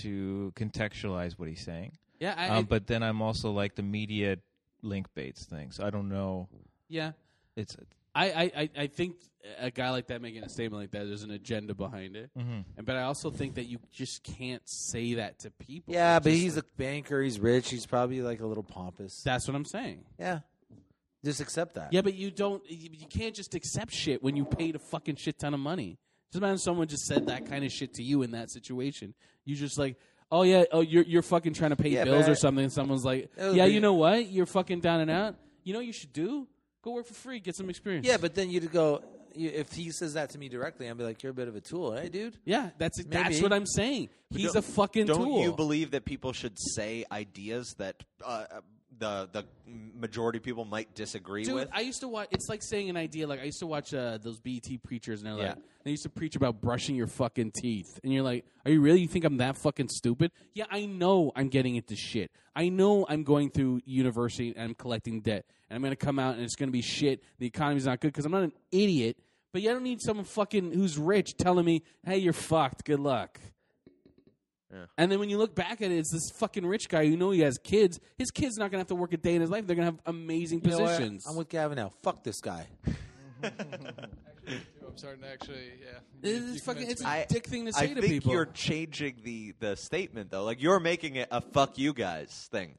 Speaker 13: to contextualize what he's saying.
Speaker 2: Yeah, I-
Speaker 13: um,
Speaker 2: I-
Speaker 13: but then I'm also like the media link baits thing, so I don't know.
Speaker 2: Yeah.
Speaker 13: it's
Speaker 2: I, I, I- I think a guy like that making a statement like that, there's an agenda behind it.
Speaker 1: Mhm.
Speaker 2: And but I also think that you just can't say that to people.
Speaker 1: Yeah,
Speaker 2: It's
Speaker 1: but
Speaker 2: just
Speaker 1: he's a banker. He's rich. He's probably like a little pompous.
Speaker 2: That's what I'm saying.
Speaker 1: Yeah, just accept that.
Speaker 2: Yeah, but you don't. You you can't just accept shit when you paid a fucking shit ton of money. Just imagine someone just said that kind of shit to you in that situation. You just like, oh yeah, oh you're you're fucking trying to pay
Speaker 1: Yeah,
Speaker 2: bills
Speaker 1: but I-
Speaker 2: or something. And someone's like,
Speaker 1: That would
Speaker 2: yeah,
Speaker 1: be-
Speaker 2: you know what? You're fucking down and out. You know what you should do? Go work for free, get some experience.
Speaker 1: Yeah, but then you'd go you, if he says that to me directly, I'd be like, "You're a bit of a tool, eh, dude?"
Speaker 2: Yeah, that's that's
Speaker 1: Maybe.
Speaker 2: what I'm saying.
Speaker 1: But
Speaker 2: He's
Speaker 1: don't-
Speaker 2: a fucking
Speaker 4: Don't
Speaker 2: tool.
Speaker 4: you believe that people should say ideas that uh, the the majority of people might disagree
Speaker 2: Dude,
Speaker 4: with?
Speaker 2: I used to watch. It's like saying an idea. Like I used to watch uh, those BET preachers, and they're like,
Speaker 4: Yeah.
Speaker 2: they used to preach about brushing your fucking teeth, and you're like, are you really? You think I'm that fucking stupid? Yeah, I know I'm getting into shit. I know I'm going through university and I'm collecting debt, and I'm gonna come out and it's gonna be shit. The economy's not good because I'm not an idiot. But yeah, I don't need someone fucking who's rich telling me, hey, you're fucked. Good luck. And then when you look back at it, it's this fucking rich guy who know he has kids. His kid's not gonna have to work a day in his life. They're gonna have amazing
Speaker 1: You know what?
Speaker 2: positions.
Speaker 1: I'm with Gavin now. Fuck this guy.
Speaker 3: I'm starting to actually, yeah.
Speaker 2: It
Speaker 3: You-
Speaker 2: is
Speaker 3: you
Speaker 2: fucking-
Speaker 3: convinced
Speaker 2: it's
Speaker 3: me.
Speaker 2: a dick thing to
Speaker 4: I
Speaker 2: say to
Speaker 4: think
Speaker 2: people.
Speaker 4: you're changing the the statement though. Like you're making it a "fuck you guys" thing.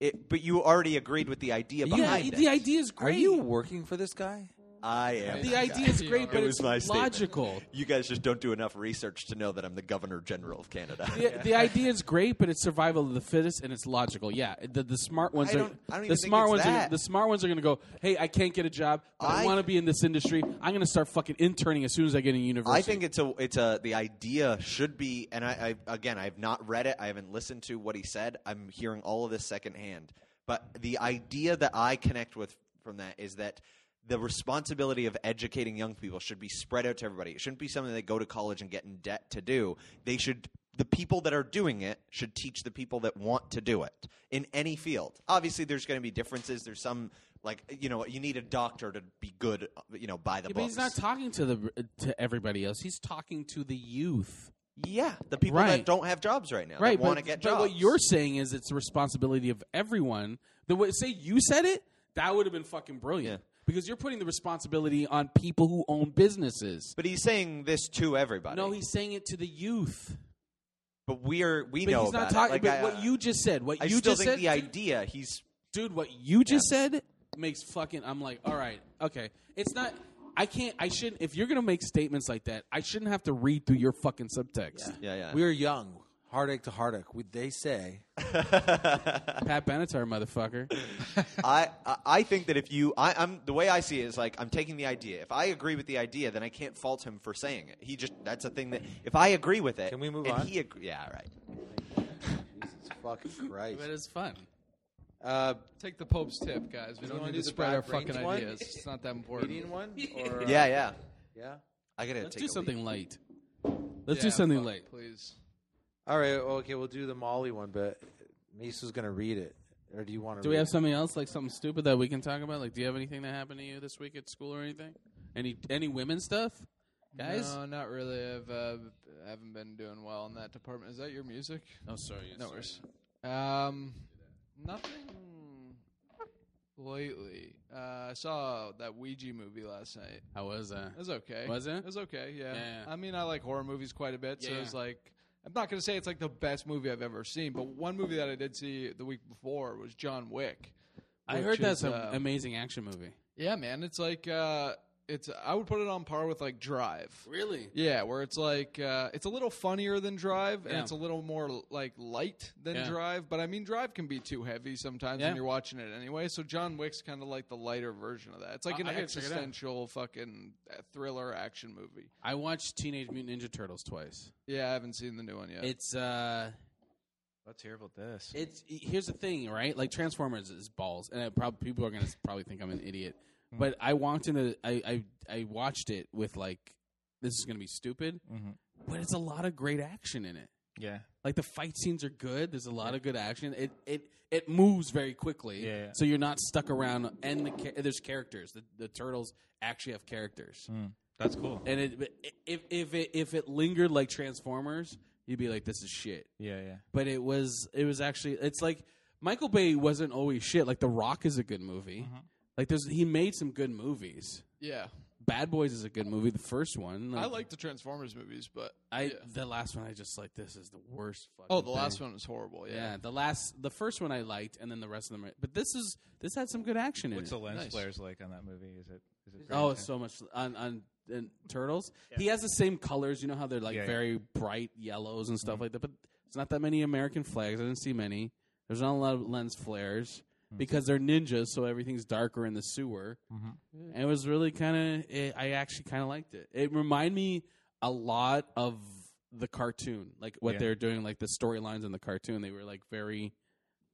Speaker 4: It, but you already agreed with the idea
Speaker 2: yeah,
Speaker 4: behind it.
Speaker 2: the idea is
Speaker 1: Are
Speaker 2: great.
Speaker 1: you working for this guy?
Speaker 4: I am.
Speaker 2: The
Speaker 4: that
Speaker 2: idea
Speaker 4: guy.
Speaker 2: is great, but
Speaker 4: it was
Speaker 2: it's
Speaker 4: my statement.
Speaker 2: logical.
Speaker 4: You guys just don't do enough research to know that I'm the Governor General of Canada.
Speaker 2: the, the idea is great, but it's survival of the fittest, and it's logical. Yeah, the, the smart ones
Speaker 4: I
Speaker 2: are
Speaker 4: don't- I don't even
Speaker 2: the
Speaker 4: think
Speaker 2: smart
Speaker 4: it's
Speaker 2: ones. Are,
Speaker 4: that.
Speaker 2: the smart ones are going to go. Hey, I can't get a job, but I,
Speaker 4: I-
Speaker 2: want to be in this industry. I'm going to start fucking interning as soon as I get in university.
Speaker 4: I think it's a it's a the idea should be and I, I again I've not read it I haven't listened to what he said I'm hearing all of this secondhand but the idea that I connect with from that is that the responsibility of educating young people should be spread out to everybody it shouldn't be something they go to college and get in debt to do they should the people that are doing it should teach the people that want to do it in any field obviously there's going to be differences there's some like you know you need a doctor to be good you know by the
Speaker 2: Yeah, but
Speaker 4: books
Speaker 2: he's not talking to the to everybody else. He's talking to the youth.
Speaker 4: Yeah, the people
Speaker 2: Right.
Speaker 4: that don't have jobs right now,
Speaker 2: right,
Speaker 4: that want to
Speaker 2: but-
Speaker 4: get
Speaker 2: but
Speaker 4: jobs.
Speaker 2: what you're saying is it's the responsibility of everyone. The way, say you said it, that would have been fucking brilliant because you're putting the responsibility on people who own businesses.
Speaker 4: but he's saying this to everybody.
Speaker 2: No, he's saying it to the youth.
Speaker 4: but we are we
Speaker 2: but
Speaker 4: know
Speaker 2: he's not
Speaker 4: about it.
Speaker 2: talking.
Speaker 4: Like,
Speaker 2: but
Speaker 4: I,
Speaker 2: what you just said, what
Speaker 4: I
Speaker 2: you
Speaker 4: still
Speaker 2: just
Speaker 4: think
Speaker 2: said,
Speaker 4: the idea. He's
Speaker 2: dude, what you just said makes fucking. I'm like, all right, okay. It's not. I can't. I shouldn't. If you're gonna make statements like that, I shouldn't have to read through your fucking subtext.
Speaker 4: Yeah, yeah.
Speaker 1: We are young, heartache to heartache. Would they say?
Speaker 2: Pat Benatar, motherfucker.
Speaker 4: I I- I think that if you I, I'm the way I see it is like I'm taking the idea. If I agree with the idea, then I can't fault him for saying it. He just that's a thing that if I agree with it, can we move and
Speaker 1: on?
Speaker 4: He agree, yeah, right.
Speaker 1: Fucking Christ.
Speaker 2: But it's fun.
Speaker 1: Uh,
Speaker 3: Take the Pope's tip, guys. We
Speaker 1: You
Speaker 3: don't
Speaker 1: wanna
Speaker 3: need
Speaker 1: do
Speaker 3: to
Speaker 1: the
Speaker 3: spread our
Speaker 1: Black Rains
Speaker 3: fucking
Speaker 1: one?
Speaker 3: ideas. It's not that important.
Speaker 1: Comedian one? Or, uh,
Speaker 4: Yeah, yeah.
Speaker 1: Yeah.
Speaker 4: I gotta
Speaker 2: Let's
Speaker 4: take
Speaker 2: do
Speaker 4: a
Speaker 2: something light. Let's
Speaker 3: Yeah,
Speaker 2: do something
Speaker 3: fuck,
Speaker 2: light.
Speaker 3: please.
Speaker 1: All right. well, Okay, we'll do the Molly one, but Mace was gonna read it. or do you want to?
Speaker 2: Do we have something else, like something stupid that we can talk about? Like, do you have anything that happened to you this week at school or anything? Any any women stuff, guys?
Speaker 3: No, not really. I've uh, I haven't been doing well in that department. Is that your music?
Speaker 2: Oh, sorry.
Speaker 3: No
Speaker 2: sorry.
Speaker 3: worries. Um, nothing lately. Uh, I saw that Ouija movie last night.
Speaker 2: How was that?
Speaker 3: It was okay.
Speaker 2: Uh, Was it?
Speaker 3: It was okay. Yeah.
Speaker 2: Yeah.
Speaker 3: I mean, I like horror movies quite a bit, so
Speaker 2: Yeah.
Speaker 3: it was like. I'm not gonna say it's like the best movie I've ever seen, but one movie that I did see the week before was John Wick.
Speaker 2: I
Speaker 3: which
Speaker 2: heard that's
Speaker 3: is,
Speaker 2: an
Speaker 3: um,
Speaker 2: amazing action movie.
Speaker 3: Yeah, man, it's like uh, it's. I would put it on par with like Drive.
Speaker 2: Really?
Speaker 3: Yeah, where it's like uh, it's a little funnier than Drive, and
Speaker 2: Yeah.
Speaker 3: it's a little more like light than
Speaker 2: Yeah.
Speaker 3: Drive. But I mean, Drive can be too heavy sometimes
Speaker 2: Yeah.
Speaker 3: when you're watching it anyway. So John Wick's kind of like the lighter version of that. It's like
Speaker 2: I-
Speaker 3: an
Speaker 2: I gotta check it out.
Speaker 3: existential fucking uh, thriller action movie.
Speaker 2: I watched Teenage Mutant Ninja Turtles twice.
Speaker 3: Yeah, I haven't seen the new one yet.
Speaker 2: It's uh,
Speaker 5: Let's hear about this.
Speaker 2: It's here's the thing, right? Like Transformers is balls, and I prob- people are gonna s- probably think I'm an idiot.
Speaker 5: Mm-hmm.
Speaker 2: But I walked into, I, I I watched it with like, this is gonna be stupid,
Speaker 5: Mhm.
Speaker 2: but it's a lot of great action in it.
Speaker 5: Yeah.
Speaker 2: Like the fight scenes are good. There's a lot of good action. It it it moves very quickly.
Speaker 5: Yeah, yeah.
Speaker 2: So you're not stuck around. And the cha- there's characters. The, the turtles actually have characters.
Speaker 5: Mm, that's cool.
Speaker 2: And it, but i- if if it if it lingered like Transformers, you'd be like, this is shit.
Speaker 5: Yeah, yeah.
Speaker 2: But it was it was actually it's like Michael Bay wasn't always shit. Like The Rock is a good movie. Like there's he made some good movies.
Speaker 3: Yeah.
Speaker 2: Bad Boys is a good movie. The first one.
Speaker 3: I like the Transformers movies, but
Speaker 2: I the last one I just like this is the worst. Fucking
Speaker 3: Oh, the last
Speaker 2: thing.
Speaker 3: one was horrible. Yeah.
Speaker 2: Yeah, the last, the first one I liked, and then the rest of them. I- But this is this had some good action in
Speaker 5: What's
Speaker 2: it.
Speaker 5: the lens flares like on that movie? Is it? Is it
Speaker 2: Oh,
Speaker 5: great?
Speaker 2: it's so much on on and turtles. He has the same colors. You know how they're like
Speaker 5: Yeah, Mm-hmm. yeah.
Speaker 2: very bright yellows and stuff like that. But it's not that many American flags. I didn't see many. There's not a lot of lens flares
Speaker 5: Mm-hmm.
Speaker 2: because they're ninjas, so everything's darker in the sewer.
Speaker 5: Mhm.
Speaker 2: And it was really kind of. I actually kind of liked it. It reminded me a lot of the cartoon, like what
Speaker 5: Yeah.
Speaker 2: they're doing, like the storylines in the cartoon. They were like very.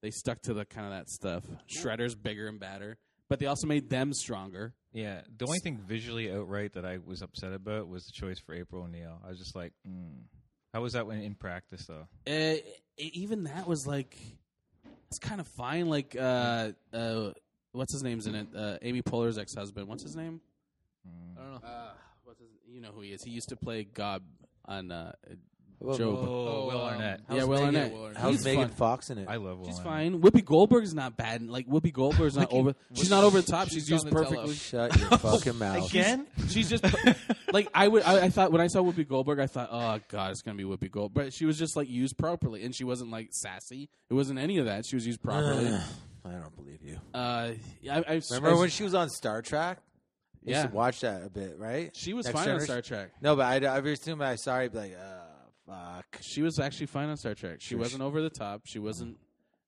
Speaker 2: They stuck to the kind of that stuff. Shredder's bigger and badder, but they also made them stronger.
Speaker 5: Yeah, the only thing visually outright that I was upset about was the choice for April O'Neil. I was just like,
Speaker 13: hmm.
Speaker 5: mm. how was that when in practice though?
Speaker 2: Uh, even that was like, it's kind of fine. Like, uh, uh, what's his name's in it? Uh, Amy Poehler's ex husband. What's his name?
Speaker 3: I don't know.
Speaker 2: Uh, what's his, you know who he is. He used to play God on uh,
Speaker 1: Well,
Speaker 2: Job.
Speaker 1: oh, Will um, Arnett.
Speaker 2: yeah,
Speaker 1: how's
Speaker 2: Will
Speaker 1: Megan-
Speaker 2: Arnett.
Speaker 1: how's
Speaker 2: He's
Speaker 1: Megan
Speaker 2: fun.
Speaker 1: Fox in it?
Speaker 5: I love Will
Speaker 2: She's
Speaker 5: Arnett.
Speaker 2: fine. Whoopi Goldberg's not bad. Like Whoopi Goldberg's not over. She's not over the top. She's,
Speaker 3: she's
Speaker 2: used
Speaker 3: on the tello.
Speaker 2: perfectly.
Speaker 1: Shut your fucking mouth.
Speaker 2: Again? She's, just like I would. I, I thought when I saw Whoopi Goldberg, I thought, oh god, it's gonna be Whoopi Gold. But she was just like used properly, and she wasn't like sassy. It wasn't any of that. She was used properly.
Speaker 1: I don't believe you.
Speaker 2: Uh, yeah, I, I
Speaker 1: Uh, Remember when she was on Star Trek? I used to
Speaker 2: Yeah.
Speaker 1: watch that a bit, right?
Speaker 2: She was fine on
Speaker 1: Generation-
Speaker 2: Star Trek.
Speaker 1: No, but I'd, every time I saw her, I'd be like, uh, fuck.
Speaker 2: She was actually fine on Star Trek. She
Speaker 1: Sure, Mm-hmm.
Speaker 2: wasn't
Speaker 1: she-
Speaker 2: over the top. She wasn't.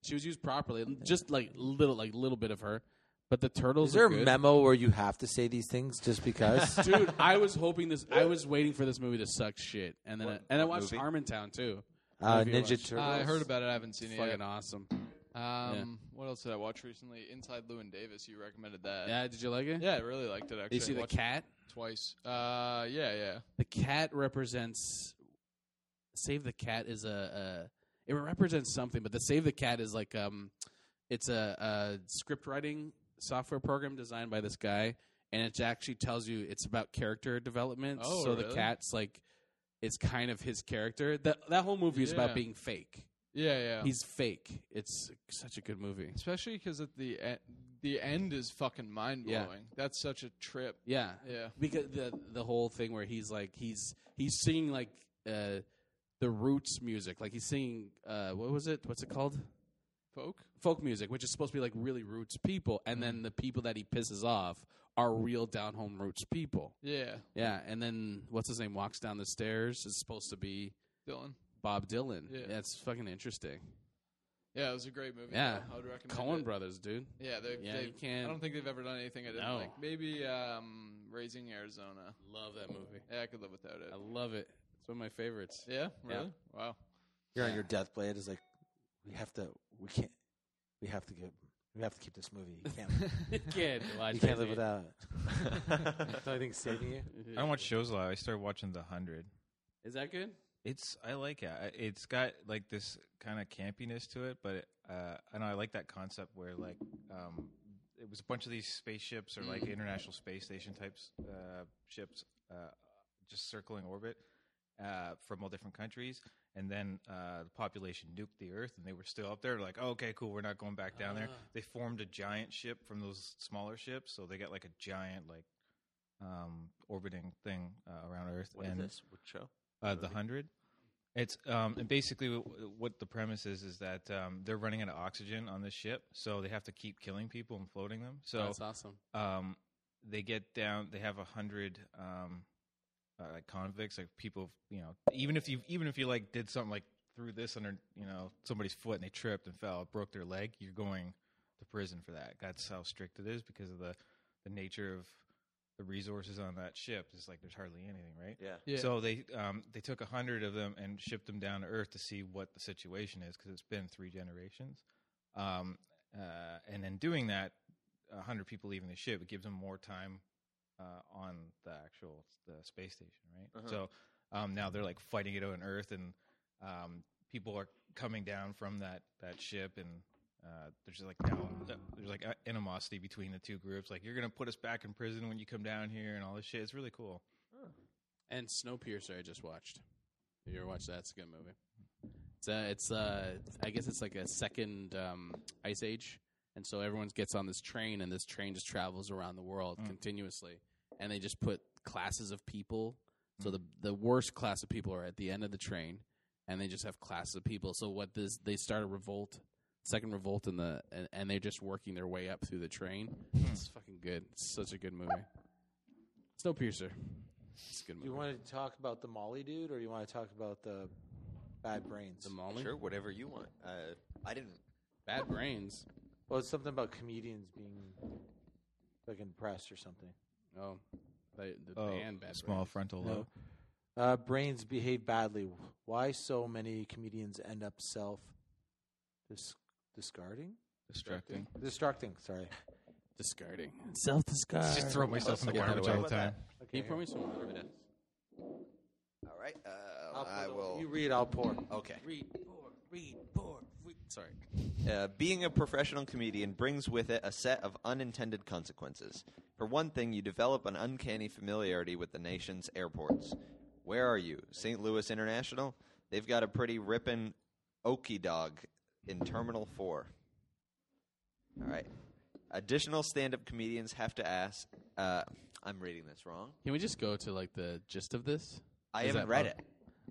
Speaker 2: She was used properly. Just like little, like little bit of her. But the turtles
Speaker 1: Is there
Speaker 2: are
Speaker 1: a
Speaker 2: good.
Speaker 1: memo where you have to say these things just because?
Speaker 2: Dude, I was hoping this. I was waiting for this movie to suck shit, and then I, and I watched
Speaker 1: movie?
Speaker 2: Harmontown too.
Speaker 1: Uh,
Speaker 2: Movie I
Speaker 1: Ninja
Speaker 2: watched.
Speaker 3: I heard about it. I haven't seen it.
Speaker 2: Fucking
Speaker 3: yet.
Speaker 2: awesome.
Speaker 3: Um, what else did I watch recently? Inside Lewin Davis. You recommended that.
Speaker 2: Yeah, did you like it?
Speaker 3: Yeah, I really liked it. Actually,
Speaker 2: you see the
Speaker 3: Watched it
Speaker 2: cat?
Speaker 3: twice. Uh, yeah, yeah.
Speaker 2: The cat represents Save the Cat is a, a it represents something, but the Save the Cat is like um it's a, a script writing software program designed by this guy and it actually tells you it's about character development.
Speaker 3: Oh,
Speaker 2: so the
Speaker 3: really?
Speaker 2: cat's like it's kind of his character. That that whole movie is about
Speaker 3: Yeah.
Speaker 2: being fake.
Speaker 3: Yeah, yeah.
Speaker 2: He's fake. It's such a good movie.
Speaker 3: Especially because at the e- the end is fucking mind blowing. That's such a trip.
Speaker 2: Yeah,
Speaker 3: Yeah.
Speaker 2: Because the the whole thing where he's like he's he's singing like uh, the roots music, like he's singing uh, what was it? What's it called?
Speaker 3: Folk. Mm.
Speaker 2: Folk music, which is supposed to be like really roots people, and then the people that he pisses off are real down home roots people.
Speaker 3: Yeah.
Speaker 2: Yeah, and then what's his name walks down the stairs. It's supposed to be
Speaker 3: Dylan.
Speaker 2: Bob Dylan.
Speaker 3: Yeah.
Speaker 2: yeah it's fucking interesting.
Speaker 3: Yeah, it was a great movie.
Speaker 2: Yeah,
Speaker 3: though. I would recommend
Speaker 2: Cohen
Speaker 3: it.
Speaker 2: Brothers, dude.
Speaker 3: Yeah, they.
Speaker 2: Yeah,
Speaker 3: they
Speaker 2: you can't-
Speaker 3: I don't think they've ever done anything I didn't
Speaker 2: No.
Speaker 3: like. Maybe um, Raising Arizona.
Speaker 2: Love that movie.
Speaker 3: Yeah, I could live without it.
Speaker 2: I love it. It's one of my favorites.
Speaker 3: Yeah, really? Wow.
Speaker 1: You're on your deathbed. It's like we have to. We can't. We have to get. We have to keep this movie. You can't.
Speaker 2: You can't watch
Speaker 1: You can't live
Speaker 2: it, dude.
Speaker 1: without. it. Don't you think saving you?
Speaker 5: I don't watch shows a lot. I started watching The Hundred.
Speaker 2: Is that good?
Speaker 13: It's I like it. I- It's got like this kind of campiness to it, but uh, I know I like that concept where like um, it was a bunch of these spaceships or like
Speaker 8: Mm.
Speaker 13: international space station types uh, ships uh, just circling orbit uh, from all different countries, and then uh, the population nuked the Earth, and they were still up there. Like, oh, okay, cool, we're not going back down there.
Speaker 8: Ah.
Speaker 13: They formed a giant ship from those smaller ships, so they got like a giant like um, orbiting thing uh, around Earth.
Speaker 17: What is
Speaker 13: and
Speaker 17: this? What show?
Speaker 13: Uh, the Hundred. It's um, and basically w- what the premise is is that um, they're running out of oxygen on this ship, so they have to keep killing people and floating them. So
Speaker 2: That's awesome.
Speaker 13: Um, they get down. They have a hundred um, uh, like convicts, like people. You know, even if you even if you like did something like threw this under you know somebody's foot and they tripped and fell, broke their leg, you're going to prison for that. That's how strict it is because of the the nature of the resources on that ship. It's like there's hardly anything, right?
Speaker 17: Yeah.
Speaker 3: Yeah.
Speaker 13: So they um, they took a hundred of them and shipped them down to Earth to see what the situation is because it's been three generations. Um, uh, and then doing that, a hundred people leaving the ship, it gives them more time uh, on the actual the space station, right?
Speaker 8: Uh-huh.
Speaker 13: So um, now they're like fighting it on Earth, and um, people are coming down from that that ship, and uh, there's like now there's like a- animosity between the two groups. Like you're gonna put us back in prison when you come down here, and all this shit. It's really cool.
Speaker 2: And Snowpiercer, I just watched. Have you ever watched that? It's a good movie. It's uh, it's uh, I guess it's like a second um, Ice Age, and so everyone gets on this train, and this train just travels around the world
Speaker 8: Mm.
Speaker 2: continuously, and they just put classes of people. So the the worst class of people are at the end of the train, and they just have classes of people. So what this they start a revolt, second revolt in the, and, and they're just working their way up through the train. It's fucking good. It's such a good movie. Snowpiercer. It's a good movie.
Speaker 1: you want to talk about the Molly dude, or you want to talk about the bad brains? The
Speaker 2: Molly.
Speaker 4: Sure, whatever you want. Uh, I didn't.
Speaker 2: Bad brains.
Speaker 1: Well, it's something about comedians being like impressed or something.
Speaker 2: Oh, they, the
Speaker 1: Oh,
Speaker 2: band Bad
Speaker 13: small
Speaker 2: Brains.
Speaker 13: frontal
Speaker 1: No.
Speaker 13: lobe.
Speaker 1: Uh, brains behave badly. Why so many comedians end up self dis- discarding?
Speaker 13: Destructing.
Speaker 1: Destructing, sorry.
Speaker 2: Discarding.
Speaker 1: Self-discard.
Speaker 13: Just throw myself in the
Speaker 1: Okay,
Speaker 13: garbage
Speaker 1: what
Speaker 13: all the
Speaker 1: about
Speaker 13: time.
Speaker 1: that?
Speaker 2: Can you pour me some water?
Speaker 4: All right. Uh,
Speaker 1: I'll
Speaker 4: I
Speaker 1: pour the-
Speaker 4: will.
Speaker 1: You read, I'll pour.
Speaker 4: Okay.
Speaker 2: Read, pour, read, pour. read. Sorry.
Speaker 4: Uh, being a professional comedian brings with it a set of unintended consequences. For one thing, you develop an uncanny familiarity with the nation's airports. Where are you? St. Louis International? They've got a pretty rippin' okey dog in Terminal 4. All right. Additional stand up comedians have to ask. Uh, I'm reading this wrong.
Speaker 2: Can we just go to like the gist of this?
Speaker 4: I
Speaker 2: Is
Speaker 4: haven't
Speaker 2: that
Speaker 4: read
Speaker 2: pub-
Speaker 4: it.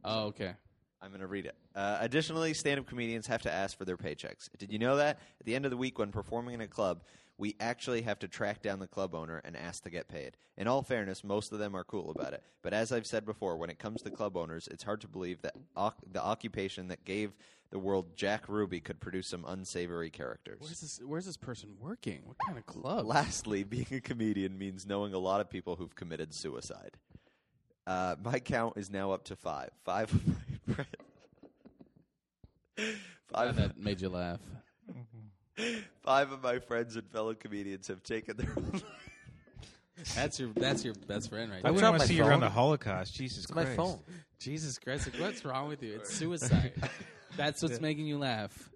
Speaker 2: Oh, okay.
Speaker 4: I'm going to read it. Uh, additionally, stand up comedians have to ask for their paychecks. Did you know that? At the end of the week, when performing in a club, we actually have to track down the club owner and ask to get paid. In all fairness, most of them are cool about it. But as I've said before, when it comes to club owners, it's hard to believe that oc- the occupation that gave the world Jack Ruby could produce some unsavory characters.
Speaker 2: Where's this? Where's this person working? What kind of club?
Speaker 4: Lastly, being a comedian means knowing a lot of people who've committed suicide. Uh, my count is now up to five. Five of my friends. Five
Speaker 2: that made you laugh.
Speaker 4: Five of my friends and fellow comedians have taken their own lives.
Speaker 2: That's your. That's your best friend, right?
Speaker 13: I
Speaker 2: there.
Speaker 13: wouldn't want to see you around the Holocaust. Jesus Christ.
Speaker 2: Jesus Christ! Like, what's wrong with you? It's suicide. that's what's
Speaker 13: Yeah.
Speaker 2: making you laugh.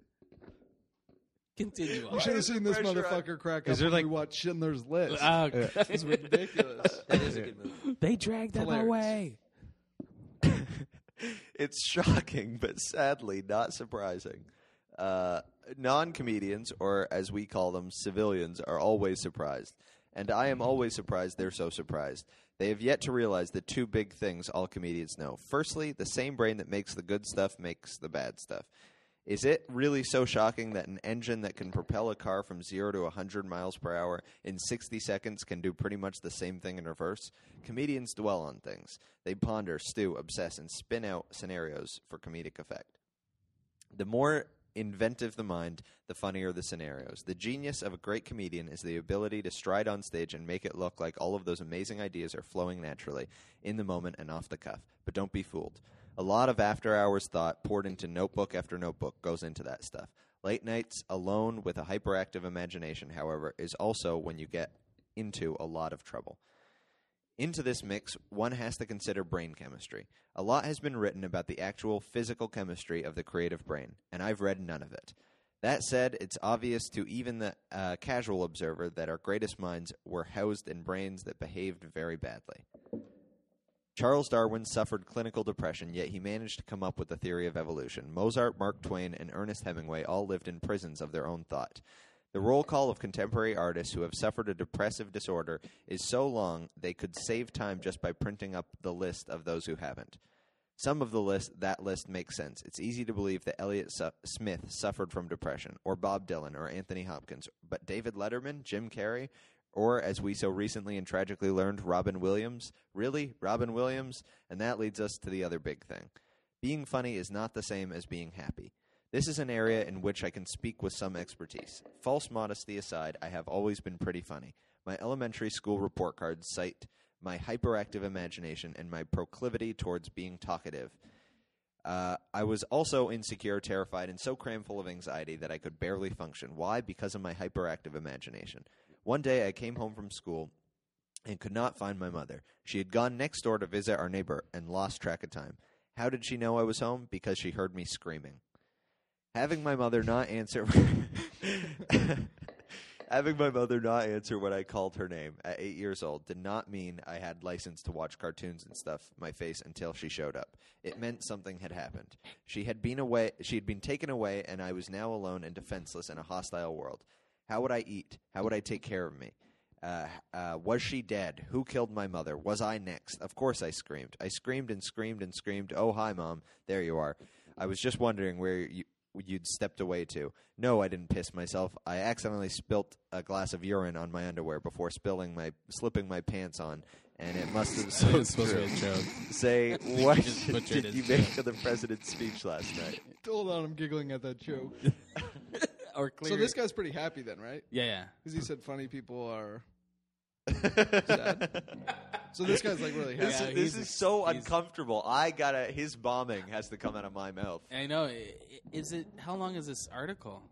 Speaker 2: Continue.
Speaker 3: You should have seen this motherfucker crack up
Speaker 2: Is there,
Speaker 3: when we watched Schindler's List.
Speaker 2: Oh,
Speaker 3: This is ridiculous.
Speaker 1: That is a good movie.
Speaker 2: They dragged
Speaker 3: him Hilarious.
Speaker 2: away.
Speaker 4: It's shocking, but sadly not surprising. Uh, non comedians, or as we call them, civilians, are always surprised. And I am always surprised they're so surprised. They have yet to realize the two big things all comedians know. Firstly, the same brain that makes the good stuff makes the bad stuff. Is it really so shocking that an engine that can propel a car from zero to 100 miles per hour in 60 seconds can do pretty much the same thing in reverse? Comedians dwell on things. They ponder, stew, obsess, and spin out scenarios for comedic effect. The more inventive the mind, the funnier the scenarios. The genius of a great comedian is the ability to stride on stage and make it look like all of those amazing ideas are flowing naturally, in the moment and off the cuff. But don't be fooled. A lot of after hours thought poured into notebook after notebook goes into that stuff. Late nights alone with a hyperactive imagination, however, is also when you get into a lot of trouble. Into this mix, one has to consider brain chemistry. A lot has been written about the actual physical chemistry of the creative brain, and I've read none of it. That said, it's obvious to even the uh, casual observer that our greatest minds were housed in brains that behaved very badly. Charles Darwin suffered clinical depression, yet he managed to come up with the theory of evolution. Mozart, Mark Twain, and Ernest Hemingway all lived in prisons of their own thought. The roll call of contemporary artists who have suffered a depressive disorder is so long they could save time just by printing up the list of those who haven't. Some of the list that list makes sense. It's easy to believe that Elliot Su- Smith suffered from depression, or Bob Dylan, or Anthony Hopkins, but David Letterman, Jim Carrey, or as we so recently and tragically learned, Robin Williams. Really, Robin Williams, and that leads us to the other big thing. Being funny is not the same as being happy. This is an area in which I can speak with some expertise. False modesty aside, I have always been pretty funny. My elementary school report cards cite my hyperactive imagination and my proclivity towards being talkative. Uh, I was also insecure, terrified, and so crammed full of anxiety that I could barely function. Why? Because of my hyperactive imagination. One day I came home from school and could not find my mother. She had gone next door to visit our neighbor and lost track of time. How did she know I was home? Because she heard me screaming. Having my mother not answer Having my mother not answer when I called her name at 8 years old did not mean I had license to watch cartoons and stuff my face until she showed up. It meant something had happened. She had been away she had been taken away and I was now alone and defenseless in a hostile world. How would I eat? How would I take care of me? Uh, uh, was she dead? Who killed my mother? Was I next? Of course I screamed. I screamed and screamed and screamed. Oh, hi, Mom. There you are. I was just wondering where you, you'd stepped away to. No, I didn't piss myself. I accidentally spilt a glass of urine on my underwear before spilling my slipping my pants on, and it must have
Speaker 2: That
Speaker 4: so
Speaker 2: is supposed to be a joke.
Speaker 4: Say,
Speaker 2: I think you
Speaker 4: what
Speaker 2: just
Speaker 4: did,
Speaker 2: butchered
Speaker 4: did
Speaker 2: his
Speaker 4: you make
Speaker 2: joke.
Speaker 4: of the president's speech last night?
Speaker 3: Hold on, I'm giggling at that joke.
Speaker 2: or
Speaker 3: So
Speaker 2: clear-
Speaker 3: this guy's pretty happy then, right?
Speaker 2: Yeah, yeah.
Speaker 3: Because he said funny people are sad. So this guy's like really happy.
Speaker 4: This, is- this is so uncomfortable. I gotta. His bombing has to come out of my mouth.
Speaker 2: I know. i- i- Is it how long is this article?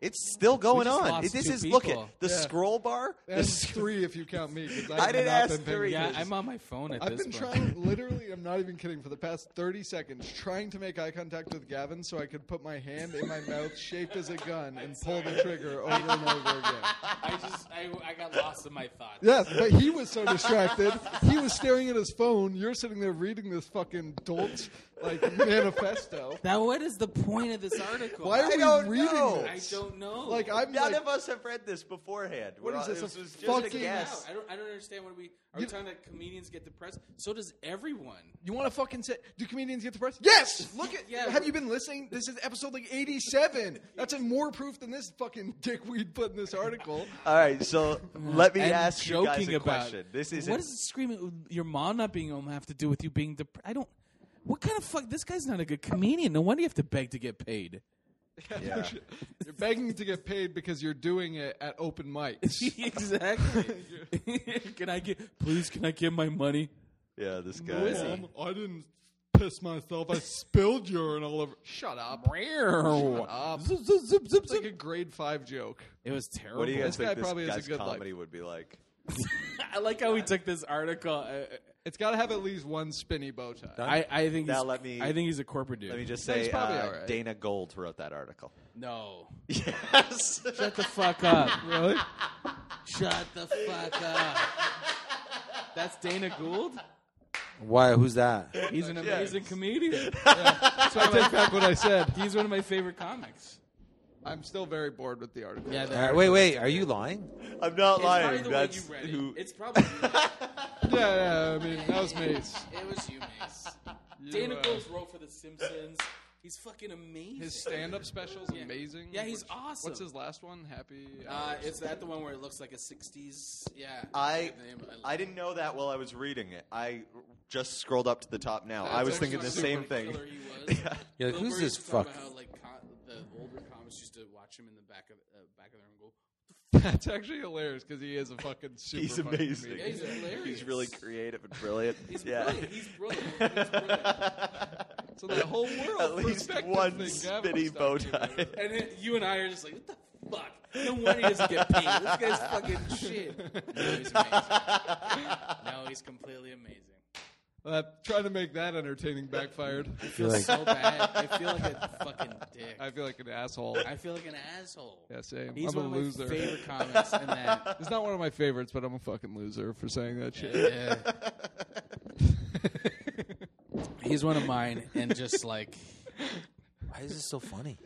Speaker 4: It's still
Speaker 2: We
Speaker 4: going
Speaker 2: just
Speaker 4: on.
Speaker 2: lost
Speaker 4: This
Speaker 2: two
Speaker 4: is look
Speaker 2: people.
Speaker 4: at the
Speaker 3: Yeah.
Speaker 4: scroll bar. The
Speaker 3: That's
Speaker 4: sc-
Speaker 3: three if you count me. 'cause
Speaker 4: I
Speaker 3: have
Speaker 4: didn't
Speaker 3: not
Speaker 4: ask
Speaker 3: been paying
Speaker 4: three.
Speaker 2: Yeah,
Speaker 3: attention.
Speaker 2: I'm on my phone at
Speaker 3: I've
Speaker 2: this
Speaker 3: been
Speaker 2: point.
Speaker 3: trying, literally, I'm not even kidding, for the past 30 seconds, trying to make eye contact with Gavin so I could put my hand in my mouth, shaped as a gun, and pull the trigger over and over again.
Speaker 2: I just I, I got lost in my thoughts.
Speaker 3: Yes, but he was so distracted. He was staring at his phone. You're sitting there reading this fucking dolt like manifesto.
Speaker 2: Now, what is the point of this article?
Speaker 3: Why are we reading this?
Speaker 2: I don't know.
Speaker 3: Like I'm
Speaker 4: None
Speaker 3: like,
Speaker 4: of us have read this beforehand.
Speaker 3: What
Speaker 4: We're
Speaker 3: is
Speaker 4: all-
Speaker 3: this, a
Speaker 4: was just
Speaker 3: fucking-
Speaker 4: a guess.
Speaker 2: I don't. I don't understand what we are we talking that comedians get depressed. So does everyone.
Speaker 3: you want to fucking say? Do comedians get depressed? Yes. Look at.
Speaker 2: Yeah,
Speaker 3: have you been listening? This is episode like 87. That's a more proof than this fucking dickweed put in this article.
Speaker 4: All right, so let me
Speaker 2: And
Speaker 4: ask you guys
Speaker 2: joking
Speaker 4: a
Speaker 2: about-
Speaker 4: question. This is
Speaker 2: what does screaming your mom not being home have to do with you being depressed? I don't. What kind of fuck? This guy's not a good comedian. No wonder you have to beg to get paid.
Speaker 4: Yeah.
Speaker 3: You're begging to get paid because you're doing it at open mics.
Speaker 2: exactly. can I get? Please, can I get my money?
Speaker 4: Yeah, this
Speaker 3: Mom, I didn't piss myself. I spilled urine all over. Shut up. Shut up. It's like a grade five joke.
Speaker 2: It was terrible.
Speaker 4: What do you guys
Speaker 3: This guy
Speaker 4: think this
Speaker 3: probably has a
Speaker 4: guy's
Speaker 3: good life.
Speaker 4: comedy would be like?
Speaker 2: I like how we took this article. uh,
Speaker 3: It's got to have at least one spinny bow tie.
Speaker 2: I, I think
Speaker 4: Now
Speaker 2: he's,
Speaker 4: let me-
Speaker 2: I think he's a corporate dude.
Speaker 4: Let me just
Speaker 3: No, he's
Speaker 4: say,
Speaker 3: probably
Speaker 4: uh,
Speaker 3: all right.
Speaker 4: Dana Gold wrote that article.
Speaker 2: No.
Speaker 4: Yes.
Speaker 2: Shut the fuck up.
Speaker 3: really?
Speaker 2: Shut the fuck up. That's Dana Gould.
Speaker 1: Why? Who's that?
Speaker 2: He's an amazing
Speaker 3: So
Speaker 2: comedian.
Speaker 3: I take back what I said.
Speaker 2: He's one of my favorite comics.
Speaker 3: I'm still very bored with the article.
Speaker 2: Yeah,
Speaker 1: All right, wait, wait. Are you lying?
Speaker 4: I'm not
Speaker 2: It's probably
Speaker 4: lying.
Speaker 2: the way
Speaker 4: That's
Speaker 2: you read it.
Speaker 4: who.
Speaker 2: It's probably
Speaker 3: yeah, yeah. I mean, that was Mace.
Speaker 2: it was you, Mace.
Speaker 3: You,
Speaker 2: Dana
Speaker 3: uh,
Speaker 2: Gould's role for The Simpsons. He's fucking amazing.
Speaker 3: His stand-up special's
Speaker 2: Yeah.
Speaker 3: amazing.
Speaker 2: Yeah, he's
Speaker 3: Which-
Speaker 2: awesome.
Speaker 3: What's his last one? Happy.
Speaker 2: Uh,
Speaker 3: Hours.
Speaker 2: is that the one where it looks like a '60s? Yeah.
Speaker 4: I
Speaker 2: forget the name of it.
Speaker 4: I didn't know that while I was reading it. I just scrolled up to the top now. I was thinking the same thing. Yeah.
Speaker 1: You're like,
Speaker 2: Bill
Speaker 1: who's
Speaker 2: Murray
Speaker 1: this
Speaker 2: used to talk
Speaker 1: fuck?
Speaker 2: about how, like, co- the older comics used to watch him in the back of uh, back of their own go.
Speaker 3: That's actually hilarious because he is a fucking super.
Speaker 4: He's
Speaker 3: fucking
Speaker 4: amazing.
Speaker 3: comedian.
Speaker 2: he's hilarious.
Speaker 4: He's really creative and brilliant.
Speaker 2: He's
Speaker 4: yeah.
Speaker 2: brilliant. He's brilliant. He's brilliant.
Speaker 3: So that whole world
Speaker 4: At least
Speaker 3: perspective
Speaker 4: one
Speaker 3: thing Gavin
Speaker 4: spitty
Speaker 3: was
Speaker 4: bow
Speaker 3: talking about.
Speaker 4: tie.
Speaker 2: and it, you and I are just like, what the fuck? No wonder he doesn't get paid. This guy's fucking shit. No, he's amazing. No, he's completely amazing.
Speaker 3: Uh, trying to make that entertaining backfired. I
Speaker 2: feel like- so bad. I feel like a fucking dick.
Speaker 3: I feel like an asshole.
Speaker 2: I feel like an asshole.
Speaker 3: Yeah, same.
Speaker 2: He's
Speaker 3: I'm
Speaker 2: one
Speaker 3: a
Speaker 2: of my
Speaker 3: loser.
Speaker 2: favorite comics in that.
Speaker 3: It's not one of my favorites, but I'm a fucking loser for saying that shit.
Speaker 2: He's one of mine, and just like
Speaker 1: Why is this so funny?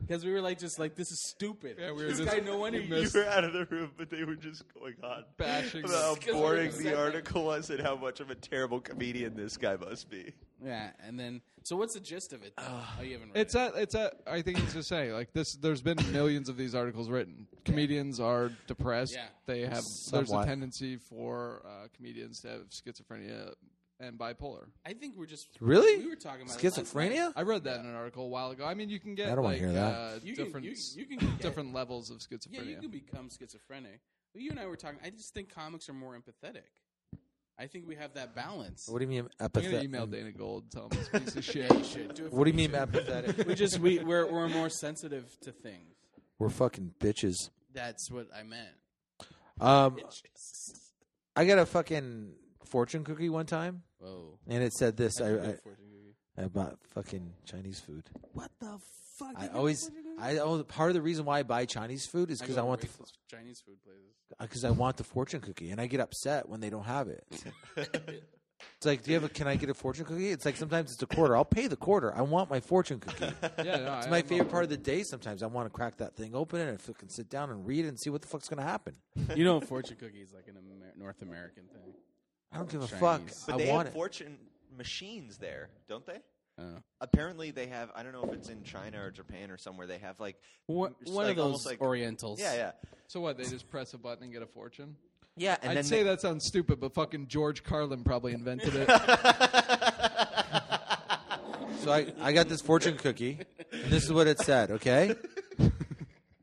Speaker 2: because we were like, just like this is stupid.
Speaker 3: Yeah, we
Speaker 1: were
Speaker 2: this
Speaker 1: just-
Speaker 2: guy. No wonder he
Speaker 4: you
Speaker 2: missed.
Speaker 4: were out of the room, but they were just going on
Speaker 3: Bashing
Speaker 4: about how
Speaker 2: us. 'Cause we were
Speaker 4: boring
Speaker 2: upset.
Speaker 4: the article was and how much of a terrible comedian this guy must be.
Speaker 2: Yeah, and then so what's the gist of it? though? oh, you haven't read.
Speaker 3: It's a, it's a. I think it's just saying like this. There's been millions of these articles written. Comedians are depressed.
Speaker 2: Yeah.
Speaker 3: They have. There's a
Speaker 2: Somewhat.
Speaker 3: tendency for uh, comedians to have schizophrenia and bipolar.
Speaker 2: I think we're just
Speaker 1: Really?
Speaker 2: We were talking about
Speaker 1: Schizophrenia?
Speaker 3: I read that in an article a while ago. I mean, you can get
Speaker 1: I don't wanna
Speaker 3: like
Speaker 1: hear that.
Speaker 3: Uh,
Speaker 2: You can-
Speaker 3: different
Speaker 2: you- you can get-
Speaker 3: different levels of schizophrenia.
Speaker 2: Yeah, you can become schizophrenic. But you and I were talking. I just think comics are more empathetic. I think we have that balance.
Speaker 1: What do you mean
Speaker 3: I'm gonna
Speaker 1: epithet- um,
Speaker 3: email Dana Gold, tell him this piece of shit.
Speaker 2: Yeah, you should. Do it for
Speaker 1: What do you
Speaker 2: me,
Speaker 1: mean
Speaker 2: too.
Speaker 1: empathetic?
Speaker 2: we just we we're, we're more sensitive to things.
Speaker 1: We're fucking bitches.
Speaker 2: That's what I meant.
Speaker 1: Um, I got a fucking fortune cookie one time.
Speaker 2: Whoa.
Speaker 1: And it said this. I,
Speaker 2: How'd you
Speaker 1: I,
Speaker 2: get a fortune
Speaker 1: I bought fucking Chinese food.
Speaker 2: What the fuck?
Speaker 1: I always, I always, part of the reason why I buy Chinese food is because I,
Speaker 2: go to
Speaker 1: want the,
Speaker 2: racist Chinese food places.
Speaker 1: because Uh, I want the fortune cookie, and I get upset when they don't have it. it's like, do you have a? Can I get a fortune cookie? It's like sometimes it's a quarter. I'll pay the quarter. I want my fortune cookie.
Speaker 3: Yeah, no,
Speaker 1: it's my
Speaker 3: I- I'm not-
Speaker 1: favorite part of the day. Sometimes I want to crack that thing open and fucking sit down and read it and see what the fuck's gonna happen.
Speaker 2: You know, fortune cookie is like an Amer- North American thing.
Speaker 1: I don't give a
Speaker 2: Chinese.
Speaker 1: fuck.
Speaker 4: But
Speaker 1: I
Speaker 4: they
Speaker 1: want
Speaker 4: have
Speaker 1: it.
Speaker 4: fortune machines there, don't they?
Speaker 2: Oh.
Speaker 4: Apparently, they have. I don't know if it's in China or Japan or somewhere. They have like
Speaker 2: One-
Speaker 4: it's
Speaker 2: one of
Speaker 4: like almost
Speaker 2: those Orientals.
Speaker 4: Yeah, yeah.
Speaker 3: So what? They just press a button and get a fortune.
Speaker 4: Yeah, and
Speaker 3: I'd
Speaker 4: then
Speaker 3: say
Speaker 4: they-
Speaker 3: that sounds stupid, but fucking George Carlin probably invented it.
Speaker 1: So I, I got this fortune cookie, and this is what it said. Okay,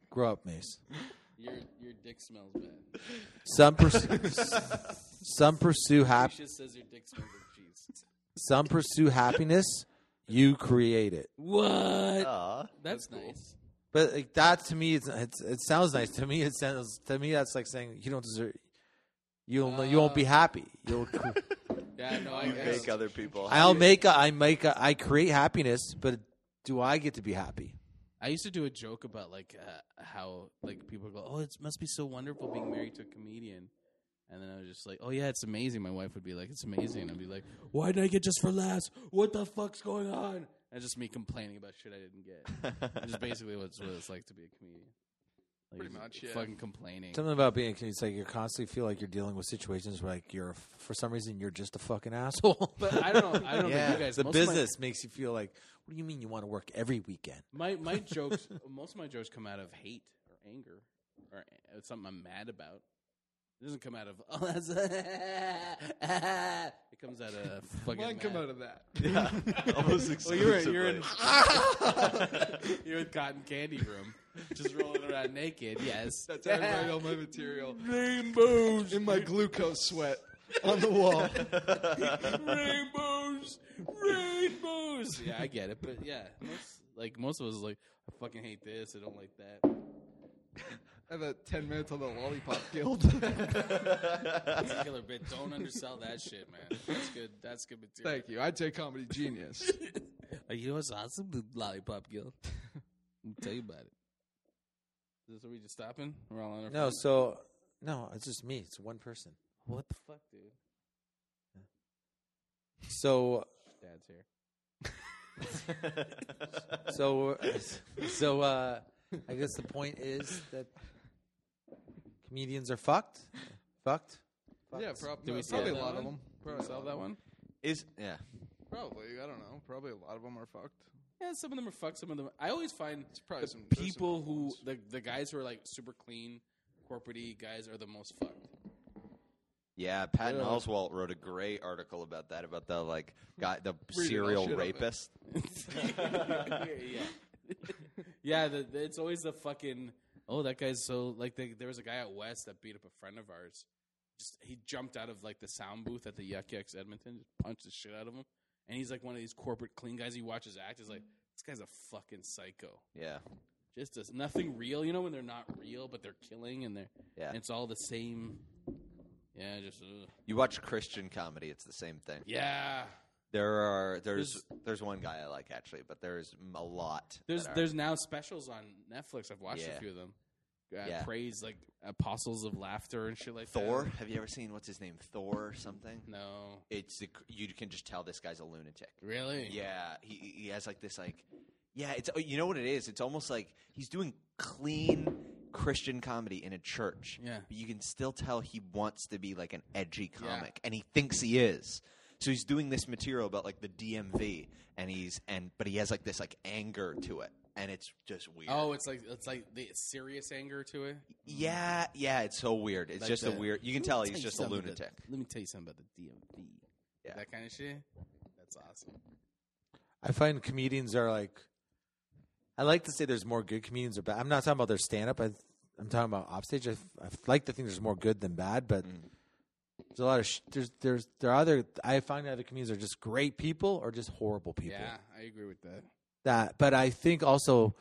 Speaker 1: grow up, Mace.
Speaker 2: Your your dick smells bad.
Speaker 1: Some pers- some pursue hap-
Speaker 2: She just says your dick smells of cheese.
Speaker 1: Some pursue happiness. You create it.
Speaker 2: What? that's, nice.
Speaker 1: But like that to me, it's, it's it sounds nice. To me, it sounds to me that's like saying you don't deserve. You'll you won't be happy. You'll. cr-
Speaker 2: Yeah, no, I
Speaker 4: You
Speaker 2: guess.
Speaker 4: make other people.
Speaker 1: I'll
Speaker 4: happy.
Speaker 1: make a, I make a, I create happiness, but do I get to be happy?
Speaker 2: I used to do a joke about like uh, how like people go, "Oh, it must be so wonderful being married to a comedian," and then I was just like, "Oh yeah, it's amazing." My wife would be like, "It's amazing," and I'd be like, "Why did I get just for laughs? What the fuck's going on?" That's just me complaining about shit I didn't get. Which is basically what's what it's like to be a comedian. Like,
Speaker 3: Pretty
Speaker 2: just
Speaker 3: much, yeah.
Speaker 2: Fucking complaining.
Speaker 1: Something about being a comedian, it's like you constantly feel like you're dealing with situations where like you're for some reason you're just a fucking asshole.
Speaker 2: But I don't know- I don't know
Speaker 1: yeah,
Speaker 2: you guys.
Speaker 1: The
Speaker 2: Most of my-
Speaker 1: business makes you feel like, what do you mean you want to work every weekend?
Speaker 2: My my jokes, most of my jokes come out of hate or anger or a- something I'm mad about. It doesn't come out of oh that's it comes out of fucking.
Speaker 3: Mine come
Speaker 2: mad.
Speaker 3: out of that.
Speaker 4: Yeah, almost
Speaker 2: Well, you're in, you're in
Speaker 3: exclusively.
Speaker 2: you're in cotton candy room, just rolling around naked. Yes,
Speaker 3: That's how I write all my material.
Speaker 2: Rainbows
Speaker 3: in my glucose sweat on the wall.
Speaker 2: rainbows, rainbows. Yeah, I get it, but yeah, most, like most of us, is like I fucking hate this. I don't like that.
Speaker 3: I have a ten minutes on the lollipop guild.
Speaker 2: That's a killer bit. Don't undersell that shit, man. That's good. That's good material.
Speaker 3: Thank you. I'd say comedy genius.
Speaker 2: Are you what's awesome, the lollipop guild? I'll tell you about it. Is this are we just stopping? We're all on our
Speaker 1: No,
Speaker 2: phone?
Speaker 1: so no, it's just me. It's one person.
Speaker 2: what the fuck, dude?
Speaker 1: So
Speaker 2: Dad's here.
Speaker 1: so so uh, I guess the point is that comedians are fucked. Fucked.
Speaker 3: yeah,
Speaker 1: Fucked.
Speaker 3: prob-
Speaker 2: Did
Speaker 3: probably
Speaker 2: we sell
Speaker 3: a
Speaker 2: that
Speaker 3: lot
Speaker 2: one?
Speaker 3: of them.
Speaker 2: Did we
Speaker 3: Probably a
Speaker 2: sell
Speaker 3: lot of
Speaker 2: that
Speaker 3: them.
Speaker 2: one?
Speaker 4: Is yeah.
Speaker 3: Probably. I don't know. Probably a lot of them are fucked.
Speaker 2: Yeah, some of them are fucked. Some of them. I always find
Speaker 3: probably
Speaker 2: the
Speaker 3: some- there's some
Speaker 2: people
Speaker 3: rough
Speaker 2: who
Speaker 3: ones.
Speaker 2: the the guys who are like super clean, corporatey guys are the most fucked.
Speaker 4: Yeah, Patton
Speaker 2: Yeah.
Speaker 4: Oswalt wrote a great article about that about the like guy, the
Speaker 3: Read it, I'll
Speaker 4: serial
Speaker 3: shit on it.
Speaker 4: rapist.
Speaker 2: yeah, yeah. yeah the, the- it's always the fucking. Oh, that guy's so like. They, there was a guy at West that beat up a friend of ours. Just he jumped out of like the sound booth at the Yuck Yucks Edmonton, just punched the shit out of him. And he's like one of these corporate clean guys. He watches act. He's like, this guy's a fucking psycho.
Speaker 4: Yeah,
Speaker 2: just does nothing real. You know when they're not real, but they're killing and they're
Speaker 4: Yeah.
Speaker 2: and it's all the same. Yeah, just ugh.
Speaker 4: You watch Christian comedy; it's the same thing.
Speaker 2: Yeah.
Speaker 4: There are there's there's one guy I like actually, but there's a lot. that
Speaker 2: There's
Speaker 4: are-
Speaker 2: there's now specials on Netflix. I've watched
Speaker 4: Yeah.
Speaker 2: a few of them. Uh,
Speaker 4: Yeah.
Speaker 2: Praise like Apostles of Laughter and shit like
Speaker 4: Thor.
Speaker 2: that.
Speaker 4: Have you ever seen what's his name? Thor or something?
Speaker 2: No.
Speaker 4: It's the, you can just tell this guy's a lunatic.
Speaker 2: Really?
Speaker 4: Yeah. He he has like this like yeah. It's oh, you know what it is. It's almost like he's doing clean Christian comedy in a church.
Speaker 2: Yeah.
Speaker 4: But you can still tell he wants to be like an edgy
Speaker 2: Yeah.
Speaker 4: comic, and he thinks he is. So he's doing this material about like the DMV, and he's and but he has like this like anger to it, and it's just weird.
Speaker 2: Oh, it's like it's like the serious anger to it. Mm.
Speaker 4: Yeah, yeah, it's so weird. It's
Speaker 2: Like
Speaker 4: just a
Speaker 2: the-
Speaker 4: weird. You can
Speaker 2: Let me
Speaker 4: tell
Speaker 2: tell
Speaker 4: he's
Speaker 2: you
Speaker 4: just a
Speaker 2: something
Speaker 4: lunatic.
Speaker 2: Let me tell you something about the DMV. That kind of shit. That's awesome.
Speaker 1: I find comedians are like. I like to say there's more good comedians or bad. I'm not talking about their stand up. I'm talking about offstage. I, f- I like to think there's more good than bad, but there's a lot of sh- there's there's there are other. I find other comedians are just great people or just horrible people.
Speaker 2: Yeah, I agree with that.
Speaker 1: That, but I think also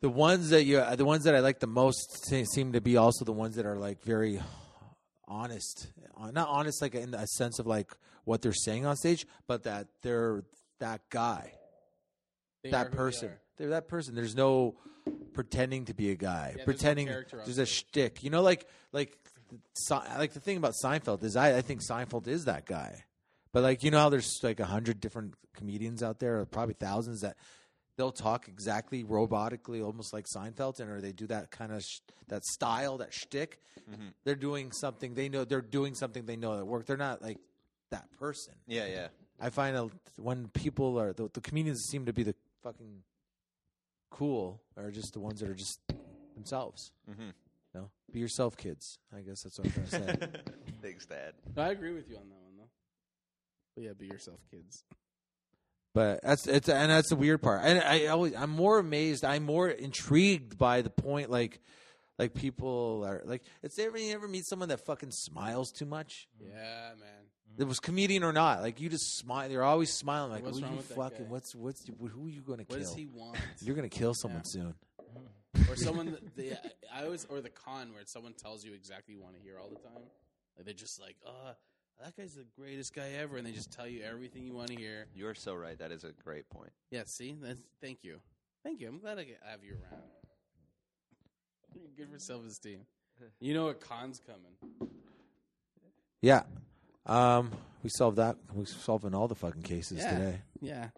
Speaker 1: the ones that you the ones that I like the most se- seem to be also the ones that are like very honest, Uh, not honest like in a sense of like what they're saying on stage, but that they're that guy
Speaker 2: They are
Speaker 1: that
Speaker 2: who they
Speaker 1: person.
Speaker 2: are.
Speaker 1: They are that person. There's no pretending to be a guy.
Speaker 2: there's no
Speaker 1: pretending
Speaker 2: character on
Speaker 1: there's a shtick. You know, like like Se- like the thing about Seinfeld is I, I think Seinfeld is that guy. But like you know how there's like a hundred different comedians out there, or probably thousands that they'll talk exactly robotically, almost like Seinfeld, and or they do that kind of sh- that style, that shtick.
Speaker 4: Mhm.
Speaker 1: They're doing something they know. They're doing something they know that work. They're not like that person.
Speaker 4: Yeah, yeah.
Speaker 1: I find a, when people are the, the comedians seem to be the fucking cool are just the ones that are just themselves.
Speaker 4: Mhm.
Speaker 1: No, be yourself, kids. I guess that's what I'm trying to say.
Speaker 4: Thanks, Dad.
Speaker 2: No, I agree with you on that one though. But yeah, be yourself, kids.
Speaker 1: But that's it's and that's the weird part. And I always I'm more amazed. I'm more intrigued by the point like like people are like it's ever you ever meet someone that fucking smiles too much.
Speaker 2: Yeah, man.
Speaker 1: It was comedian or not, like you just smile. They're always smiling. Like,
Speaker 2: What's
Speaker 1: who
Speaker 2: wrong
Speaker 1: you
Speaker 2: with that
Speaker 1: fucking?
Speaker 2: guy?
Speaker 1: What's what's who are you gonna
Speaker 2: What
Speaker 1: kill?
Speaker 2: does he want?
Speaker 1: You're gonna kill someone soon.
Speaker 2: or someone that the I always or the con where someone tells you exactly you want to hear all the time. Like they're just like, uh, that guy's the greatest guy ever, and they just tell you everything you want to hear.
Speaker 4: You are so right. That is a great point.
Speaker 2: Yeah, see, that's thank you, thank you. I'm glad I get- I have you around. You're good for self esteem. You know a con's coming.
Speaker 1: Yeah. Um, we solved that. We're solving all the fucking cases
Speaker 2: yeah,
Speaker 1: today.
Speaker 2: yeah.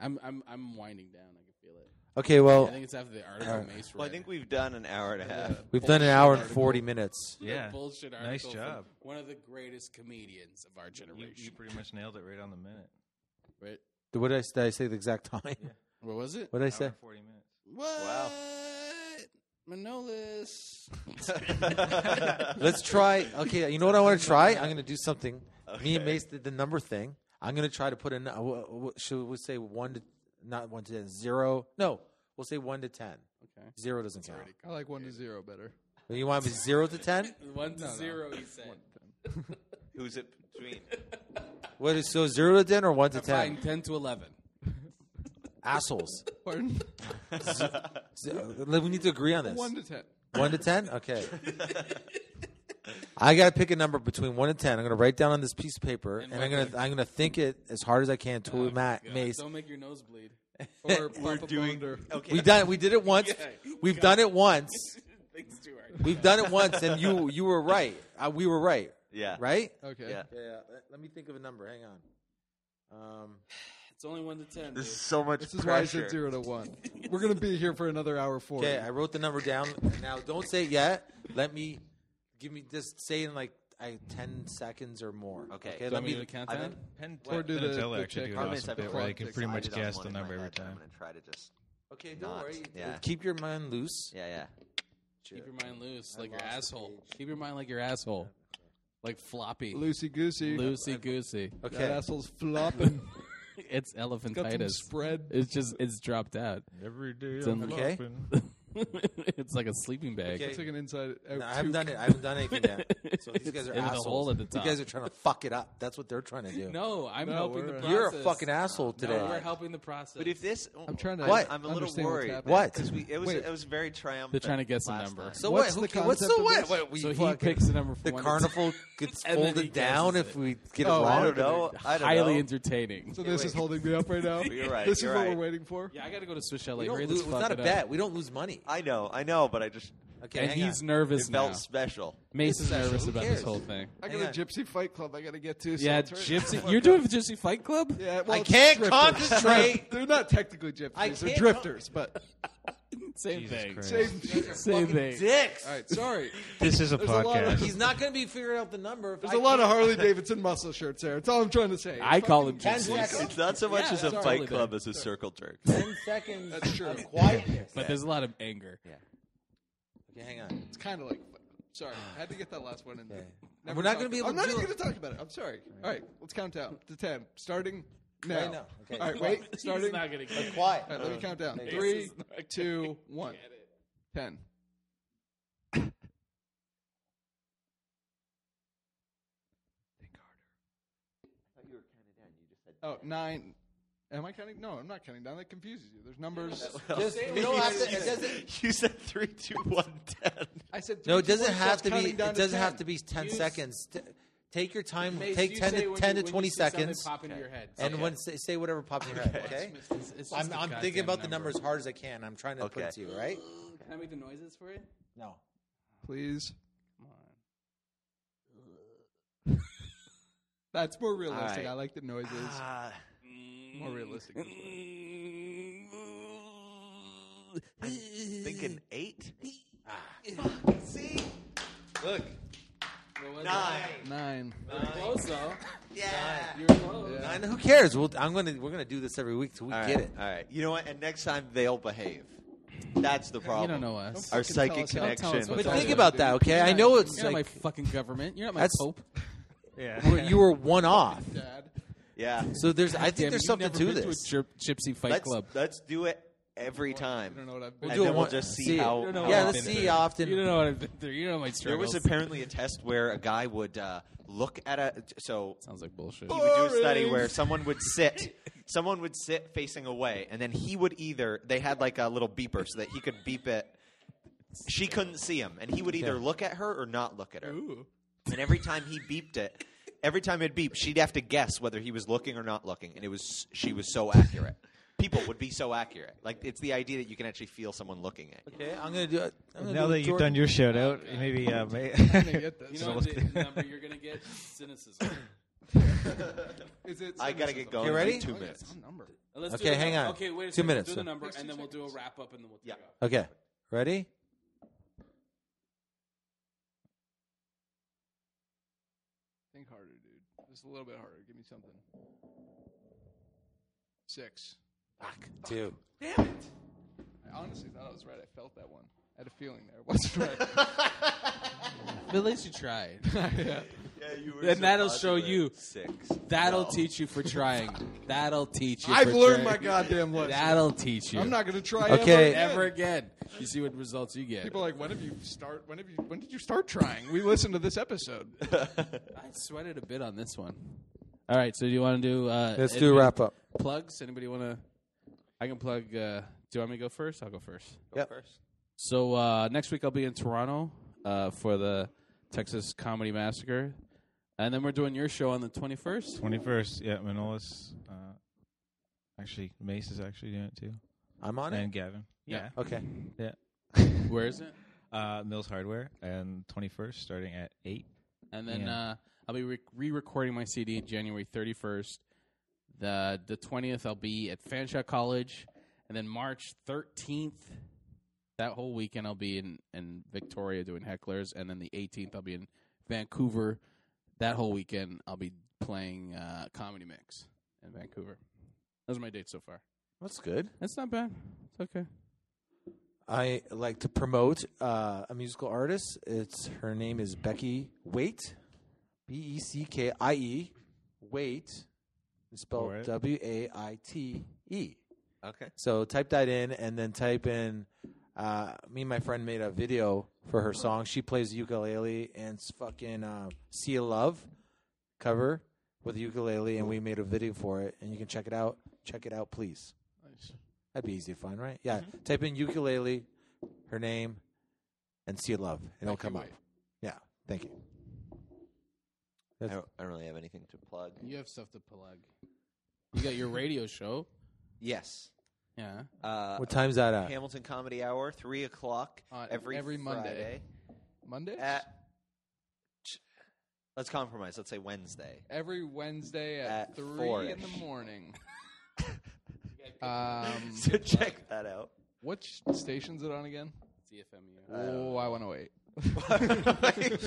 Speaker 2: I'm I'm I'm winding down. I can feel it.
Speaker 1: Okay, well-
Speaker 2: I think it's after the article
Speaker 1: Alright.
Speaker 2: Mace
Speaker 4: Well, I
Speaker 2: read.
Speaker 4: think we've done an hour and a half.
Speaker 1: We've done an hour and 40 minutes.
Speaker 2: The
Speaker 5: Yeah.
Speaker 2: bullshit
Speaker 5: Nice
Speaker 2: article. from
Speaker 5: job.
Speaker 2: One of the greatest comedians of our
Speaker 5: You,
Speaker 2: generation.
Speaker 5: you pretty much nailed it right on the minute.
Speaker 2: Right.
Speaker 1: What did I, did I say the exact time?
Speaker 2: What was it?
Speaker 1: What did I
Speaker 5: Hour
Speaker 1: say?
Speaker 5: and Forty minutes.
Speaker 2: What? Manolis.
Speaker 1: Let's try. Okay, you know what I want to try? I'm going to do something. Me and Mace did the number thing. I'm going to try to put in. Uh, wh- wh- should we say one to not one to ten? Zero? No, we'll say one to ten.
Speaker 2: Okay.
Speaker 1: Zero doesn't count.
Speaker 3: I like one to zero better.
Speaker 1: You want to be zero to ten?
Speaker 2: One to
Speaker 3: No, no.
Speaker 2: zero, he said.
Speaker 4: Who's it between?
Speaker 1: What is so zero to ten or one to ten?
Speaker 2: Fine, 10 to 11.
Speaker 1: Assholes.
Speaker 3: Pardon?
Speaker 1: Z- z- we need to agree on this.
Speaker 3: One to ten.
Speaker 1: One to ten. Okay. I gotta pick a number between one and ten. I'm gonna write down on this piece of paper, and, I'm gonna I'm gonna think it as hard as I can to Matt
Speaker 2: Oh, God,
Speaker 1: Mace.
Speaker 2: Don't make your nose bleed.
Speaker 3: Or We're Papa doing- Bounder.
Speaker 4: okay.
Speaker 1: We done we did it once.
Speaker 2: Yeah.
Speaker 1: We've
Speaker 2: God.
Speaker 1: done it once.
Speaker 2: Thanks, Stuart.
Speaker 1: We've done it once, and you you were right. Uh, we were right.
Speaker 4: Yeah.
Speaker 1: Right.
Speaker 4: Okay. Yeah.
Speaker 1: Yeah. Let, let me think of a number. Hang on. Um,
Speaker 2: It's only 1 to 10.
Speaker 4: This is so much
Speaker 3: This is why I said zero to one. We're gonna be here for another hour forty.
Speaker 1: Okay, I wrote the number down. Now, don't say it yet. Let me give me just say it in like I, ten seconds or more. Okay,
Speaker 4: Do you
Speaker 1: let
Speaker 4: want me
Speaker 1: me
Speaker 4: to count down?
Speaker 5: Pen,
Speaker 4: Or
Speaker 5: ten
Speaker 4: do
Speaker 5: minutes.
Speaker 4: the-
Speaker 5: I'll
Speaker 4: the
Speaker 5: actually
Speaker 4: check.
Speaker 5: do an
Speaker 4: Carmen
Speaker 5: awesome
Speaker 4: said
Speaker 5: bit where I can
Speaker 4: politics.
Speaker 5: pretty
Speaker 4: I
Speaker 5: much
Speaker 4: did have
Speaker 5: guess
Speaker 4: one
Speaker 5: the
Speaker 4: in my
Speaker 5: number every
Speaker 4: head, but I'm
Speaker 5: time.
Speaker 4: gonna try to just.
Speaker 1: Okay,
Speaker 4: don't Not. worry. Yeah.
Speaker 1: Keep your mind loose.
Speaker 4: Yeah, yeah.
Speaker 2: Keep your mind loose, like your asshole. Keep your mind like your asshole. Like floppy.
Speaker 3: Loosey goosey.
Speaker 2: Loosey goosey.
Speaker 3: That asshole's flopping.
Speaker 2: it's
Speaker 3: got some
Speaker 2: elephantitis.
Speaker 3: spread.
Speaker 2: It's just, it's dropped out.
Speaker 5: Every day
Speaker 2: It's
Speaker 5: I'm
Speaker 2: un-
Speaker 5: Okay. flopping.
Speaker 2: it's like a sleeping bag.
Speaker 3: It's like an inside. Out
Speaker 1: No, I haven't
Speaker 3: toque.
Speaker 1: done it. I haven't done anything yet. So these
Speaker 2: It's
Speaker 1: guys are
Speaker 2: in the
Speaker 1: assholes.
Speaker 2: hole at the top.
Speaker 1: You guys are trying to fuck it up. That's what they're trying to do.
Speaker 2: No, I'm
Speaker 1: No,
Speaker 2: helping the
Speaker 1: we're-
Speaker 2: process.
Speaker 1: You're a fucking asshole
Speaker 2: No,
Speaker 1: today.
Speaker 2: we're helping the process.
Speaker 4: But if this,
Speaker 2: I'm trying to
Speaker 4: I'm, I'm a little
Speaker 2: understand what's
Speaker 4: worried.
Speaker 2: happening. What?
Speaker 4: Because we, it was,
Speaker 2: Wait.
Speaker 4: it was very triumphant.
Speaker 2: They're trying to guess a
Speaker 4: last
Speaker 2: number.
Speaker 4: night.
Speaker 1: So what? Who ca- what's so what? what we
Speaker 2: so he
Speaker 1: fucking-
Speaker 2: picks the number.
Speaker 1: The
Speaker 2: one
Speaker 1: carnival
Speaker 2: to ten.
Speaker 1: gets
Speaker 2: And then he
Speaker 1: folded down
Speaker 2: guesses
Speaker 1: if
Speaker 2: it.
Speaker 1: we get
Speaker 2: Oh,
Speaker 1: it
Speaker 2: I
Speaker 1: wrong.
Speaker 2: don't know. I don't Highly know. entertaining.
Speaker 3: So this is holding me up right now.
Speaker 4: You're right,
Speaker 3: This
Speaker 4: you're
Speaker 3: is what
Speaker 4: right.
Speaker 3: we're waiting for.
Speaker 2: Yeah, I got to go to Swiss
Speaker 1: We
Speaker 2: Chalet.
Speaker 1: don't
Speaker 2: Hurry
Speaker 1: lose-
Speaker 2: this
Speaker 1: it's
Speaker 2: fuck
Speaker 1: not a
Speaker 2: it up.
Speaker 1: bet. We don't lose money.
Speaker 4: I know, I know, but I just
Speaker 1: Okay,
Speaker 2: and
Speaker 1: hang on.
Speaker 2: he's nervous
Speaker 4: It felt
Speaker 2: now.
Speaker 4: special.
Speaker 2: Mace
Speaker 4: It's
Speaker 2: is nervous
Speaker 4: special. Who
Speaker 2: about this
Speaker 4: cares?
Speaker 2: whole thing.
Speaker 3: I got a Gypsy Fight Club. I got to get to. so
Speaker 2: Yeah,
Speaker 3: it's right-
Speaker 2: Gypsy. You're doing Gypsy Fight Club.
Speaker 3: Yeah, well,
Speaker 1: I
Speaker 3: it's
Speaker 1: can't
Speaker 3: drifters.
Speaker 1: concentrate.
Speaker 3: They're not technically
Speaker 1: I
Speaker 3: gypsies. They're
Speaker 1: can't
Speaker 3: drifters, but
Speaker 2: Same
Speaker 3: Jesus
Speaker 2: thing.
Speaker 3: Christ. Same-
Speaker 1: You guys are
Speaker 2: Same
Speaker 1: fucking
Speaker 2: thing.
Speaker 1: Dicks.
Speaker 3: All right, sorry.
Speaker 13: This is a
Speaker 3: There's a lot of-
Speaker 1: podcast. He's not going to be figuring out the number. if
Speaker 3: there's
Speaker 1: I
Speaker 3: a lot of
Speaker 1: can't-
Speaker 3: Harley Davidson muscle shirts there. That's all I'm trying to say.
Speaker 2: I call them
Speaker 3: Fucking-
Speaker 2: gypsies. Ten seconds.
Speaker 4: It's not so much
Speaker 2: Yeah,
Speaker 4: as a
Speaker 2: sorry.
Speaker 4: fight
Speaker 2: Totally
Speaker 4: club
Speaker 2: did.
Speaker 4: as a circle jerk.
Speaker 1: Ten seconds. That's true. Of quietness.
Speaker 2: But there's a lot of anger. Yeah.
Speaker 1: Okay, hang on.
Speaker 3: It's kind of like. Sorry, I had to get that last one in there. Never
Speaker 1: We're not
Speaker 3: talked-
Speaker 1: gonna be able
Speaker 3: I'm
Speaker 1: to
Speaker 3: not
Speaker 1: do
Speaker 3: even
Speaker 1: it.
Speaker 3: going to talk about it. I'm sorry. All right, let's count down to ten. Starting now.
Speaker 1: Right now. Okay.
Speaker 3: All right, wait.
Speaker 2: He's
Speaker 3: Starting.
Speaker 2: not gonna get
Speaker 3: All
Speaker 2: it.
Speaker 1: Quiet.
Speaker 3: right, let me count down.
Speaker 1: This
Speaker 3: Three,
Speaker 2: is not gonna
Speaker 3: two, one. Ten. Oh, nine. Am I counting? No, I'm not counting down. That confuses you. There's numbers.
Speaker 1: Just- you don't have to- it doesn't-
Speaker 4: You said three, two, one, ten.
Speaker 3: I said
Speaker 1: No, it
Speaker 3: three, two,
Speaker 1: doesn't
Speaker 3: one,
Speaker 1: have
Speaker 3: so
Speaker 1: to
Speaker 3: it's
Speaker 1: be.
Speaker 3: counting down
Speaker 1: It doesn't have
Speaker 3: 10.
Speaker 1: to be ten
Speaker 3: You-
Speaker 1: seconds. T- Take your time.
Speaker 2: Mace,
Speaker 1: take
Speaker 2: you
Speaker 1: ten
Speaker 2: say
Speaker 1: to
Speaker 2: when
Speaker 1: ten
Speaker 2: you-
Speaker 1: to
Speaker 2: when
Speaker 1: twenty
Speaker 2: you see something
Speaker 1: seconds,
Speaker 2: pop into your head.
Speaker 1: and
Speaker 2: Okay.
Speaker 1: when say, say whatever pops in your head. Okay,
Speaker 2: It's- it's just
Speaker 1: I'm,
Speaker 2: a
Speaker 1: I'm thinking
Speaker 2: goddamn
Speaker 1: about the
Speaker 2: number.
Speaker 1: number as hard as I can. I'm trying to put it to you, right?
Speaker 2: Can I make the noises for you?
Speaker 1: No,
Speaker 3: Please. That's more realistic.
Speaker 4: right.
Speaker 3: I like the noises.
Speaker 4: Ah.
Speaker 3: more realistic. this way.
Speaker 4: I'm thinking eight. See?
Speaker 1: Look.
Speaker 4: Nine.
Speaker 3: Nine.
Speaker 2: Close though.
Speaker 4: Yeah.
Speaker 2: You're close.
Speaker 1: I know, who cares? We'll, I'm gonna we're gonna do this every week till we
Speaker 4: All right,
Speaker 1: get it.
Speaker 4: All right. You know what? And next time they'll behave. That's the problem.
Speaker 2: You don't know us.
Speaker 4: Our
Speaker 3: fucking
Speaker 4: psychic
Speaker 3: tell us-
Speaker 2: Don't tell
Speaker 4: connection.
Speaker 2: us what
Speaker 1: But
Speaker 2: to
Speaker 1: think
Speaker 2: do.
Speaker 1: about that, okay?
Speaker 2: You're
Speaker 1: I
Speaker 2: not-
Speaker 1: know it's
Speaker 2: you're not my
Speaker 1: like-
Speaker 2: fucking government. You're not my
Speaker 1: That's-
Speaker 2: pope.
Speaker 1: You were- you were one off,
Speaker 3: Dad.
Speaker 4: yeah.
Speaker 1: so there's I
Speaker 2: Damn,
Speaker 1: think there's
Speaker 2: you've
Speaker 1: something
Speaker 2: never
Speaker 1: to
Speaker 2: been
Speaker 1: this.
Speaker 2: To a gyp- gypsy fight
Speaker 4: Let's,
Speaker 2: club.
Speaker 4: let's do it every time.
Speaker 3: I don't know what I've
Speaker 4: We'll
Speaker 3: been.
Speaker 4: do it once. just see
Speaker 1: it.
Speaker 4: how-
Speaker 2: You don't know
Speaker 4: how
Speaker 2: what
Speaker 1: yeah,
Speaker 2: I've
Speaker 1: let's
Speaker 2: been
Speaker 1: see
Speaker 2: through.
Speaker 1: how often.
Speaker 2: You don't know what I've been through. You don't know my
Speaker 4: There
Speaker 2: struggles.
Speaker 4: was apparently a test where a guy would uh, look at a so
Speaker 2: sounds like bullshit.
Speaker 4: he would do a study where someone would sit someone would sit facing away and then he would either they had like a little beeper so that he could beep it she couldn't see him and he would either look at her or not look at her and every time he beeped it every time it beeped she'd have to guess whether he was looking or not looking and it was she was so accurate people would be so accurate like it's the idea that you can actually feel someone looking at you
Speaker 1: Okay, I'm gonna do it. I'm gonna
Speaker 13: Now
Speaker 1: do it,
Speaker 13: that you've
Speaker 1: Jordan.
Speaker 13: done your shout out, maybe uh, may-
Speaker 2: You know what the, the number you're gonna get? Cynicism.
Speaker 3: Is it
Speaker 4: I gotta get going.
Speaker 1: You ready?
Speaker 4: In two
Speaker 3: Oh, yeah,
Speaker 4: minutes.
Speaker 3: some number.
Speaker 2: Uh, Let's
Speaker 1: Okay,
Speaker 2: do the
Speaker 1: hang
Speaker 2: num-
Speaker 1: on.
Speaker 2: Okay, wait a
Speaker 1: Two
Speaker 2: second.
Speaker 1: minutes,
Speaker 2: Do
Speaker 1: so-
Speaker 2: the number,
Speaker 3: Next
Speaker 2: and
Speaker 3: two
Speaker 2: then we'll do a wrap up, and then we'll take
Speaker 4: Yeah.
Speaker 2: off.
Speaker 1: Okay, ready?
Speaker 3: Think harder, dude. Just a little bit harder. Give me something. Six.
Speaker 1: Fuck, two.
Speaker 3: I honestly thought I was right. I felt that one. I had a feeling there. What's right?
Speaker 2: But at least you tried.
Speaker 3: yeah.
Speaker 4: Yeah, you were
Speaker 2: And
Speaker 4: so
Speaker 2: that'll show
Speaker 4: positive.
Speaker 2: you.
Speaker 4: six.
Speaker 2: That'll
Speaker 4: No.
Speaker 2: teach you for trying. That'll teach you.
Speaker 3: I've
Speaker 2: for
Speaker 3: learned my
Speaker 2: trying.
Speaker 3: goddamn lesson.
Speaker 2: That'll teach you.
Speaker 3: I'm not gonna try
Speaker 1: Okay.
Speaker 2: ever
Speaker 3: Ever again.
Speaker 2: again. You see what results you get.
Speaker 3: People are like, when have you start? When have you? When did you start trying? We listened to this episode.
Speaker 2: I sweated a bit on this one. All right, so do you want to do? Uh,
Speaker 1: Let's
Speaker 2: any
Speaker 1: do a wrap up.
Speaker 2: Plugs? Anybody want to? I can plug. Uh, do you want me to go first? I'll go first.
Speaker 1: Yep.
Speaker 2: So uh, next week I'll be in Toronto uh, for the Texas Comedy Massacre, and then we're doing your show on the twenty first.
Speaker 13: twenty first. Yeah, Manolis. Uh, actually, Mace is actually doing it too,
Speaker 1: I'm on it.
Speaker 13: and Gavin.
Speaker 2: Yeah.
Speaker 1: Okay.
Speaker 13: yeah.
Speaker 2: Where is it?
Speaker 13: Uh, Mills Hardware and twenty first, starting at eight.
Speaker 2: And then
Speaker 13: Yeah.
Speaker 2: uh, I'll be re- re-recording my CD January 31st. The the 20th I'll be at Fanshawe College, and then March 13th, that whole weekend I'll be in in Victoria doing hecklers, and then the 18th I'll be in Vancouver. That whole weekend I'll be playing uh, comedy mix in Vancouver. Those are my dates so far.
Speaker 1: That's good.
Speaker 2: That's not bad. It's okay.
Speaker 1: I like to promote uh, a musical artist. It's her name is Becky Wait, B E C K I E, Wait, spelled
Speaker 13: Alright.
Speaker 1: W A I T E.
Speaker 4: Okay.
Speaker 1: So type that in, and then type in uh, Uh, me and my friend made a video for her song. She plays ukulele and it's fucking uh, "Sea of Love" cover with ukulele, and we made a video for it. And you can check it out. Check it out, please.
Speaker 3: Nice.
Speaker 1: That'd be easy to find, right? Yeah. Type in ukulele, her name, and "Sea of Love," and it'll come up. Yeah. Thank you.
Speaker 4: I don't, I don't really have anything to plug.
Speaker 2: You have stuff to plug. You got your radio show.
Speaker 4: Yes.
Speaker 2: Yeah.
Speaker 4: Uh,
Speaker 1: What time's that at?
Speaker 4: Hamilton Comedy Hour, three o'clock
Speaker 3: Uh,
Speaker 4: every
Speaker 3: every Monday. Monday.
Speaker 4: At, let's compromise. Let's say Wednesday.
Speaker 3: Every Wednesday at,
Speaker 4: At
Speaker 3: three in
Speaker 4: four-ish.
Speaker 3: the morning. um,
Speaker 4: So check that out.
Speaker 3: Which station's it on again?
Speaker 2: CFMU.
Speaker 3: Oh, I want to wait.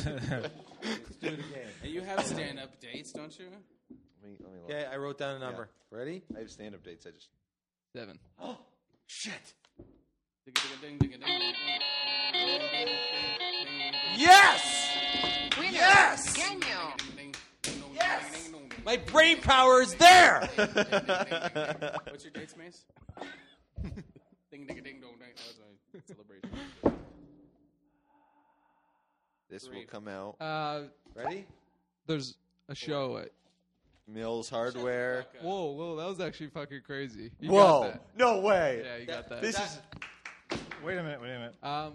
Speaker 2: Hey, you have stand up dates, don't you?
Speaker 4: Let me, let me look.
Speaker 1: Okay, I wrote down a number. Ready?
Speaker 4: I have stand up dates. I just
Speaker 3: Seven.
Speaker 4: Oh shit.
Speaker 1: Yes! Yes!
Speaker 2: Yes!
Speaker 1: My brain power is there!
Speaker 2: What's your dates, Mace? ding ding ding dong ding. That was my celebration.
Speaker 4: This will come out.
Speaker 3: Uh,
Speaker 1: Ready?
Speaker 3: There's a show at
Speaker 4: Mills Hardware.
Speaker 3: Whoa, whoa, that was actually fucking crazy. You
Speaker 4: Whoa,
Speaker 3: got that.
Speaker 4: no way.
Speaker 3: Yeah, you got that.
Speaker 4: This
Speaker 3: is.
Speaker 4: is-
Speaker 13: Wait a minute. Wait a minute.
Speaker 3: Um,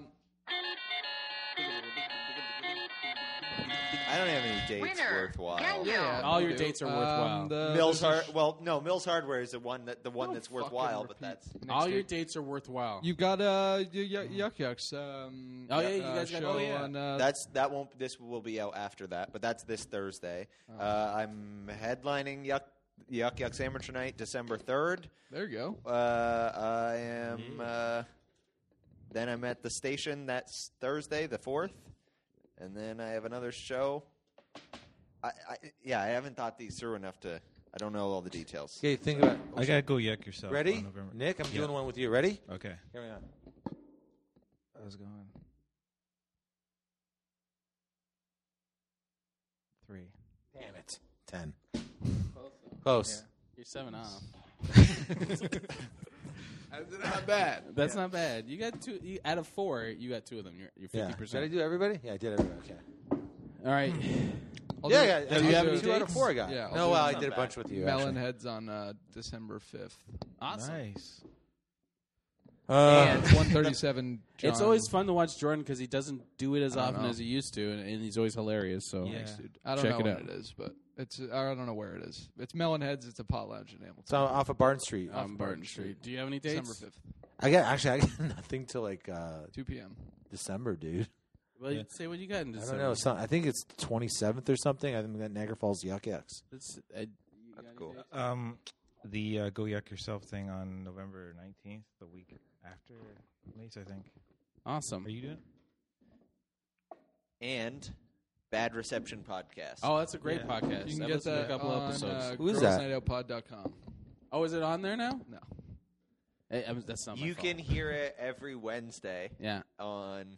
Speaker 4: I don't have any dates
Speaker 3: Winner.
Speaker 4: worthwhile.
Speaker 3: Yeah, All you your do. dates are Um, worthwhile. the-
Speaker 4: Mills
Speaker 3: there's a
Speaker 4: Hard. Well, no, Mills Hardware is the one that the one that's worthwhile, but that's
Speaker 2: All your dates are worthwhile.
Speaker 3: You've got uh, y- y- yuck yucks. Um,
Speaker 4: Oh,
Speaker 2: yeah, you guys
Speaker 3: uh,
Speaker 2: got-
Speaker 3: show
Speaker 2: Oh. Mm. oh, yeah.
Speaker 3: on uh,
Speaker 4: that's that won't. This will be out after that, but that's this Thursday.
Speaker 3: Oh.
Speaker 4: Uh, I'm headlining Yuck Yuck Yucks Amateur Night, December third.
Speaker 3: There you go.
Speaker 4: Uh, I
Speaker 2: Mm-hmm.
Speaker 4: am. Uh, then I'm at the station. That's Thursday, the fourth, and then I have another show. I, I yeah, I haven't thought these through enough to. I don't know all the details.
Speaker 1: Okay, think about.
Speaker 4: I gotta go yuck yourself
Speaker 1: Ready,
Speaker 4: on November-
Speaker 1: Nick? I'm
Speaker 4: Yeah.
Speaker 1: doing one with you. Ready?
Speaker 4: Okay.
Speaker 1: Here we go.
Speaker 13: How's it going? Three.
Speaker 1: Damn it. Ten. Close.
Speaker 2: You're seven off.
Speaker 3: That's not bad.
Speaker 2: That's
Speaker 1: Yeah.
Speaker 2: not bad. You got two you, out of four. You got two of them. You're you're fifty
Speaker 1: Yeah. Did
Speaker 2: percent.
Speaker 1: I do everybody? Yeah, I did everybody. Okay.
Speaker 2: All right.
Speaker 3: I'll
Speaker 1: yeah,
Speaker 3: do-
Speaker 1: yeah.
Speaker 3: I'll
Speaker 1: you have
Speaker 3: do-
Speaker 1: two out of four. I got.
Speaker 3: Yeah, I'll
Speaker 1: no,
Speaker 3: do-
Speaker 1: well, I did a bunch with you.
Speaker 3: Melon
Speaker 1: actually.
Speaker 3: heads on uh, December fifth.
Speaker 2: Awesome.
Speaker 13: Nice.
Speaker 1: Uh,
Speaker 3: and one thirty-seven.
Speaker 2: It's always fun to watch Jordan because he doesn't do it as
Speaker 3: I don't
Speaker 2: often
Speaker 3: know.
Speaker 2: as he used to, and, and he's always hilarious. So
Speaker 3: Thanks, dude. I don't
Speaker 2: Check
Speaker 3: know
Speaker 2: it
Speaker 3: what
Speaker 2: out.
Speaker 3: it is, but it's I don't know where it is. It's Melon Heads. It's a pot lounge in Hamilton.
Speaker 1: It's on- off of Barn Street.
Speaker 2: On Barton Street. Do you have any dates?
Speaker 3: December fifth,
Speaker 1: I got actually. I got nothing till like uh,
Speaker 3: two p.m.
Speaker 1: December, dude.
Speaker 2: Well, you say what you got in
Speaker 1: I
Speaker 2: December.
Speaker 1: don't know. Some, I think it's 27th or something. I think we got Niagara Falls Yuck Yucks.
Speaker 2: It's, uh, you got any dates?
Speaker 13: Um, the uh, go yuck yourself thing on November nineteenth, the week after Mace, I think.
Speaker 2: Awesome.
Speaker 13: Are you doing?
Speaker 4: and Bad Reception podcast.
Speaker 2: Oh, that's a great
Speaker 3: Yeah.
Speaker 2: podcast.
Speaker 3: You can
Speaker 2: I've
Speaker 3: get
Speaker 2: listened to a
Speaker 3: that
Speaker 2: couple
Speaker 3: on,
Speaker 2: episodes.
Speaker 3: Uh,
Speaker 2: Who is
Speaker 3: girls
Speaker 2: that?
Speaker 3: night out pod dot com.
Speaker 2: Oh, is it on there now?
Speaker 3: No.
Speaker 2: Hey, I was- that's not. My
Speaker 4: you
Speaker 2: fault.
Speaker 4: can hear it every Wednesday.
Speaker 2: Yeah.
Speaker 4: on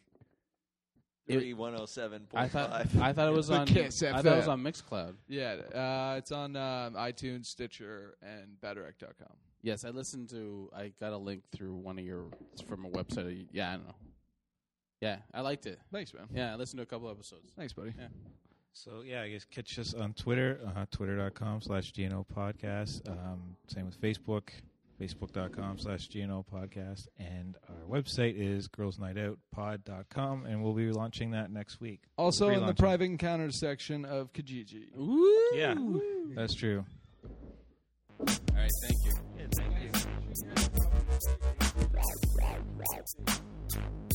Speaker 2: It-
Speaker 4: three one zero seven
Speaker 2: I
Speaker 4: point
Speaker 2: thought
Speaker 4: five.
Speaker 2: I thought it was
Speaker 3: The
Speaker 2: on.
Speaker 3: Kiss
Speaker 2: I thought it was
Speaker 3: FM.
Speaker 2: on MixCloud.
Speaker 3: Yeah, uh, it's on um, iTunes, Stitcher, and Batteract.com.
Speaker 2: Yes, I listened to. I got a link through one of your it's from a website. Yeah, I don't know. Yeah, I liked it.
Speaker 3: Thanks, man.
Speaker 2: Yeah, I listened to a couple episodes.
Speaker 3: Thanks, buddy.
Speaker 2: Yeah.
Speaker 13: So yeah, I guess catch us on Twitter, uh, twitter.com slash GNO podcast. Um, same with Facebook, facebook.com slash GNO podcast. And our website is girlsnightoutpod.com, and we'll be launching that next week.
Speaker 3: Also in the
Speaker 13: Relaunching.
Speaker 3: private encounters section of Kijiji.
Speaker 13: Yeah, that's true.
Speaker 2: All right, thank you.
Speaker 13: thank you.